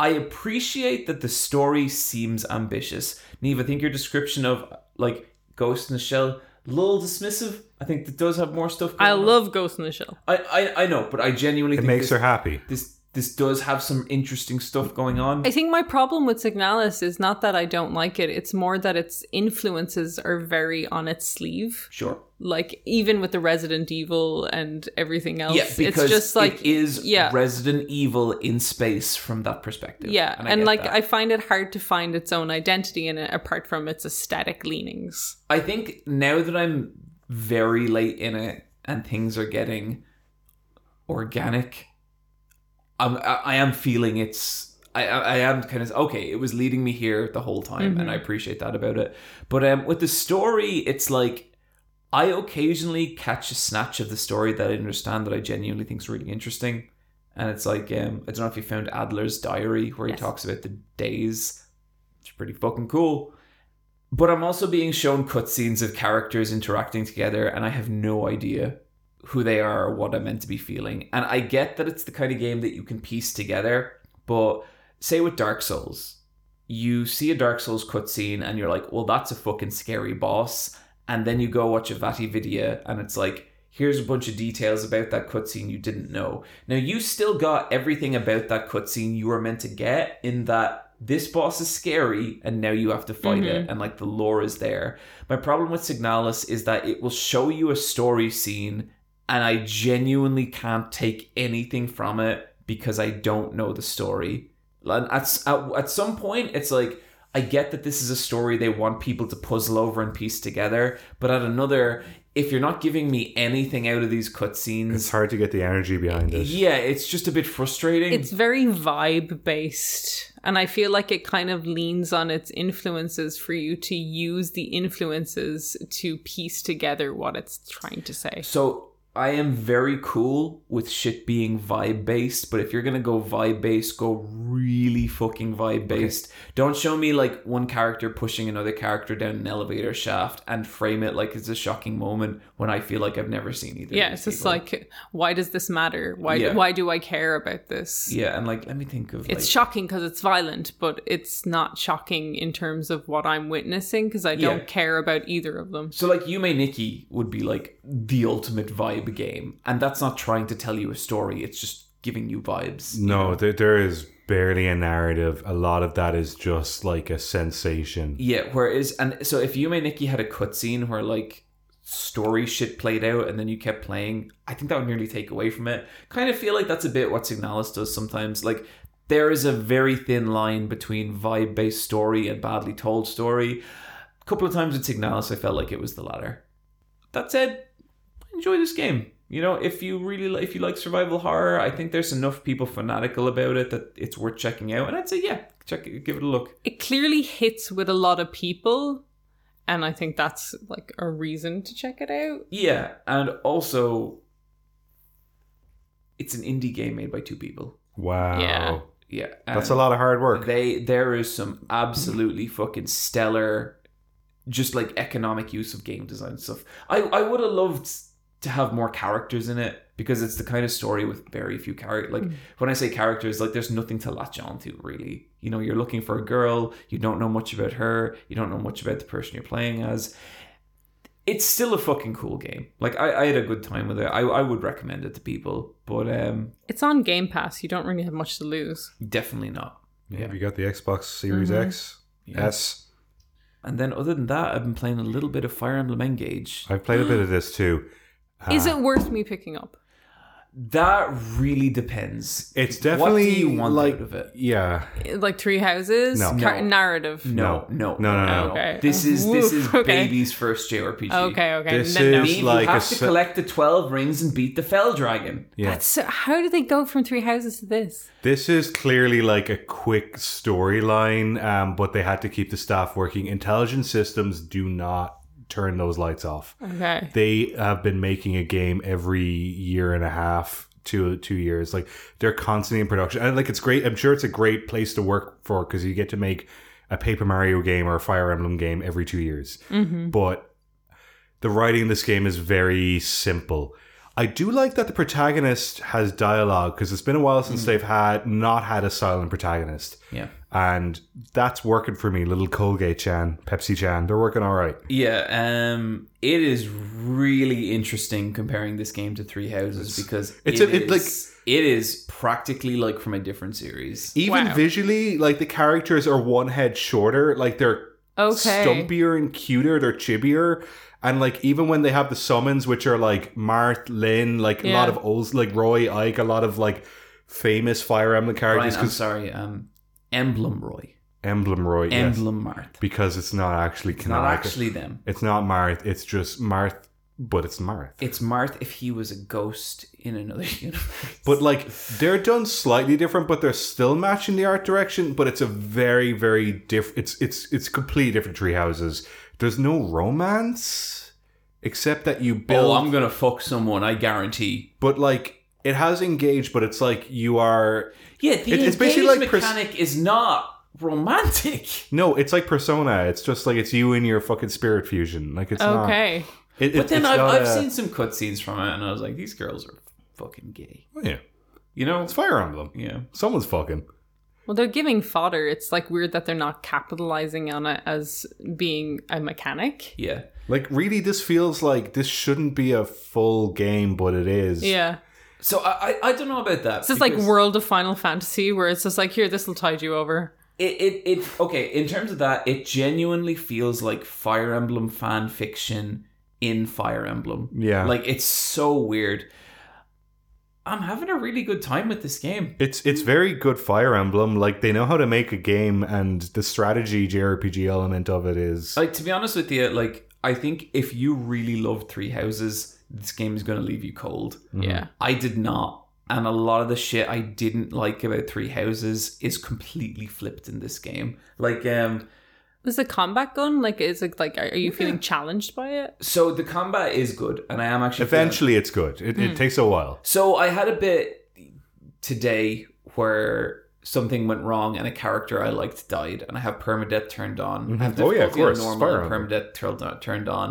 Speaker 2: I appreciate that the story seems ambitious. Neve, I think your description of like Ghost in the Shell, little dismissive. I think that does have more stuff. Going
Speaker 3: I
Speaker 2: on.
Speaker 3: love Ghost in the Shell.
Speaker 2: I, I I know, but I genuinely
Speaker 1: It
Speaker 2: think
Speaker 1: makes
Speaker 2: this,
Speaker 1: her happy.
Speaker 2: this this does have some interesting stuff going on.
Speaker 3: I think my problem with Signalis is not that I don't like it, it's more that its influences are very on its sleeve.
Speaker 2: sure.
Speaker 3: Like, even with the Resident Evil and everything else,
Speaker 2: Yeah, because
Speaker 3: it's just like.
Speaker 2: it is
Speaker 3: yeah.
Speaker 2: Resident Evil in space from that perspective.
Speaker 3: yeah,
Speaker 2: and,
Speaker 3: and,
Speaker 2: I get
Speaker 3: like
Speaker 2: that.
Speaker 3: I find it hard to find its own identity in it apart from its aesthetic leanings.
Speaker 2: I think now that I'm very late in it and things are getting organic, I'm, I, I am feeling it's. I, I I am kind of okay. It was leading me here the whole time, and
Speaker 3: Mm-hmm.
Speaker 2: I appreciate that about it. But um, with the story, it's like I occasionally catch a snatch of the story that I understand that I genuinely think is really interesting, and it's like um, I don't know if you found Adler's diary where
Speaker 3: Yes.
Speaker 2: he talks about the days. It's pretty fucking cool. But I'm also being shown cutscenes of characters interacting together, and I have no idea who they are or what I'm meant to be feeling. And I get that it's the kind of game that you can piece together, but say with Dark Souls, you see a Dark Souls cutscene and you're like, well, that's a fucking scary boss. And then you go watch a Vati video and it's like, here's a bunch of details about that cutscene you didn't know. Now, you still got everything about that cutscene you were meant to get in that this boss is scary and now you have to fight it and like the lore is there. My problem with Signalis is that it will show you a story scene and I genuinely can't take anything from it because I don't know the story. And at, s- at, at some point, it's like, I get that this is a story they want people to puzzle over and piece together, but at another, if you're not giving me anything out of these
Speaker 1: It's
Speaker 2: cutscenes,
Speaker 1: hard to get the energy behind it.
Speaker 2: yeah, it's just a bit frustrating.
Speaker 3: It's very vibe based, and I feel like it kind of leans on its influences for you to use the influences to piece together what it's trying to say.
Speaker 2: So I am very cool with shit being vibe based, but if you're gonna go vibe based, go really fucking vibe based. Don't show me like one character pushing another character down an elevator shaft and frame it like it's a shocking moment when I feel like I've never seen either. of
Speaker 3: Yeah,
Speaker 2: these
Speaker 3: it's just
Speaker 2: people.
Speaker 3: like, why does this matter? Why
Speaker 2: Yeah.
Speaker 3: why do I care about this?
Speaker 2: yeah, and like let me think of
Speaker 3: It's
Speaker 2: like,
Speaker 3: shocking because it's violent, but it's not shocking in terms of what I'm witnessing because I don't
Speaker 2: Yeah.
Speaker 3: care about either of them.
Speaker 2: So like Yume Nikki would be like the ultimate vibe game, and that's not trying to tell you a story. It's just giving you vibes.
Speaker 1: No, there, there is barely a narrative. A lot of that is just like a sensation.
Speaker 2: Yeah, whereas and so if Yume Nikki had a cutscene where like story shit played out and then you kept playing, I think that would nearly take away from it. Kind of feel like that's a bit what Signalis does sometimes. Like there is a very thin line between vibe based story and badly told story. A couple of times with Signalis I felt like it was the latter. That said, enjoy this game. You know, if you really li- if you like survival horror, I think there's enough people fanatical about it that it's worth checking out. And I'd say yeah, check it, give it a look.
Speaker 3: It clearly hits with a lot of people, and I think that's like a reason to check it out.
Speaker 2: Yeah, and also, it's an indie game made by two people.
Speaker 1: Wow.
Speaker 3: Yeah.
Speaker 2: Yeah,
Speaker 1: That's a
Speaker 2: and
Speaker 1: lot of hard work.
Speaker 2: They there is some absolutely fucking stellar, just like economic use of game design stuff. I I would have loved to have more characters in it because it's the kind of story with very few characters. Like
Speaker 3: Mm.
Speaker 2: when I say characters, like there's nothing to latch onto really. You know, you're looking for a girl, you don't know much about her, you don't know much about the person you're playing as. It's still a fucking cool game. Like I, I had a good time with it. I, I would recommend it to people, but um
Speaker 3: It's on Game Pass. You don't really have much to lose.
Speaker 2: definitely not. Mm-hmm.
Speaker 1: Have you got the Xbox Series
Speaker 3: Mhm.
Speaker 1: X? Yes.
Speaker 2: And then other than that, I've been playing a little bit of Fire Emblem Engage.
Speaker 1: I've played a bit of this too. Ah. Uh,
Speaker 3: Is it worth me picking up?
Speaker 2: That really depends.
Speaker 1: It's definitely
Speaker 2: what do you want
Speaker 1: like
Speaker 2: out of it?
Speaker 1: yeah.
Speaker 3: Like Three Houses?
Speaker 1: No.
Speaker 3: Car-
Speaker 2: No.
Speaker 3: narrative.
Speaker 2: No,
Speaker 1: No.
Speaker 2: no,
Speaker 1: No, no, no,
Speaker 3: no. Okay.
Speaker 2: This is this
Speaker 3: Woof,
Speaker 2: is
Speaker 3: (laughs) okay.
Speaker 2: baby's first JRPG.
Speaker 3: Okay, okay.
Speaker 1: Mm. This
Speaker 3: no, no.
Speaker 1: is-
Speaker 2: Mean you
Speaker 1: like a
Speaker 2: have to
Speaker 1: se-
Speaker 2: collect the twelve rings and beat the Fell Dragon.
Speaker 1: Yeah.
Speaker 3: That's so, how did they go from Three Houses to this?
Speaker 1: This is clearly like a quick storyline, um, but they had to keep the staff working. Intelligence systems do not turn those lights off.
Speaker 3: Okay.
Speaker 1: They have been making a game every year and a half to two years. Like they're constantly in production, and like it's great. I'm sure it's a great place to work for because you get to make a Paper Mario game or a Fire Emblem game every two years. But the writing in this game is very simple. I do like that the protagonist has dialogue because it's been a while since they've had not had a silent protagonist,
Speaker 2: Yeah.
Speaker 1: and that's working for me. Little Colgate Chan, Pepsi Chan, they're working all right.
Speaker 2: Yeah, um, it is really interesting comparing this game to Three Houses because
Speaker 1: it's
Speaker 2: it's
Speaker 1: a- it, like-
Speaker 2: like it is practically like from a different series.
Speaker 1: Even
Speaker 3: Wow.
Speaker 1: visually, like the characters are one head shorter, like they're
Speaker 3: Okay.
Speaker 1: stumpier and cuter, they're chibier. And like even when they have the summons, which are like Marth, Lynn, like a lot
Speaker 3: Yeah.
Speaker 1: of old like Roy Ike, a lot of like famous Fire Emblem characters
Speaker 2: Brian, I'm
Speaker 1: because
Speaker 2: sorry, um, Emblem Roy,
Speaker 1: Emblem Roy, yes.
Speaker 2: Emblem Marth.
Speaker 1: because it's not actually
Speaker 2: It's not
Speaker 1: canonical.
Speaker 2: actually them.
Speaker 1: It's not Marth. It's just Marth, but it's Marth.
Speaker 2: It's Marth if he was a ghost in another (laughs) universe.
Speaker 1: but like they're done slightly different, but they're still matching the art direction. But it's a very, very different. It's it's it's completely different tree houses. There's no romance except that you build.
Speaker 2: Bill, Oh, I'm gonna fuck someone. I guarantee.
Speaker 1: but like it has engaged, but it's like you are
Speaker 2: Yeah, the
Speaker 1: It- it's
Speaker 2: engage
Speaker 1: basically like pers-
Speaker 2: mechanic is not romantic,
Speaker 1: no. It's like Persona. It's just like it's you and your fucking spirit fusion. Like it's not.
Speaker 3: okay.
Speaker 1: It, it-
Speaker 2: but then
Speaker 1: it's
Speaker 2: I've,
Speaker 1: not
Speaker 2: I've
Speaker 1: a-
Speaker 2: seen some cutscenes from it, and I was like, these girls are fucking gay.
Speaker 1: Yeah,
Speaker 2: You know?
Speaker 1: it's Fire Emblem.
Speaker 2: Yeah.
Speaker 1: Someone's fucking.
Speaker 3: Well, they're giving fodder. It's like weird that they're not capitalizing on it as being a mechanic.
Speaker 2: Yeah.
Speaker 1: Like really, this feels like this shouldn't be a full game, but it is.
Speaker 3: Yeah.
Speaker 2: So I I, I don't know about that.
Speaker 3: It's just like
Speaker 2: because
Speaker 3: World of Final Fantasy, where it's just like, here, this will tide you over.
Speaker 2: it, it it okay in terms of that it genuinely feels like Fire Emblem fan fiction in Fire Emblem.
Speaker 1: Yeah.
Speaker 2: Like it's so weird. I'm having a really good time with this game.
Speaker 1: It's it's very good Fire Emblem. Like they know how to make a game, and the strategy JRPG element of it is
Speaker 2: Like to be honest with you, like I think if you really love Three Houses, this game is going to leave you cold.
Speaker 1: Mhm.
Speaker 3: Yeah.
Speaker 2: I did not. And a lot of the shit I didn't like about Three Houses is completely flipped in this game. Like, um,
Speaker 3: Is the combat gun like? Is it like? Are are you feeling challenged by it?
Speaker 2: so the combat is good, and I am actually feeling-
Speaker 1: Eventually, it's good. It,
Speaker 2: Hmm.
Speaker 1: it takes a while.
Speaker 2: So I had a bit today where something went wrong and a character I liked died, and I have permadeath turned on.
Speaker 1: Mhm.
Speaker 2: I have
Speaker 1: Oh, yeah, of
Speaker 2: difficulty
Speaker 1: course.
Speaker 2: on Normal and
Speaker 1: Fire on.
Speaker 2: permadeath turned on, turned on,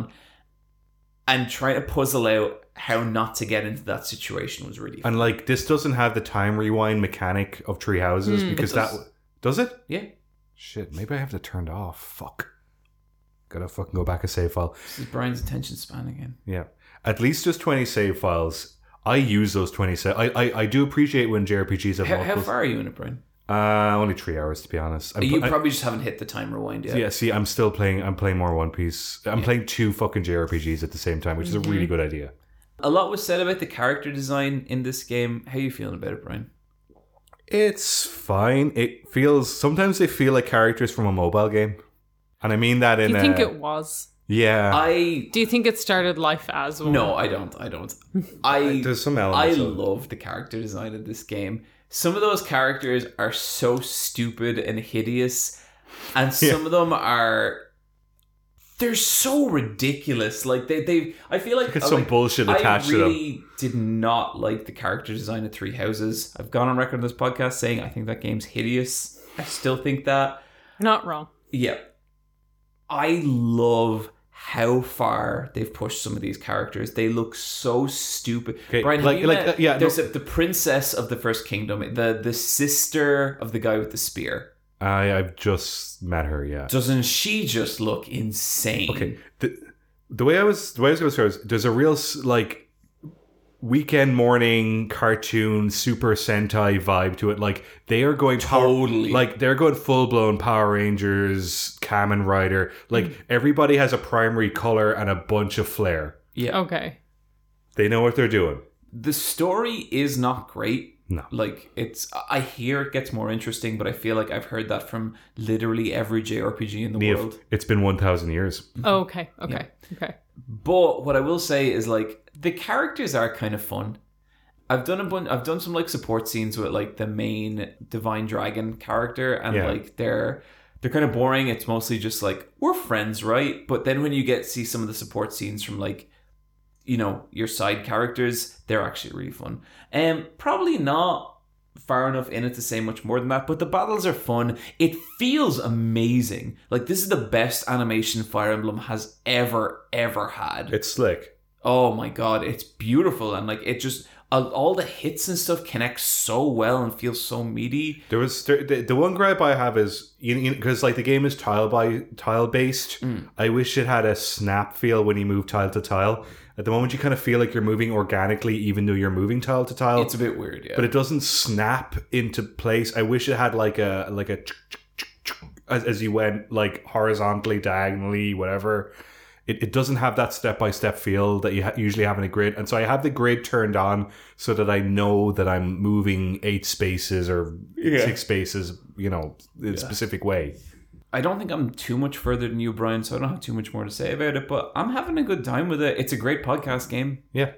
Speaker 2: and trying to puzzle out how not to get into that situation was really.
Speaker 1: And like this doesn't have the time rewind mechanic of Tree Houses
Speaker 3: Mm.
Speaker 1: because
Speaker 2: Hmm. It does.
Speaker 1: that does it.
Speaker 2: yeah,
Speaker 1: Shit, maybe I have to turn it off. Fuck. Gotta fucking go back a save file.
Speaker 2: this is Brian's attention span again.
Speaker 1: Yeah. At least just twenty save files. I use those twenty save. I I, I do appreciate when JRPGs have
Speaker 2: How, how
Speaker 1: multiples.
Speaker 2: far are you in it, Brian?
Speaker 1: Uh, only three hours to be honest. I'm-
Speaker 2: you
Speaker 1: I-
Speaker 2: probably just haven't hit the time rewind yet.
Speaker 1: Yeah, see, I'm still playing. I'm playing more One Piece. I'm playing two fucking JRPGs at the same time, which is a really good
Speaker 2: Mm-hmm.
Speaker 1: idea.
Speaker 2: A lot was said about the character design in this game. How are you feeling about it, Brian?
Speaker 1: It's fine. It feels sometimes they feel like characters from a mobile game, and I mean that
Speaker 3: Do
Speaker 1: in
Speaker 3: you
Speaker 1: a,
Speaker 3: think it was?
Speaker 1: yeah.
Speaker 2: I
Speaker 3: Do you think it started life as one?
Speaker 2: no, I don't.
Speaker 1: (laughs)
Speaker 2: I don't. I
Speaker 1: There's some
Speaker 2: I
Speaker 1: elements. of it.
Speaker 2: love the character design of this game. Some of those characters are so stupid and hideous, and some of them are they're so ridiculous. Like they they I feel like uh,
Speaker 1: There's some
Speaker 2: like,
Speaker 1: bullshit attached
Speaker 2: I really did not like the character design of Three Houses. I've gone on record on this podcast saying I think that game's hideous. I still think that.
Speaker 3: You're not wrong.
Speaker 2: Yeah. I love how far they've pushed some of these characters. They look so stupid.
Speaker 1: Okay,
Speaker 2: Brian, have
Speaker 1: like-
Speaker 2: you
Speaker 1: like, uh,
Speaker 2: met-
Speaker 1: yeah,
Speaker 2: there's a, the princess of the first kingdom, the the sister of the guy with the spear.
Speaker 1: to them. I I've just met her. Yeah.
Speaker 2: Doesn't she just look insane?
Speaker 1: Okay. The, the way I was the way I was going to start is there's a real s- like weekend morning cartoon super sentai vibe to it like they are going power-
Speaker 2: Totally.
Speaker 1: like they're going full-blown power rangers kamen rider like
Speaker 2: Hmm.
Speaker 1: everybody has a primary color and a bunch of flair
Speaker 2: Yeah.
Speaker 3: Okay.
Speaker 1: they know what they're doing
Speaker 2: The story is not great.
Speaker 1: No.
Speaker 2: Like it's I hear it gets more interesting, but I feel like I've heard that from literally every JRPG in the
Speaker 1: Nia,
Speaker 2: world.
Speaker 1: it's been 1000 years
Speaker 3: Oh, Okay. Okay. Okay.
Speaker 2: But what I will say is like the characters are kind of fun. I've done a bunch. I've done some like support scenes with like the main divine dragon character, and
Speaker 1: Yeah.
Speaker 2: like they're they're kind of boring. It's mostly just like we're friends, right? But then when you get see some of the support scenes from like you know your side characters, they're actually really fun. Um, probably not far enough in it to say much more than that, but the battles are fun. It feels amazing. Like this is the best animation Fire Emblem has ever ever had
Speaker 1: it's slick
Speaker 2: oh my god it's beautiful and like it just all- all the hits and stuff connect so well and feels so meaty
Speaker 1: there was there, the, the one gripe i have is you because like the game is tile by tile based
Speaker 2: Mm.
Speaker 1: i wish it had a snap feel when you move tile to tile at the moment you kind of feel like you're moving organically even though you're moving tile to tile
Speaker 2: it's a bit weird yeah
Speaker 1: Oh, but it doesn't snap into place. I wish it had like a like a as, as you went like horizontally, diagonally, whatever. It, it doesn't have that step by step feel that you ha- usually have in a grid, and so I have the grid turned on so that I know that I'm moving eight spaces or
Speaker 2: Yeah.
Speaker 1: six spaces, you know, in a specific way.
Speaker 2: i don't think i'm too much further than you brian so i don't have too much more to say about it but i'm having a good time with it it's a great podcast game
Speaker 1: Yeah.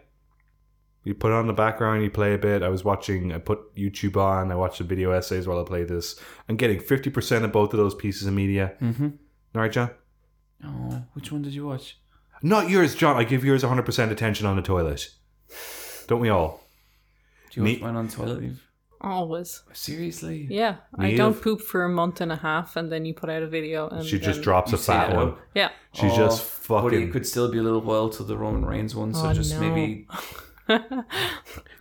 Speaker 1: You put it on the background, you play a bit. I was watching, I put YouTube on, I watched the video essays while I played this. I'm getting 50% of both of those pieces of media.
Speaker 2: mm-hmm
Speaker 1: Alright, John?
Speaker 2: oh which one did you watch
Speaker 1: Not yours, John. I give yours 100% attention on the toilet. Don't we all?
Speaker 2: do you watch
Speaker 1: Ne-
Speaker 2: mine on toilet leave
Speaker 3: Always.
Speaker 2: seriously
Speaker 3: Yeah. I
Speaker 1: Neil-
Speaker 3: don't poop for a month and a half and then you put out a video and
Speaker 1: she just
Speaker 3: then-
Speaker 1: drops
Speaker 2: you
Speaker 1: a
Speaker 2: see
Speaker 1: fat
Speaker 2: it,
Speaker 1: one.
Speaker 2: oh.
Speaker 3: Yeah.
Speaker 1: She
Speaker 2: Oh,
Speaker 1: just
Speaker 2: but it
Speaker 1: fucking.
Speaker 2: could still be a little while till the roman reigns one so
Speaker 3: Oh,
Speaker 2: just
Speaker 3: no.
Speaker 2: maybe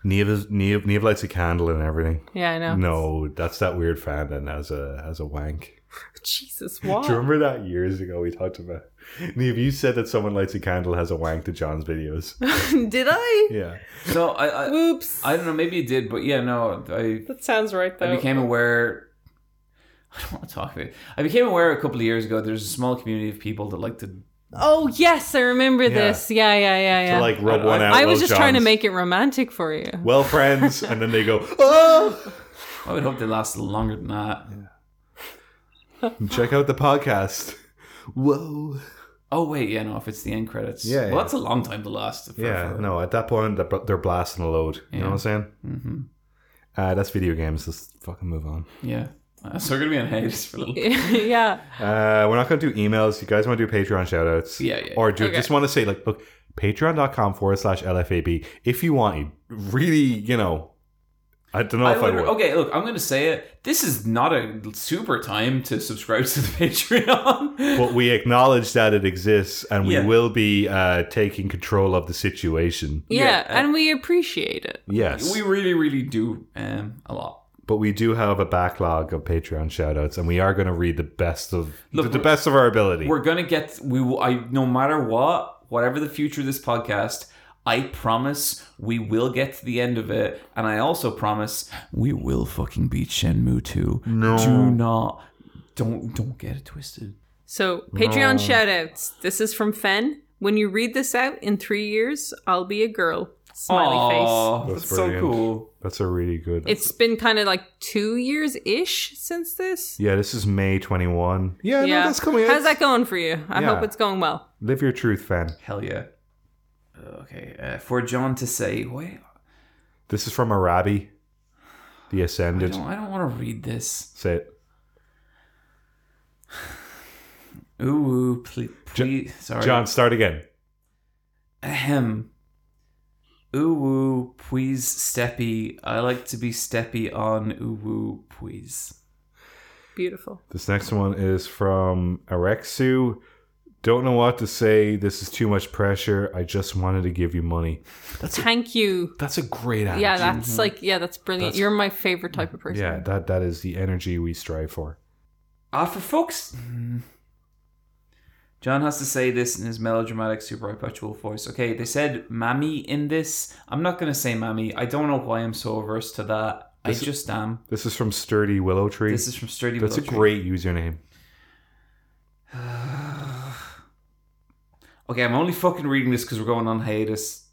Speaker 1: Neve, Neve, Neve lights a candle and everything.
Speaker 3: Yeah, I know.
Speaker 1: No, that's that weird fandom as a as a wank.
Speaker 3: Jesus, what?
Speaker 1: (laughs) Do you remember that years ago we talked about? Neve, you said that someone lights a candle has a wank to John's
Speaker 3: (laughs)
Speaker 1: videos.
Speaker 3: Did I?
Speaker 1: Yeah.
Speaker 2: (laughs) so i i,
Speaker 3: Whoops.
Speaker 2: I don't know maybe it did but yeah no i
Speaker 3: that sounds right though.
Speaker 2: I became aware. (laughs) I don't want to talk about it. I became aware a couple of years ago. There's a small community of people that like to.
Speaker 3: oh yes, I remember this. Yeah, yeah, yeah, yeah.
Speaker 1: To like rub
Speaker 2: I-
Speaker 1: one
Speaker 2: I-
Speaker 1: out.
Speaker 3: I was
Speaker 1: well,
Speaker 3: just trying to
Speaker 1: John's-
Speaker 3: make it romantic for you.
Speaker 1: Well, friends, and then they go, oh!
Speaker 2: I would hope they last longer than that.
Speaker 1: Check out the podcast. Whoa.
Speaker 2: Oh wait, yeah, no. If it's the end credits,
Speaker 1: Yeah,
Speaker 2: well,
Speaker 1: yeah.
Speaker 2: that's a long time to last. For,
Speaker 1: Yeah, no, at that point, they're they're blasting a load. You know
Speaker 2: Yeah.
Speaker 1: what I'm saying?
Speaker 2: Mm-hmm.
Speaker 1: Uh, that's video games. Let's fucking move on.
Speaker 2: Yeah. Uh, So we're gonna be on hiatus
Speaker 3: (laughs)
Speaker 2: for a little.
Speaker 3: (laughs) yeah.
Speaker 1: Uh, we're not going to do emails. You guys want to do Patreon shout outs?
Speaker 2: Yeah, yeah.
Speaker 1: Or do,
Speaker 3: Okay.
Speaker 1: just want to say, like, look, patreon.com forward slash LFAB. If you want, really, you know, I don't know
Speaker 2: I
Speaker 1: if
Speaker 2: would-
Speaker 1: I would.
Speaker 2: okay, look, I'm gonna say it. This is not a super time to subscribe to the (laughs) Patreon.
Speaker 1: But we acknowledge that it exists and we
Speaker 2: Yeah.
Speaker 1: will be uh, taking control of the situation.
Speaker 3: Yeah,
Speaker 2: Yeah, uh,
Speaker 3: and we appreciate it.
Speaker 1: Yes.
Speaker 2: we really, really do um, a lot.
Speaker 1: but we do have a backlog of Patreon shout outs and we are going to read the best of
Speaker 2: Look,
Speaker 1: the, the
Speaker 2: we're-
Speaker 1: best of our ability.
Speaker 2: We're gonna get we will I no matter what, whatever the future of this podcast, I promise we will get to the end of it, and I also promise we will fucking beat Shenmue 2.
Speaker 1: No.
Speaker 2: Do not don't don't get it twisted.
Speaker 3: So Patreon
Speaker 1: No.
Speaker 3: shoutouts. This is from Fen. When you read this out in three years, I'll be a girl. Smiley face.
Speaker 2: Aw,
Speaker 1: That's
Speaker 2: That's, so
Speaker 1: brilliant.
Speaker 2: cool.
Speaker 1: That's a really good.
Speaker 3: It's been kind of like two years ish since this.
Speaker 1: yeah, this is May 21. Yeah, no, that's coming out.
Speaker 3: How's that going for you? I
Speaker 1: Yeah.
Speaker 3: hope it's going well.
Speaker 1: Live your truth, fan.
Speaker 2: Hell yeah. Okay, uh, for John to say, wait,
Speaker 1: This is from Arabi, the
Speaker 2: I
Speaker 1: Ascended.
Speaker 2: don't, I don't want to read this.
Speaker 1: Say it.
Speaker 2: Ooh, please,
Speaker 1: Jo-
Speaker 2: please sorry.
Speaker 1: John, start again.
Speaker 2: Ahem. Ooh, woo, please, steppy. I like to be steppy on ooh, woo, please.
Speaker 3: Beautiful.
Speaker 1: This next one is from Arexu. Don't know what to say. This is too much pressure. I just wanted to give you money.
Speaker 3: Thank you.
Speaker 1: That's a great attitude.
Speaker 3: Yeah, that's like yeah, that's brilliant.
Speaker 1: That's-
Speaker 3: You're my favorite type of person.
Speaker 1: Yeah, that, that is the energy we strive for.
Speaker 2: Ah, for folks. Hmm. John has to say this in his melodramatic, super hypertrophic voice. Okay, they said "mammy" in this. I'm not going to say "mammy." I don't know why I'm so averse to that.
Speaker 1: This
Speaker 2: I
Speaker 1: is-
Speaker 2: just am.
Speaker 1: This is from Sturdy Willow Tree.
Speaker 2: This is from Sturdy.
Speaker 1: That's
Speaker 2: Willow
Speaker 1: a
Speaker 2: Tree.
Speaker 1: great username.
Speaker 2: (sighs) okay, I'm only fucking reading this because we're going on hiatus.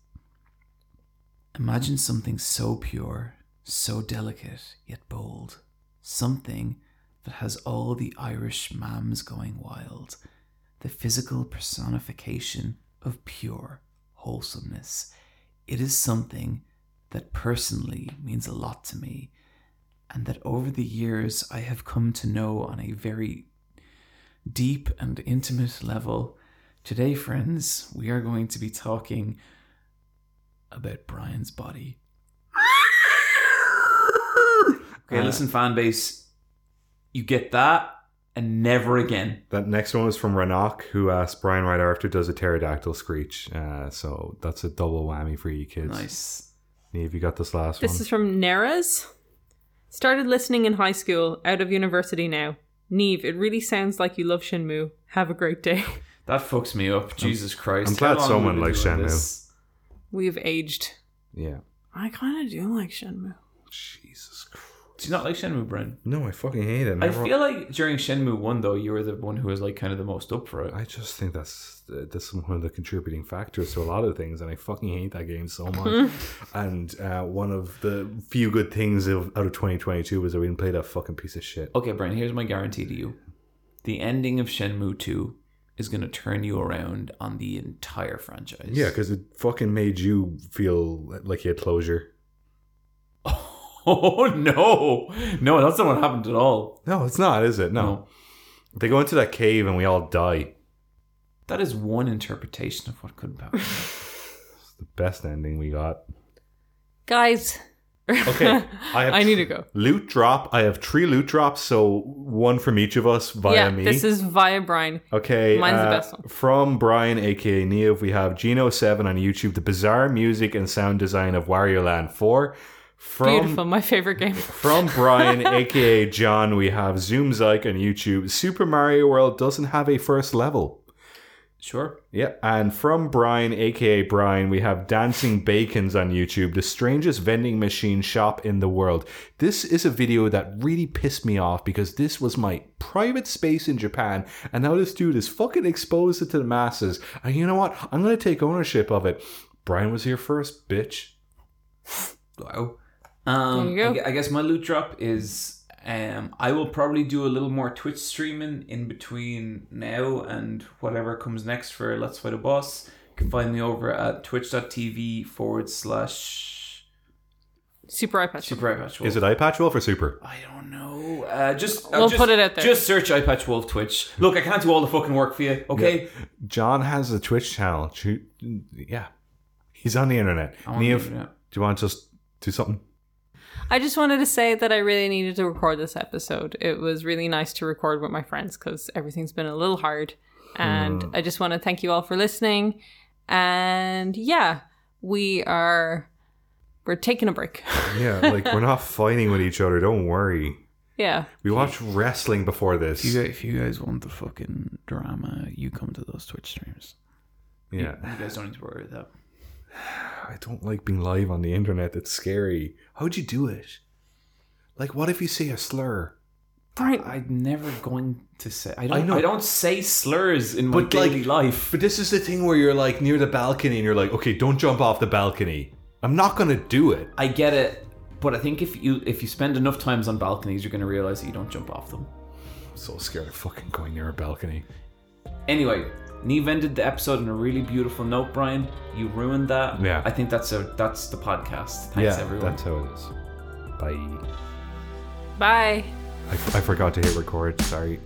Speaker 2: Imagine something so pure, so delicate, yet bold. Something that has all the Irish mams going wild. The physical personification of pure wholesomeness. It is something that personally means a lot to me, and that over the years I have come to know on a very deep and intimate level. Today, friends, we are going to be talking about Brian's body. Okay,
Speaker 1: Uh,
Speaker 2: listen, fan base, you get that and never again.
Speaker 1: That next one was from Renok, who asked Brian right after does a pterodactyl screech. Uh, so that's a double whammy for you kids.
Speaker 2: Nice.
Speaker 1: Neve, you got this last
Speaker 3: This
Speaker 1: one.
Speaker 3: is from Neras. Started listening in high school, out of university now. Neve, it really sounds like you love Shinmu. Have a great day. (laughs)
Speaker 2: That fucks me up. Jesus Christ.
Speaker 1: I'm glad
Speaker 2: How long
Speaker 1: someone
Speaker 2: have we been
Speaker 1: likes
Speaker 2: doing
Speaker 1: Shenmue.
Speaker 2: this?
Speaker 3: We've aged.
Speaker 1: yeah.
Speaker 3: I kind of do like Shenmue.
Speaker 1: Jesus Christ.
Speaker 2: Do you not like Shenmue, Brian?
Speaker 1: No, I fucking hate it.
Speaker 2: I
Speaker 1: Everyone-
Speaker 2: feel like during Shenmue 1, though, you were the one who was like kind of the most up for it.
Speaker 1: I just think that's uh, that's one of the contributing factors to a lot of things, and I fucking hate that game so much.
Speaker 3: (laughs)
Speaker 1: and uh, one of the few good things of, out of 2022 was that we didn't play that fucking piece of
Speaker 3: Oh,
Speaker 1: shit.
Speaker 2: Okay, Brian, here's my guarantee to you. The ending of Shenmue 2 is going to turn you around on the entire franchise.
Speaker 1: Yeah, because it fucking made you feel like you had closure.
Speaker 2: (laughs) Oh, no. No, that's not what happened at all.
Speaker 1: No, it's not, is it? No. They go into that cave and we all die.
Speaker 2: That is one interpretation of what could
Speaker 1: (laughs)
Speaker 2: happen.
Speaker 1: It's the best ending we got.
Speaker 3: Guys. (laughs)
Speaker 1: Okay, I have
Speaker 3: I need to go.
Speaker 1: Loot drop. I have three loot drops, so one from each of us via
Speaker 3: yeah,
Speaker 1: me.
Speaker 3: this is via Brian.
Speaker 1: Okay. uh,
Speaker 3: Mine's the best one.
Speaker 1: From Brian, aka Neo, we have Geno7 on YouTube, the bizarre music and sound design of Wario Land 4. From,
Speaker 3: Beautiful, my favorite game. (laughs)
Speaker 1: From Brian, aka John, we have Zoom Zyke on YouTube. Super Mario World doesn't have a first level.
Speaker 2: Sure.
Speaker 1: Yeah, and from Brian, aka Brian, we have Dancing Bacons on YouTube, the strangest vending machine shop in the world. This is a video that really pissed me off because this was my private space in Japan, and now this dude is fucking exposed it to the masses. And you know what? I'm gonna take ownership of it. Brian was here first, bitch.
Speaker 2: Wow. Um,
Speaker 3: There you go.
Speaker 2: I, gue- I guess my loot drop is um, I will probably do a little more Twitch streaming in between now and whatever comes next for Let's Fight a Boss. You can find me over at twitch.tv forward slash
Speaker 3: Super iPad.
Speaker 2: Super Eye Patch Wolf.
Speaker 1: Is it iPatch Wolf or Super?
Speaker 2: I don't know. Uh, just uh,
Speaker 3: We'll
Speaker 2: just-
Speaker 3: put it out there.
Speaker 2: Just search Eye Patch Wolf Twitch. Look, I can't do all the fucking work for you. Okay.
Speaker 1: John has a Twitch channel. Choo- Yeah, he's on the internet.
Speaker 2: I'm on the
Speaker 1: Nev, do
Speaker 2: internet.
Speaker 1: you want to just do something?
Speaker 3: I just wanted to say that I really needed to record this episode. It was really nice to record with my friends because everything's been a little hard. And I just want to thank you all for listening. And yeah, we are we're taking a break. (laughs)
Speaker 1: Yeah, like we're not (laughs) fighting with each other. Don't worry.
Speaker 3: yeah.
Speaker 1: We watched wrestling before this.
Speaker 2: if you guys want the fucking drama, you come to those
Speaker 1: (sighs)
Speaker 2: Twitch streams.
Speaker 1: yeah,
Speaker 2: You guys don't need to worry about that.
Speaker 1: I don't like being live on the internet. It's scary. How'd you do it? Like, what if you say a slur?
Speaker 3: Brian
Speaker 2: I'm never going to say. I don't. I,
Speaker 1: know.
Speaker 2: don't say slurs in my
Speaker 1: But, like-
Speaker 2: daily life.
Speaker 1: But this is the thing where you're like near the balcony and you're like, okay, don't jump off the balcony. I'm not gonna do it.
Speaker 2: I get it. But I think if you if you spend enough times on balconies, you're going to realize that you don't jump off them.
Speaker 1: I'm so scared of fucking going near a balcony.
Speaker 2: Anyway, Neve ended the episode on a really beautiful note. Brian, you ruined that.
Speaker 1: Yeah.
Speaker 2: I think that's a that's the podcast. Thanks everyone.
Speaker 1: that's how it is. Bye.
Speaker 3: bye.
Speaker 1: I, I forgot to hit record. Sorry.